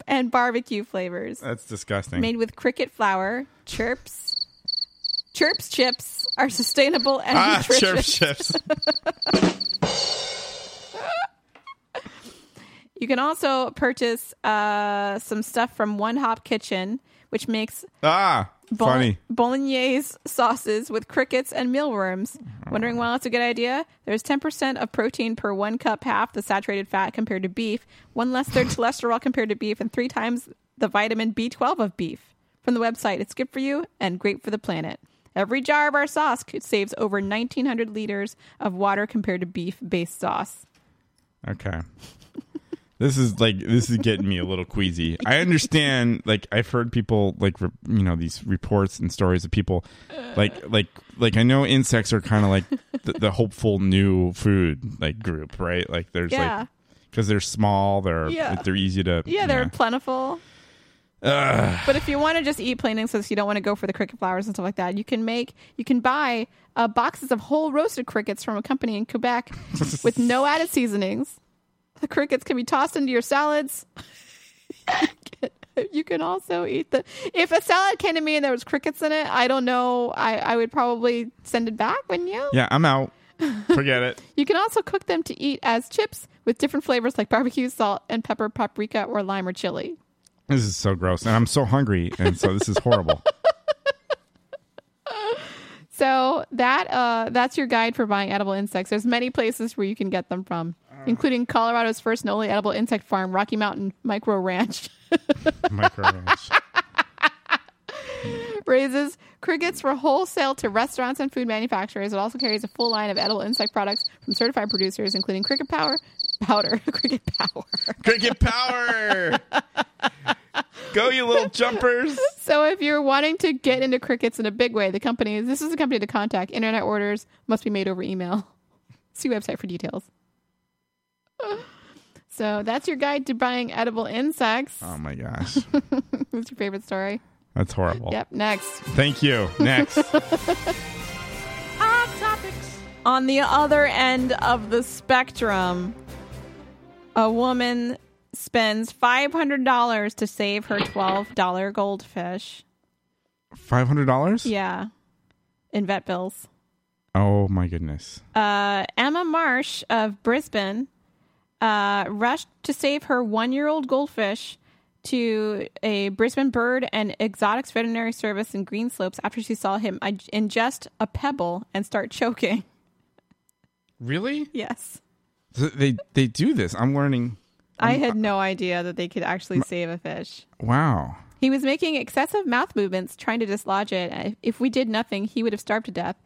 Speaker 2: and barbecue flavors,
Speaker 1: That's disgusting.
Speaker 2: made with cricket flour. Chirps, chirps chips are sustainable and
Speaker 1: ah, chirp
Speaker 2: nutritious.
Speaker 1: chips.
Speaker 2: You can also purchase uh, some stuff from One Hop Kitchen, which makes
Speaker 1: ah,
Speaker 2: Bol-
Speaker 1: funny.
Speaker 2: bolognese sauces with crickets and mealworms. Wondering why it's a good idea? There's 10% of protein per one cup, half the saturated fat compared to beef, one less third cholesterol compared to beef, and three times the vitamin B12 of beef. From the website, it's good for you and great for the planet. Every jar of our sauce could- saves over 1,900 liters of water compared to beef based sauce.
Speaker 1: Okay. This is like this is getting me a little queasy. I understand. Like I've heard people like re- you know these reports and stories of people like like like I know insects are kind of like the, the hopeful new food like group, right? Like there's
Speaker 2: Yeah.
Speaker 1: like because they're small, they're
Speaker 2: Yeah.
Speaker 1: they're easy to
Speaker 2: Yeah, they're plentiful.
Speaker 1: Ugh.
Speaker 2: But if you want to just eat plain insects, you don't want to go for the cricket flowers and stuff like that. You can make, you can buy uh, boxes of whole roasted crickets from a company in Quebec with no added seasonings. The crickets can be tossed into your salads. you can also eat the. If a salad came to me and there was crickets in it, I don't know. I I would probably send it back, wouldn't you?
Speaker 1: yeah. I'm out. Forget it.
Speaker 2: You can also cook them to eat as chips with different flavors like barbecue, salt, and pepper, paprika, or lime or chili.
Speaker 1: This is so gross, and I'm so hungry, and so this is horrible.
Speaker 2: So that uh, that's your guide for buying edible insects. There's many places where you can get them from, including Colorado's first and only edible insect farm, Rocky Mountain Micro Ranch,
Speaker 1: Microwaves.
Speaker 2: raises crickets for wholesale to restaurants and food manufacturers. It also carries a full line of edible insect products from certified producers, including cricket power powder, cricket power.
Speaker 1: Cricket power. Go, you little jumpers.
Speaker 2: So if you're wanting to get into crickets in a big way, the company this is a company to contact. Internet orders must be made over email. See website for details. So that's your guide to buying edible insects.
Speaker 1: Oh my gosh,
Speaker 2: What's your favorite story?
Speaker 1: that's horrible.
Speaker 2: Yep, next.
Speaker 1: Thank you. Next.
Speaker 2: On the other end of the spectrum, a woman spends $500 to save her $12 goldfish.
Speaker 1: Five hundred dollars?
Speaker 2: Yeah. In vet bills.
Speaker 1: Oh my goodness.
Speaker 2: uh, Emma Marsh of Brisbane uh, rushed to save her one year old goldfish to a Brisbane Bird and Exotics Veterinary Service in Greenslopes after she saw him ig- ingest a pebble and start choking.
Speaker 1: Really?
Speaker 2: Yes.
Speaker 1: Th- They they do this. I'm learning.
Speaker 2: I had no idea that they could actually save a fish.
Speaker 1: Wow.
Speaker 2: He was making excessive mouth movements trying to dislodge it. Uh, If we did nothing, he would have starved to death.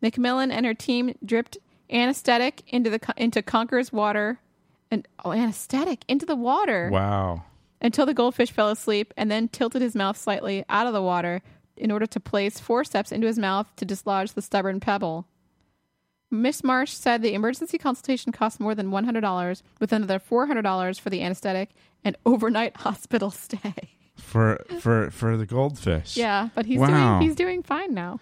Speaker 2: McMillan and her team dripped anesthetic into the into Conker's water an oh, anesthetic into the water
Speaker 1: Wow.
Speaker 2: until the goldfish fell asleep and then tilted his mouth slightly out of the water in order to place forceps into his mouth to dislodge the stubborn pebble. Miss Marsh said the emergency consultation cost more than $100, with another $400 for the anesthetic and overnight hospital stay.
Speaker 1: For for for the goldfish.
Speaker 2: yeah, but he's
Speaker 1: Wow.
Speaker 2: doing he's doing fine now.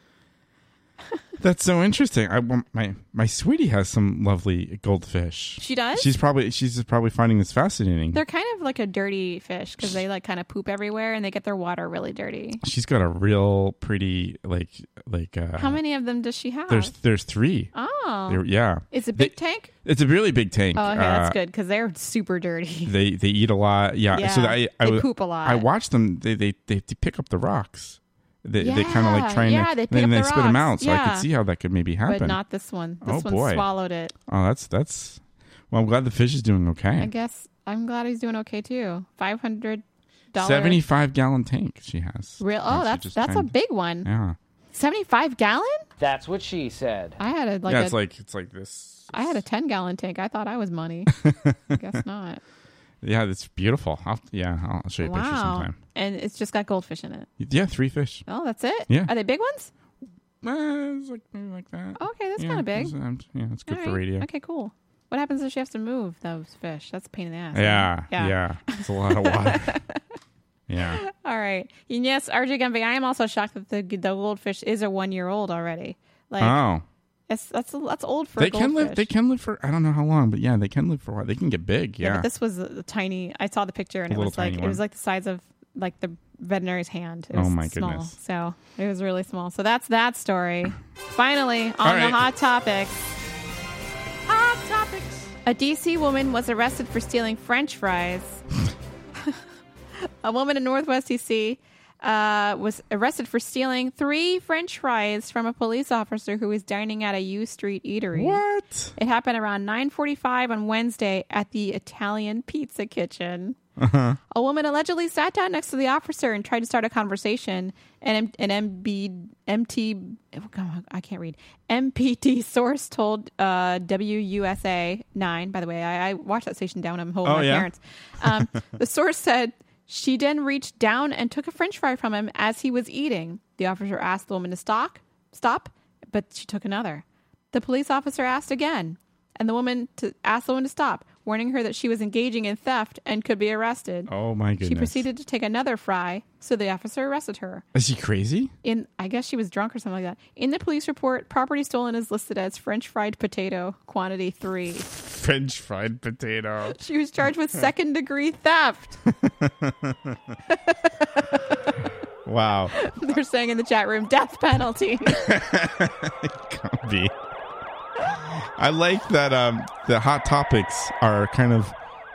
Speaker 1: That's so interesting. I want my my sweetie has some lovely goldfish.
Speaker 2: She does?
Speaker 1: She's probably she's just probably finding this fascinating.
Speaker 2: They're kind of like a dirty fish because they like kind of poop everywhere and they get their water really dirty.
Speaker 1: she's got a real pretty like like uh
Speaker 2: How many of them does she have?
Speaker 1: There's there's three.
Speaker 2: Oh.
Speaker 1: There- yeah.
Speaker 2: It's a
Speaker 1: They-
Speaker 2: big tank?
Speaker 1: It's a really big tank.
Speaker 2: Oh, okay, that's
Speaker 1: Uh,
Speaker 2: good because they're super dirty.
Speaker 1: They they eat a lot. Yeah. So
Speaker 2: Yeah,
Speaker 1: I I
Speaker 2: they
Speaker 1: was-
Speaker 2: poop a lot.
Speaker 1: I watch them. They they they, they pick up the rocks. They they kind of
Speaker 2: Yeah,
Speaker 1: like trying
Speaker 2: yeah,
Speaker 1: to
Speaker 2: they pick
Speaker 1: and
Speaker 2: up
Speaker 1: then
Speaker 2: the
Speaker 1: they spit them out.
Speaker 2: rocks.
Speaker 1: So I
Speaker 2: Yeah.
Speaker 1: could see how that could maybe happen.
Speaker 2: But not this one. This
Speaker 1: Oh,
Speaker 2: one
Speaker 1: boy.
Speaker 2: swallowed it.
Speaker 1: Oh, that's that's. Well, I'm glad the fish is doing
Speaker 2: I
Speaker 1: okay.
Speaker 2: guess I'm glad he's doing okay too. Five hundred dollars.
Speaker 1: Seventy-five gallon tank she has.
Speaker 2: Real.
Speaker 1: Yeah,
Speaker 2: Oh,
Speaker 1: she
Speaker 2: that's
Speaker 1: just
Speaker 2: that's a
Speaker 1: kinda-
Speaker 2: big one.
Speaker 1: Yeah.
Speaker 2: Seventy-five gallon.
Speaker 5: That's what she said.
Speaker 2: I had a like.
Speaker 1: yeah,
Speaker 2: a,
Speaker 1: it's like it's like this.
Speaker 2: I had a ten gallon tank. I thought I was money. Guess not.
Speaker 1: Yeah, it's beautiful. I'll, yeah, I'll show you a picture
Speaker 2: Wow.
Speaker 1: sometime.
Speaker 2: And it's just got goldfish in it.
Speaker 1: Yeah, three fish.
Speaker 2: Oh, that's it.
Speaker 1: Yeah.
Speaker 2: Are they big ones? Oh,
Speaker 1: it's like maybe like that.
Speaker 2: Okay, that's
Speaker 1: Yeah,
Speaker 2: kind of big.
Speaker 1: it's, um, yeah, it's good
Speaker 2: All
Speaker 1: for
Speaker 2: right.
Speaker 1: radio.
Speaker 2: Okay, cool. What happens if she has to move those fish? That's a pain in the ass. isn't it?
Speaker 1: Yeah, yeah, it's a lot of water. yeah,
Speaker 2: All right. And yes, RJ Gumby, I am also shocked that the the goldfish is a one year old already. Like,
Speaker 1: oh,
Speaker 2: it's, that's that's old for
Speaker 1: they
Speaker 2: a
Speaker 1: can live.
Speaker 2: goldfish.
Speaker 1: They can live for I don't know how long, but yeah, they can live for a while. They can get big.
Speaker 2: Yeah,
Speaker 1: Yeah,
Speaker 2: but this was a, a tiny. I saw the picture and
Speaker 1: A
Speaker 2: it
Speaker 1: little
Speaker 2: was like
Speaker 1: tiny
Speaker 2: it was
Speaker 1: one.
Speaker 2: like the size of like the veterinary's hand. It
Speaker 1: Oh
Speaker 2: was
Speaker 1: my
Speaker 2: small.
Speaker 1: goodness.
Speaker 2: So it was really small. So that's that story. Finally, on
Speaker 1: All
Speaker 2: the
Speaker 1: right.
Speaker 2: hot topics. Hot topics. A DC woman was arrested for stealing French fries. a woman in Northwest DC uh, was arrested for stealing three French fries from a police officer who was dining at a U Street eatery.
Speaker 1: What?
Speaker 2: It happened around 9:45 on Wednesday at the Italian Pizza Kitchen.
Speaker 1: Uh-huh.
Speaker 2: A woman allegedly sat down next to the officer and tried to start a conversation. And an MB, MT, oh, God, I can't read. MPT source told uh, WUSA 9, by the way, I, I watched that station down at home with
Speaker 4: Oh,
Speaker 2: my
Speaker 4: yeah?
Speaker 2: parents. Um, the source said she then reached down and took a french fry from him as he was eating. The officer asked the woman to stop, stop, but she took another. The police officer asked again, and the woman to asked the woman to stop, warning her that she was engaging in theft and could be arrested.
Speaker 1: Oh my goodness.
Speaker 2: She proceeded to take another fry, so the officer arrested her.
Speaker 1: Is she crazy?
Speaker 2: In I guess she was drunk or something like that. In the police report, property stolen is listed as French fried potato, quantity three.
Speaker 1: French fried potato.
Speaker 2: She was charged with second degree theft.
Speaker 1: wow.
Speaker 2: They're saying in the chat room, death penalty.
Speaker 1: Be. I like that um the hot topics are kind of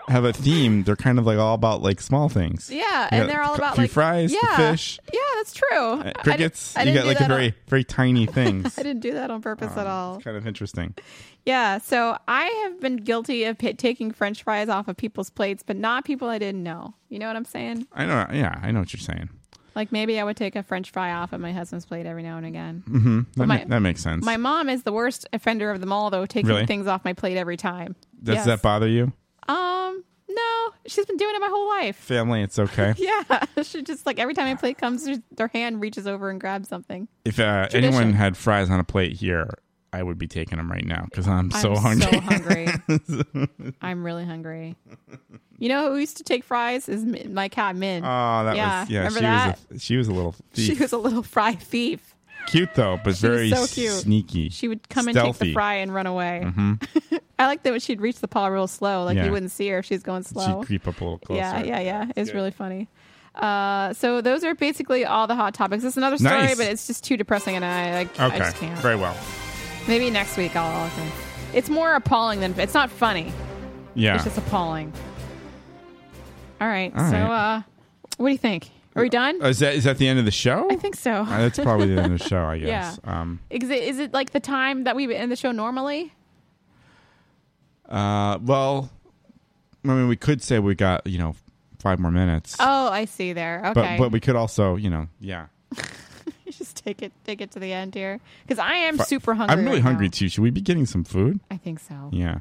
Speaker 1: have a theme. They're kind of like all about like small things.
Speaker 2: yeah,
Speaker 1: You
Speaker 2: and
Speaker 1: got
Speaker 2: they're all
Speaker 1: a
Speaker 2: about
Speaker 1: few
Speaker 2: like
Speaker 1: fries, the
Speaker 2: yeah,
Speaker 1: fish,
Speaker 2: Yeah, that's true.
Speaker 1: uh,
Speaker 2: I- I
Speaker 1: crickets.
Speaker 2: didn't- I
Speaker 1: you
Speaker 2: didn't
Speaker 1: got
Speaker 2: do
Speaker 1: like a
Speaker 2: that on-
Speaker 1: very Um, very tiny things.
Speaker 2: I didn't do that on purpose at all.
Speaker 1: It's kind of interesting.
Speaker 2: Yeah, so I have been guilty of hit, taking French fries off of people's plates, but not people I didn't know. You know what I'm saying?
Speaker 1: I know. Yeah, I know what you're saying.
Speaker 2: Like maybe I would take a French fry off of my husband's plate every now and again.
Speaker 1: hmm
Speaker 2: But
Speaker 1: That,
Speaker 2: my-
Speaker 1: ma- that makes sense.
Speaker 2: My mom is the worst offender of them all, though, taking
Speaker 1: Really?
Speaker 2: things off my plate every time.
Speaker 1: Does
Speaker 2: Yes.
Speaker 1: that bother you?
Speaker 2: Um, no, she's been doing it my whole life.
Speaker 1: Family, it's okay.
Speaker 2: Yeah, she just like every time my plate comes, her- their hand reaches over and grabs something.
Speaker 1: If uh,
Speaker 2: Tradition.
Speaker 1: anyone had fries on a plate here, I would be taking them right now because I'm, so
Speaker 2: I'm
Speaker 1: hungry.
Speaker 2: so hungry. I'm really hungry. You know who used to take fries is Mi- my cat Min.
Speaker 1: Oh, that was yeah.
Speaker 2: Remember
Speaker 1: she
Speaker 2: that?
Speaker 1: was a, she was a little
Speaker 2: she
Speaker 1: thief.
Speaker 2: was a little fry thief.
Speaker 1: cute though, but
Speaker 2: She was
Speaker 1: very
Speaker 2: so cute.
Speaker 1: sneaky.
Speaker 2: She would come and take the
Speaker 1: Stealthy.
Speaker 2: fry and run away.
Speaker 1: Mhm.
Speaker 2: I like that when she'd reach the paw real slow, like
Speaker 1: Yeah.
Speaker 2: you wouldn't see her if she's going slow.
Speaker 1: She'd creep up a little closer.
Speaker 2: Yeah, yeah, yeah. It's
Speaker 1: good.
Speaker 2: really funny. Uh, so those are basically all the hot topics. It's another story,
Speaker 1: Nice.
Speaker 2: but it's just too depressing, and I like I just
Speaker 1: Okay.
Speaker 2: can't.
Speaker 1: Very well.
Speaker 2: Maybe next week I'll. I'll think. It's more appalling than it's not funny.
Speaker 1: Yeah.
Speaker 2: it's just appalling. All right.
Speaker 1: All
Speaker 2: so,
Speaker 1: right.
Speaker 2: uh, what do you think? Are we done?
Speaker 1: Oh, is that is that the end of the show?
Speaker 2: I think so.
Speaker 1: Uh, that's probably the end of the show. I guess.
Speaker 2: Yeah.
Speaker 1: Um.
Speaker 2: Is it, is it like the time that we end the show normally?
Speaker 1: Uh. Well, I mean, we could say we got you know five more minutes,
Speaker 2: Oh, I see. There. Okay.
Speaker 1: but but we could also you know yeah.
Speaker 2: You just take it, take it to the end here, because I am
Speaker 1: Fi-
Speaker 2: super hungry.
Speaker 1: I'm really
Speaker 2: right now.
Speaker 1: hungry too. Should we be getting some food?
Speaker 2: I think so.
Speaker 1: Yeah.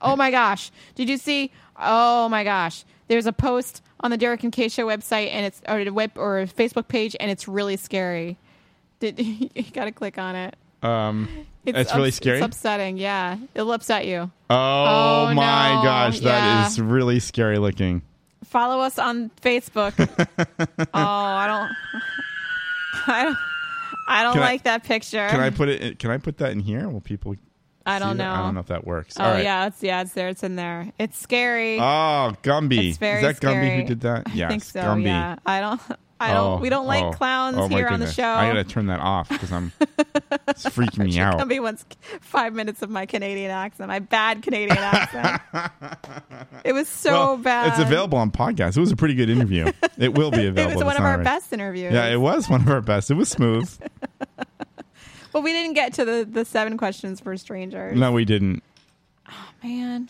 Speaker 2: oh my gosh. Did you see? Oh my gosh. There's a post on the Derek and Kay Show website and it's or a web or a Facebook page and it's really scary. Did you gotta click on it.
Speaker 1: Um,
Speaker 2: It's
Speaker 1: that's really
Speaker 2: ups-
Speaker 1: scary.
Speaker 2: It's upsetting, yeah. It'll upset you.
Speaker 1: oh,
Speaker 2: Oh,
Speaker 1: my
Speaker 2: no.
Speaker 1: gosh,
Speaker 2: Yeah.
Speaker 1: that is really scary looking.
Speaker 2: Follow us on Facebook. oh, I don't I don't I don't
Speaker 1: Can I-
Speaker 2: like that picture.
Speaker 1: Can I put it? In, can I put that in here? Will people?
Speaker 2: Um, I
Speaker 1: see
Speaker 2: don't
Speaker 1: that? I
Speaker 2: know.
Speaker 1: don't know if that works.
Speaker 2: Oh
Speaker 1: All right.
Speaker 2: yeah, it's yeah, it's there. It's in there. It's scary.
Speaker 1: Oh, Gumby.
Speaker 2: It's very
Speaker 1: is that
Speaker 2: scary.
Speaker 1: Gumby who did that?
Speaker 2: I
Speaker 1: Yes,
Speaker 2: think so.
Speaker 1: Gumby.
Speaker 2: Yeah, I don't. I don't.
Speaker 1: Oh,
Speaker 2: we don't like
Speaker 1: oh,
Speaker 2: clowns
Speaker 1: oh, my
Speaker 2: here on the
Speaker 1: goodness.
Speaker 2: show.
Speaker 1: I gotta turn that off because I'm it's freaking me out.
Speaker 2: Gumby wants five minutes of my Canadian accent, my bad Canadian accent. it was so
Speaker 1: Well,
Speaker 2: bad.
Speaker 1: It's available on podcast. It was a pretty good interview. It will be available.
Speaker 2: It was
Speaker 1: It's
Speaker 2: one of
Speaker 1: not
Speaker 2: our
Speaker 1: already-
Speaker 2: best interviews.
Speaker 1: Yeah, it was one of our best. It was smooth.
Speaker 2: but we didn't get to the the seven questions for strangers.
Speaker 1: no, we didn't.
Speaker 2: man,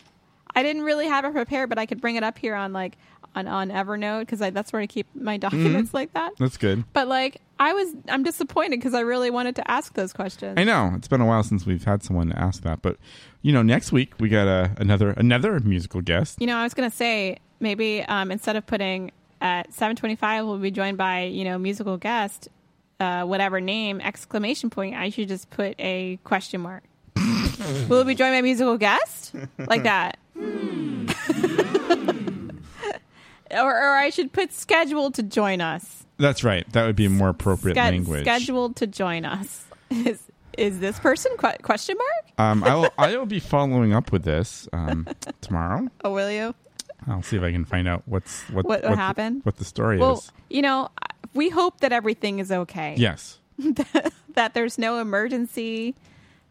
Speaker 2: I didn't really have it prepared, but I could bring it up here on like on on Evernote because that's where I keep my documents like that.
Speaker 1: Mm-hmm. That's good.
Speaker 2: But like, I was I'm disappointed because I really wanted to ask those questions.
Speaker 1: I know it's been a while since we've had someone ask that, but you know, next week we got a, another another musical guest.
Speaker 2: You know, I was gonna say maybe um, instead of putting at 7:25, we'll be joined by you know musical guest, uh, whatever name exclamation point. I should just put a question mark. Will we be joined by musical guest like that? or, or I should put scheduled to join us.
Speaker 1: That's right. That would be a more appropriate
Speaker 2: Sched-
Speaker 1: language.
Speaker 2: Scheduled to join us is is this person que- question mark?
Speaker 1: Um, I will. I will be following up with this um, tomorrow.
Speaker 2: Oh, will you?
Speaker 1: I'll see if I can find out what's what
Speaker 2: What- what
Speaker 1: the-
Speaker 2: happened?
Speaker 1: what the story
Speaker 2: Well,
Speaker 1: is.
Speaker 2: you know, I- we hope that everything is okay.
Speaker 1: Yes,
Speaker 2: that there's no emergency,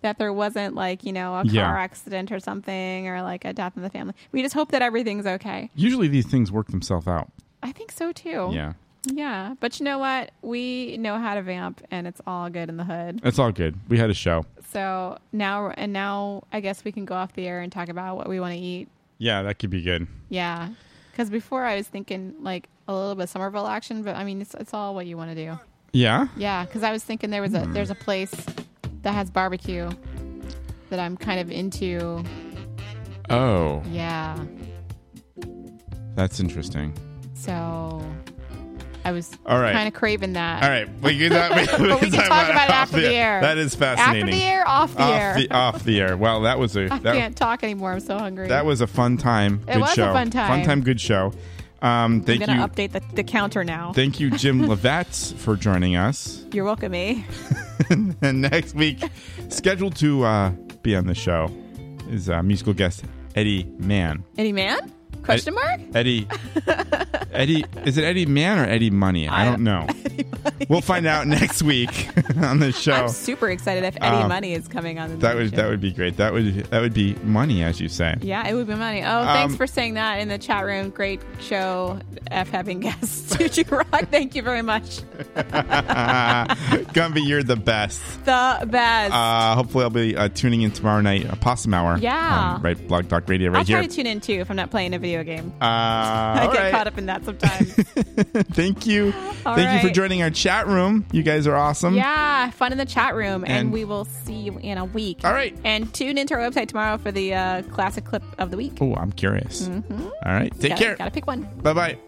Speaker 2: that there wasn't like, you know, a car
Speaker 1: Yeah.
Speaker 2: accident or something or like a death in the family. We just hope that everything's okay.
Speaker 1: usually these things work themselves out.
Speaker 2: I think so too.
Speaker 1: Yeah,
Speaker 2: Yeah. But you know what? We know how to vamp and it's all good in the hood.
Speaker 1: it's all good. We had a show.
Speaker 2: So now, and now I guess we can go off the air and talk about what we want to eat.
Speaker 1: Yeah, that could be good.
Speaker 2: Yeah. Because before I was thinking like a little bit Somerville action, but I mean, it's, it's all what you want to do.
Speaker 1: Yeah.
Speaker 2: Yeah, because I was thinking there was a there's a place that has barbecue that I'm kind of into.
Speaker 1: Oh,
Speaker 2: Yeah,
Speaker 1: that's interesting.
Speaker 2: so I was
Speaker 1: All right.
Speaker 2: kind of craving that.
Speaker 1: All right, we can, that, we,
Speaker 2: but we can talk about it
Speaker 1: off
Speaker 2: after the air.
Speaker 1: That is fascinating.
Speaker 2: After the air, off the
Speaker 1: off
Speaker 2: air.
Speaker 1: the off the air. Well, that was a
Speaker 2: I
Speaker 1: that,
Speaker 2: can't talk anymore. I'm so hungry.
Speaker 1: that was a fun time.
Speaker 2: It
Speaker 1: good
Speaker 2: was a
Speaker 1: show.
Speaker 2: fun time.
Speaker 1: Fun time. Good show. Um,
Speaker 2: I'm
Speaker 1: thank
Speaker 2: gonna
Speaker 1: you.
Speaker 2: update the, the counter now.
Speaker 1: Thank you, Jim Levatz, for joining us.
Speaker 2: You're welcome, eh?
Speaker 1: and next week, scheduled to uh, be on the show is uh, musical guest Eddie Mann.
Speaker 2: Any man? Question mark?
Speaker 1: Eddie. Eddie. Is it Eddie Mann or Eddie Money? I, don't know. We'll find out next week on the show.
Speaker 2: I'm super excited if any
Speaker 1: Oh. Um,
Speaker 2: money is coming on. The
Speaker 1: that would
Speaker 2: show.
Speaker 1: that would be great. That would that would be money, as you say.
Speaker 2: Yeah, it would be money. Oh, thanks
Speaker 1: Um,
Speaker 2: for saying that in the chat room. Great show, F having guests. Did you rock? Thank you very much.
Speaker 1: Gumby, you're the best.
Speaker 2: The best.
Speaker 1: Uh, hopefully, I'll be uh, tuning in tomorrow night, uh, Possum Hour.
Speaker 2: Yeah.
Speaker 1: on, right, Blog Talk Radio, right
Speaker 2: I'll
Speaker 1: here.
Speaker 2: try to tune in too if I'm not playing a video game.
Speaker 1: uh,
Speaker 2: I
Speaker 1: all
Speaker 2: get
Speaker 1: right.
Speaker 2: caught up in that sometimes.
Speaker 1: Thank you.
Speaker 2: All
Speaker 1: Thank you for
Speaker 2: right.
Speaker 1: joining our chat room. You guys are awesome.
Speaker 2: yeah, fun in the chat room, and,
Speaker 1: And-
Speaker 2: we will see you in a week.
Speaker 1: All right.
Speaker 2: and tune into our website tomorrow for the uh, classic clip of the week.
Speaker 1: Oh, I'm curious.
Speaker 2: Mhm.
Speaker 1: All right. Take
Speaker 2: Gotta-
Speaker 1: care.
Speaker 2: Gotta pick one.
Speaker 1: Bye bye.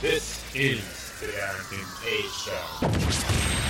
Speaker 3: This is the Aaron King Page Show.